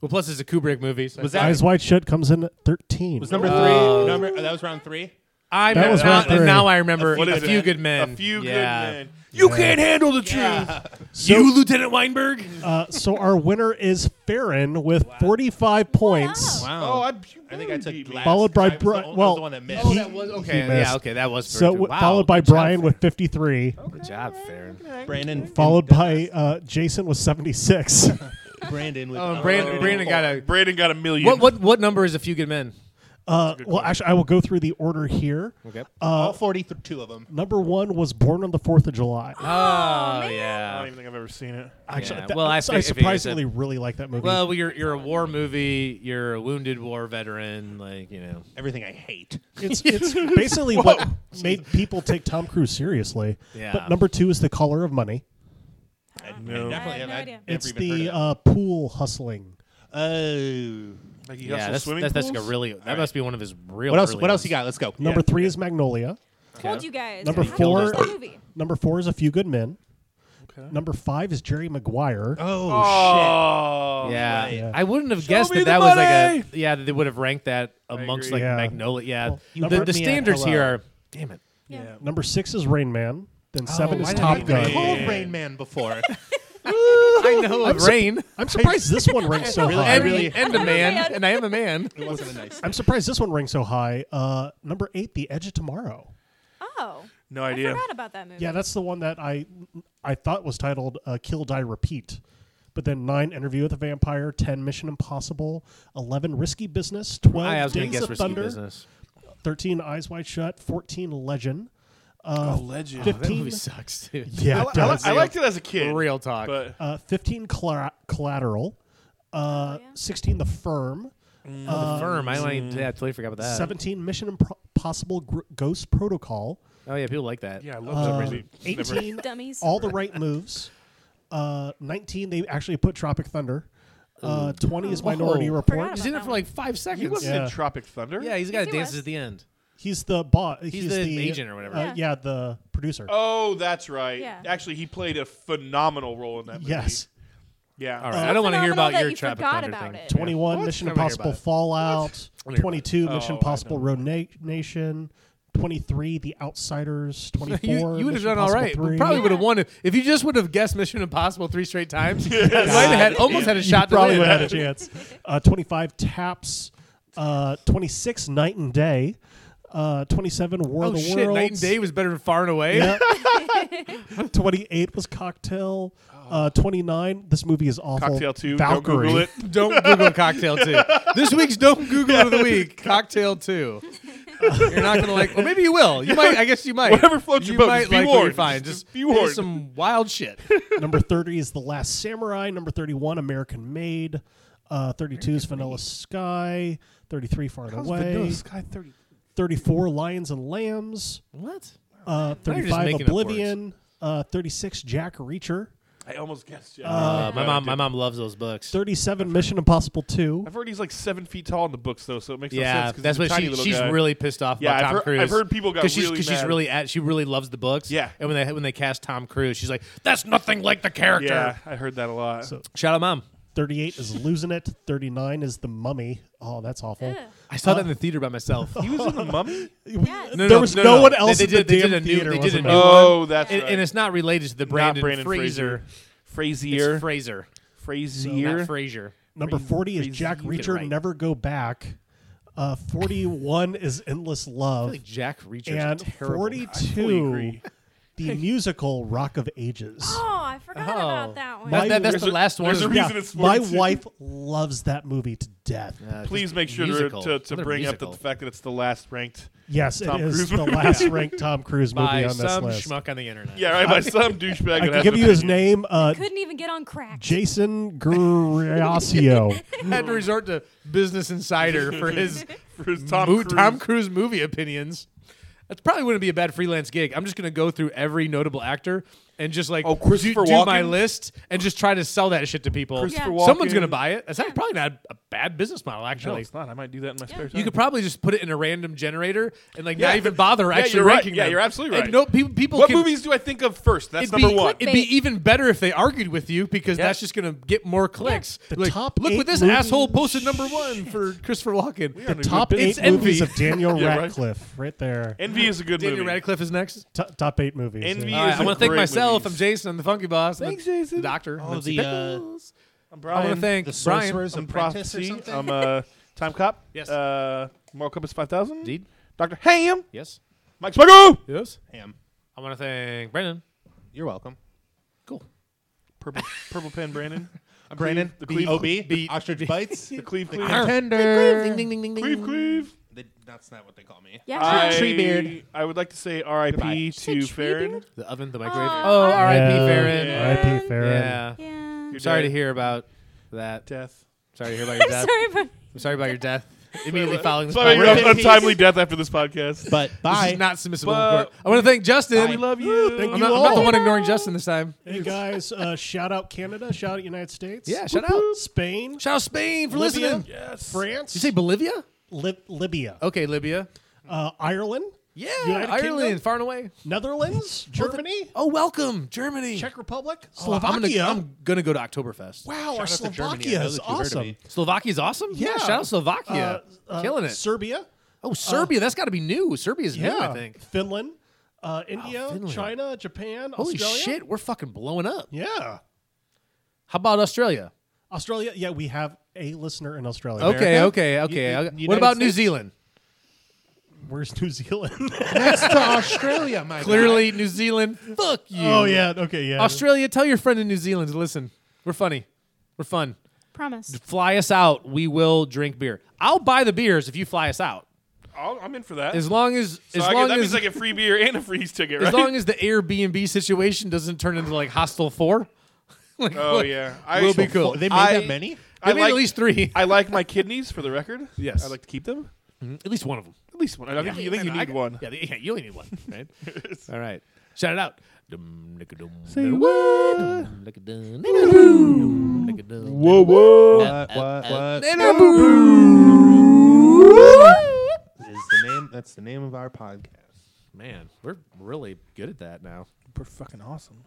B: Well, plus it's a Kubrick movie. So
F: Was
B: I-
F: that
C: Eyes Wide Shut comes in at 13.
F: was number three? number uh, that was round three.
B: I
C: That
B: remember,
C: was
B: now,
C: round three.
B: now I remember
E: What
B: a
E: is
B: few
E: it?
B: good men.
E: A few good
B: Yeah.
E: men. You can't handle the truth.
B: You, Lieutenant Weinberg.
C: Uh, so our winner is Farron with 45 points.
F: Wow.
E: *laughs* Oh, I,
F: I think I took
E: beat me.
F: last.
C: Followed by
F: I was the
C: Bri-
F: on- I was
C: well,
F: the one oh, that missed.
C: he- he
B: Oh, Okay.
C: missed.
B: Yeah. Okay. That was.
C: So
B: very
C: w-
B: good. Wow,
C: followed by
B: good job,
C: Brian
B: Farron.
C: with 53,
B: Good job, Farron.
F: Brandon.
C: followed by uh, Jason with 76.
F: Brandon with. uh,
B: Oh, Brandon, Brandon got a.
E: Brandon got a million.
B: What? What? What number is a few good men?
C: Uh, well, actually, I will go through the order here. Uh,
B: Okay.
F: all forty-two of them.
C: Number one was Born on the Fourth of July.
B: Oh
E: I
B: yeah.
E: don't even think I've ever seen it.
C: Actually,
B: yeah.
C: that-
B: Well, I
C: I,
B: think if he
C: surprisingly really like that movie.
B: Well, you're you're a war movie. You're a wounded war veteran. Like you know.
F: Everything I hate.
C: it's
B: *laughs*
C: it's basically what made people take Tom Cruise seriously.
B: Yeah.
C: But number two is The Color of Money.
F: I
E: No.
F: definitely
E: I
D: have no
F: I've
D: idea.
F: never
C: It's
F: even heard
C: the
F: of
C: uh, pool hustling.
F: it. oh.
E: Like he
B: Yeah.
E: hustles
B: That's
E: swimming
B: that's, that's like
E: pools?
B: a really. That must be one of his real.
F: What else?
B: early
F: What else
B: ones.
F: you got? Let's go.
C: Number three is Magnolia.
D: Told you guys.
C: Number
D: I haven't watched
C: four-
D: That movie.
C: Number four is A Few Good Men. Number five is Jerry Maguire.
F: Oh,
E: Oh,
B: Yeah.
F: right.
B: I wouldn't have
E: Show
B: guessed
E: me
B: that
E: the
B: that was
E: money!
B: like a. Yeah. That they would have ranked that amongst
E: agree.
B: like
C: Yeah.
B: Magnolia. Yeah.
C: Well, you
B: the
C: heard
B: the
C: me at
B: standards here
C: hello.
B: are. Damn it.
D: Yeah.
C: Number six is Rain Man. Then seven
B: why
C: is
B: did I
C: Top
B: even
C: Gun.
B: think
F: Called
B: Man.
F: Rain Man *laughs* before.
B: I know of rain.
C: I'm surprised this
B: *laughs*
C: one ranks so
F: Really?
C: high.
F: I
B: and, *laughs*
F: really-
B: and a man, and I am a man.
F: it wasn't a nice.
C: I'm surprised this one ranks so high. Uh, number eight, The Edge of Tomorrow.
D: Oh.
E: No
D: I
E: idea.
D: forgot about that movie.
C: Yeah, that's the one that I I thought was titled uh, "Kill, Die, Repeat," but then nine Interview with a Vampire, ten Mission Impossible, eleven Risky Business, twelve
B: I was going
C: Days
B: to guess
C: of
B: risky
C: Thunder,
B: business.
C: thirteen Eyes Wide Shut, fourteen Legend.
E: Oh,
C: Uh,
E: legend.
B: That
C: 15
B: movie sucks, dude.
C: *laughs* yeah,
E: I,
C: it
E: li- I, li-
C: does.
E: I liked it as a kid.
B: Real talk.
E: But
C: uh, 15 colla- collateral uh,
D: yeah.
C: 16 the firm
B: Oh, the firm. I, I, yeah, I totally forgot about that.
C: 17 mission impossible Gr- ghost protocol
B: Oh yeah, people like that.
E: yeah, I
C: uh,
E: love that movie. Never-
C: 18
D: Dummies.
C: all the right moves uh, 19 they actually put tropic thunder uh, 20 is minority
B: Whoa.
C: report
B: He's in it for like five
E: He
B: seconds.
E: was
B: Yeah,
C: Yeah.
E: in Tropic Thunder.
B: he's got
D: Yes,
B: to
D: he
B: dances
D: was.
B: at the end.
C: he's the boss he's,
B: He's, the, agent or whatever.
C: uh,
D: Yeah.
C: yeah. the producer
E: Oh, that's right.
D: Yeah.
E: Actually, he played a phenomenal role in that movie.
C: yes
E: Yeah.
B: All
C: Oh.
B: right, I don't want to hear
D: Phenomenal
B: about
D: that
B: your
D: you
B: traffic
D: forgot
B: thunder
D: about
B: thing.
D: it.
C: 21
B: What?
C: Mission
B: Never hear
C: Impossible
B: about it.
C: Fallout,
B: What?
C: 22
E: Oh,
C: Mission
E: I
C: Impossible Road Na- Nation, 23 The Outsiders, 24
B: *laughs* You, you would have
C: Mission
B: done all
C: Impossible
B: right. We
C: 3.
B: probably
D: Yeah.
B: would have won if, if you just would have guessed Mission Impossible three straight
E: *laughs*
B: times. You might have had almost had a
C: You
B: shot. to
C: probably
B: win.
C: would have had
B: *laughs*
C: a chance. Uh, 25 Taps, uh, 26 Night and Day, uh, 27 War
B: Oh
C: of the
B: shit!
C: Worlds,
B: Night and day was better than Far and Away.
C: Yeah. *laughs* 28 was Cocktail, uh, 29 this movie is awful.
E: Oh. Cocktail 2.
C: Valkyrie.
E: Don't Google
B: *laughs*
E: it.
B: Don't Google Cocktail
C: *laughs*
B: 2. This week's Don't Google of the Week, Cocktail 2. You're not going to like, or maybe you will. You might, I guess you might.
E: Whatever floats
B: you
E: your boat,
B: might
E: just be
B: like what you
E: warned.
B: find.
E: Just
B: Just,
E: be
B: here's
E: warned.
B: some wild shit.
C: *laughs* Number 30 is The Last Samurai. Number 31, American Made. Uh, 32 is Vanilla Sky. 33, Far and Away.
E: Sky 30.
C: 34, Lions and Lambs.
B: What?
C: Uh,
B: you're just
C: 35,
B: making up
C: Oblivion. Uh, 36, Jack Reacher.
E: I almost guessed. Yeah.
B: Uh, my mom my mom loves those books.
C: 37, Mission Impossible 2.
E: I've heard he's like seven feet tall in the books, though, so it makes no
B: Yeah,
E: sense. 'cause
B: that's
E: he's a
B: what
E: tiny
B: she,
E: little
B: she's
E: guy.
B: really pissed off
E: Yeah,
B: about
E: I've
B: Tom
E: heard-
B: Cruise.
E: I've heard people got
B: Cause she's,
E: really
B: 'cause she's
E: mad.
B: really at, she really loves the books.
E: Yeah.
B: and when they when they cast Tom Cruise, she's like, "That's nothing like the character."
E: Yeah, I heard that a lot.
C: So-
B: Shout out, mom.
C: 38 is Losing It. 39 is The Mummy. Oh, that's awful.
D: Ugh.
B: I saw that in the theater by *laughs* myself.
E: he was in the Mummy.
B: No,
C: there was no, one else
B: They, they
C: in
B: did,
C: the
B: they
C: damn
B: did a new,
C: theater.
B: they did a
C: wasn't
B: new
C: there?
E: Oh, that's
B: and,
E: right.
B: and it's not related to the
E: Not
B: Brandon,
E: Brandon
B: Fraser.
E: Frazier.
B: It's Fraser.
E: Frazier.
B: Not Fraser.
C: Number 40 is
E: Crazy,
C: Jack
E: you get it
C: Reacher.
B: right.
C: Never Go Back. Uh, 41 is Endless
B: I
C: Love.
B: feel like Jack Reacher
C: and
B: is terrible.
C: 42 the musical rock of ages
D: Oh, I forgot
B: Oh.
D: about that one.
B: That,
C: My-
B: that, that's *gasps* the
E: There's a-
B: last one.
E: there's a
C: yeah,
E: reason it's
C: my
E: 42.
C: wife loves that movie to death
B: Uh,
E: Please
B: just
E: make sure to,
B: musical.
E: to, to
B: Another
E: bring up the,
B: musical.
E: fact that it's the last ranked.
C: yes
E: Tom
C: it is
E: Cruise
C: the
E: movie.
C: last ranked tom cruise movie
B: by
C: on this
B: some
C: list
B: schmuck on the internet.
E: *laughs* Yeah, right. By some douchebag.
C: i
E: that
C: can
E: has
C: give
E: an
C: you his
E: opinion.
C: name uh,
D: Couldn't even get on
B: *laughs*
D: crack.
C: jason Guriasio.
B: *laughs* had to resort to Business Insider for
E: *laughs*
B: his
E: For his Tom
B: mo-
E: Cruise.
B: Tom Cruise movie opinions. That probably wouldn't be a bad freelance gig. I'm just going to go through every notable actor and just like
E: Oh, Christopher
B: do, do my
E: Walken?
B: list and just try to sell that shit to people.
E: Christopher
D: Yeah.
B: Someone's
E: Walken.
B: going to buy it. That's not- probably not a bad business model,
E: No,
B: actually.
E: it's not. I might do that in my spare time.
B: You could probably just put it in a random generator and like not
E: Yeah.
B: even bother
E: Yeah,
B: actually
E: you're right.
B: ranking
E: Yeah,
B: them.
E: you're absolutely
B: And
E: right.
B: no, people, people
E: what
B: can,
E: movies do I think of first? That's
B: It'd
E: number
B: be,
E: one.
B: It'd be
D: Clickbait.
B: even better if they argued with you because
E: Yeah.
B: that's just going to get more clicks.
C: The
B: Like,
C: top
B: look what
C: eight
B: this
C: movies-
B: asshole posted number one for Christopher Walken.
E: We are in a good
C: top
E: business.
C: eight
B: It's envy.
C: movies
B: *laughs*
C: of daniel
E: Yeah, right.
C: radcliffe right, there
E: Envy is a good
B: Daniel
E: movie.
B: Radcliffe is next.
C: T- top eight movies
E: Envy
C: yeah.
B: All right,
E: is
B: I
E: a
B: want to thank
E: great
B: myself.
E: movies.
B: I'm Jason. I'm the Funky Boss. I'm
G: Thanks,
B: the,
G: Jason.
B: The doctor.
G: Oh,
B: Nipsey
G: the, uh,
B: Pickles. I
E: I'm
B: want
E: Brian.
B: to thank
F: The
B: Brian.
F: Sorcerer's
E: I'm
F: Apprentice or
E: Prophecy.
F: something?
E: I'm uh, Time Cop.
B: Yes.
E: Uh, Moral Compass 5000.
B: Indeed.
E: Dr. Ham.
B: Yes.
E: Mike Smuggler.
B: Yes.
F: Ham.
B: I want to thank Brendan.
F: You're welcome.
B: Cool.
E: Purple, purple Pen *laughs* Brandon.
F: I'm Brandon.
E: The
F: The
E: Cleve-
F: OB.
B: Beat.
F: Ostrich bites. *laughs*
E: The Cleve Cleve.
B: Ding,
F: Contender.
B: ding, ding, ding,
E: Cleve
B: ding.
E: Cleve.
F: They- That's not what they call me.
D: Yeah.
E: I,
F: Tree beard.
E: I would like to say R.I.P.
F: Goodbye.
E: to
D: She said tree
E: Farron.
D: beard?
B: The oven, the microwave.
D: Aw.
B: Oh, R.I.P.
C: Yeah.
B: Farron.
E: Yeah.
C: rip Farron.
B: Yeah.
D: Yeah.
E: Your
B: Sorry
E: dad.
B: to hear about that.
E: Death.
B: Sorry to hear about your death.
D: *laughs* Sorry, but
B: I'm *laughs* sorry about your death. Immediately following this
E: Sorry,
B: podcast.
F: Rest in peace.
E: untimely death after this podcast.
F: But
B: This
F: bye.
B: is not submissible.
E: But-
B: report. I want to thank Justin.
E: we love you.
B: I'm, not, I'm not the one ignoring Justin this time.
C: Hey guys, uh, shout out Canada, shout out United States.
B: Yeah, shout
C: Whoop,
B: out.
C: whoop. Spain,
B: Shout out Spain for
C: Libya.
B: listening. Did
E: Yes.
C: France,
B: you say Oh. Bolivia?
C: Lib- Libya,
B: Okay, Libya.
C: uh, Ireland,
B: Yeah,
C: United
B: Ireland,
C: Kingdom?
B: far and away.
C: Netherlands, Germany,
B: Oh, welcome, Germany.
C: Czech Republic,
B: Oh, I'm gonna,
C: Slovakia.
B: I'm gonna go to Oktoberfest.
C: wow, our
F: Shout out to Germany. I
C: Slovakia
F: know
C: is
F: that you heard of
C: awesome.
F: me.
B: Slovakia's awesome.
C: Yeah.
B: shout out Slovakia,
C: Uh, uh,
B: killing it.
C: Serbia,
B: oh, Serbia, that's got to be new. Serbia's
C: yeah,
B: new, I think.
C: Finland, uh, India,
B: Finland.
C: China, Japan,
B: Holy
C: Australia.
B: shit, we're fucking blowing up.
C: Yeah,
B: How about Australia?
C: Australia. Yeah, we have a listener in Australia.
B: Okay,
F: America?
B: okay,
F: U-
B: okay.
F: U-
B: okay.
F: United
B: what about New
F: States?
B: Zealand?
C: where's New Zealand?
F: Next to Australia, Oh, my
A: Clearly, New Zealand. Fuck you.
C: oh yeah, okay, yeah.
A: Australia, tell your friend in New Zealand to listen. We're funny. We're fun.
D: Promise.
A: Fly us out. We will drink beer. I'll buy the beers if you fly us out.
E: I'll, I'm in for that.
A: As long as
E: so
A: as
E: I get-
A: long
E: that
A: as
E: means I get free beer and a free ticket, right?
A: as long as the Airbnb situation doesn't turn into like Hostile Four. like,
E: oh yeah, I,
A: we'll be cool.
F: They made
E: I-
F: that many?
A: I
E: I
A: made
E: like,
A: at least three. *laughs*
E: I like my kidneys for the record.
A: Yes.
E: I like to keep them.
A: at least one of them.
E: At least one. I think, you, I think you
A: I
E: need
A: got-
E: one.
A: Yeah, the- *laughs* yeah, you only need one, right? All right. Shout it out. Dum, nicka, dum,
F: Say
A: nicka,
F: what?
A: dum, nicka, dum, nicka, dum, nicka, dum, nicka,
F: Whoa, whoa. What, what, what? Is the name, that's the name of our podcast.
A: Man, we're really good at that now.
E: We're fucking awesome.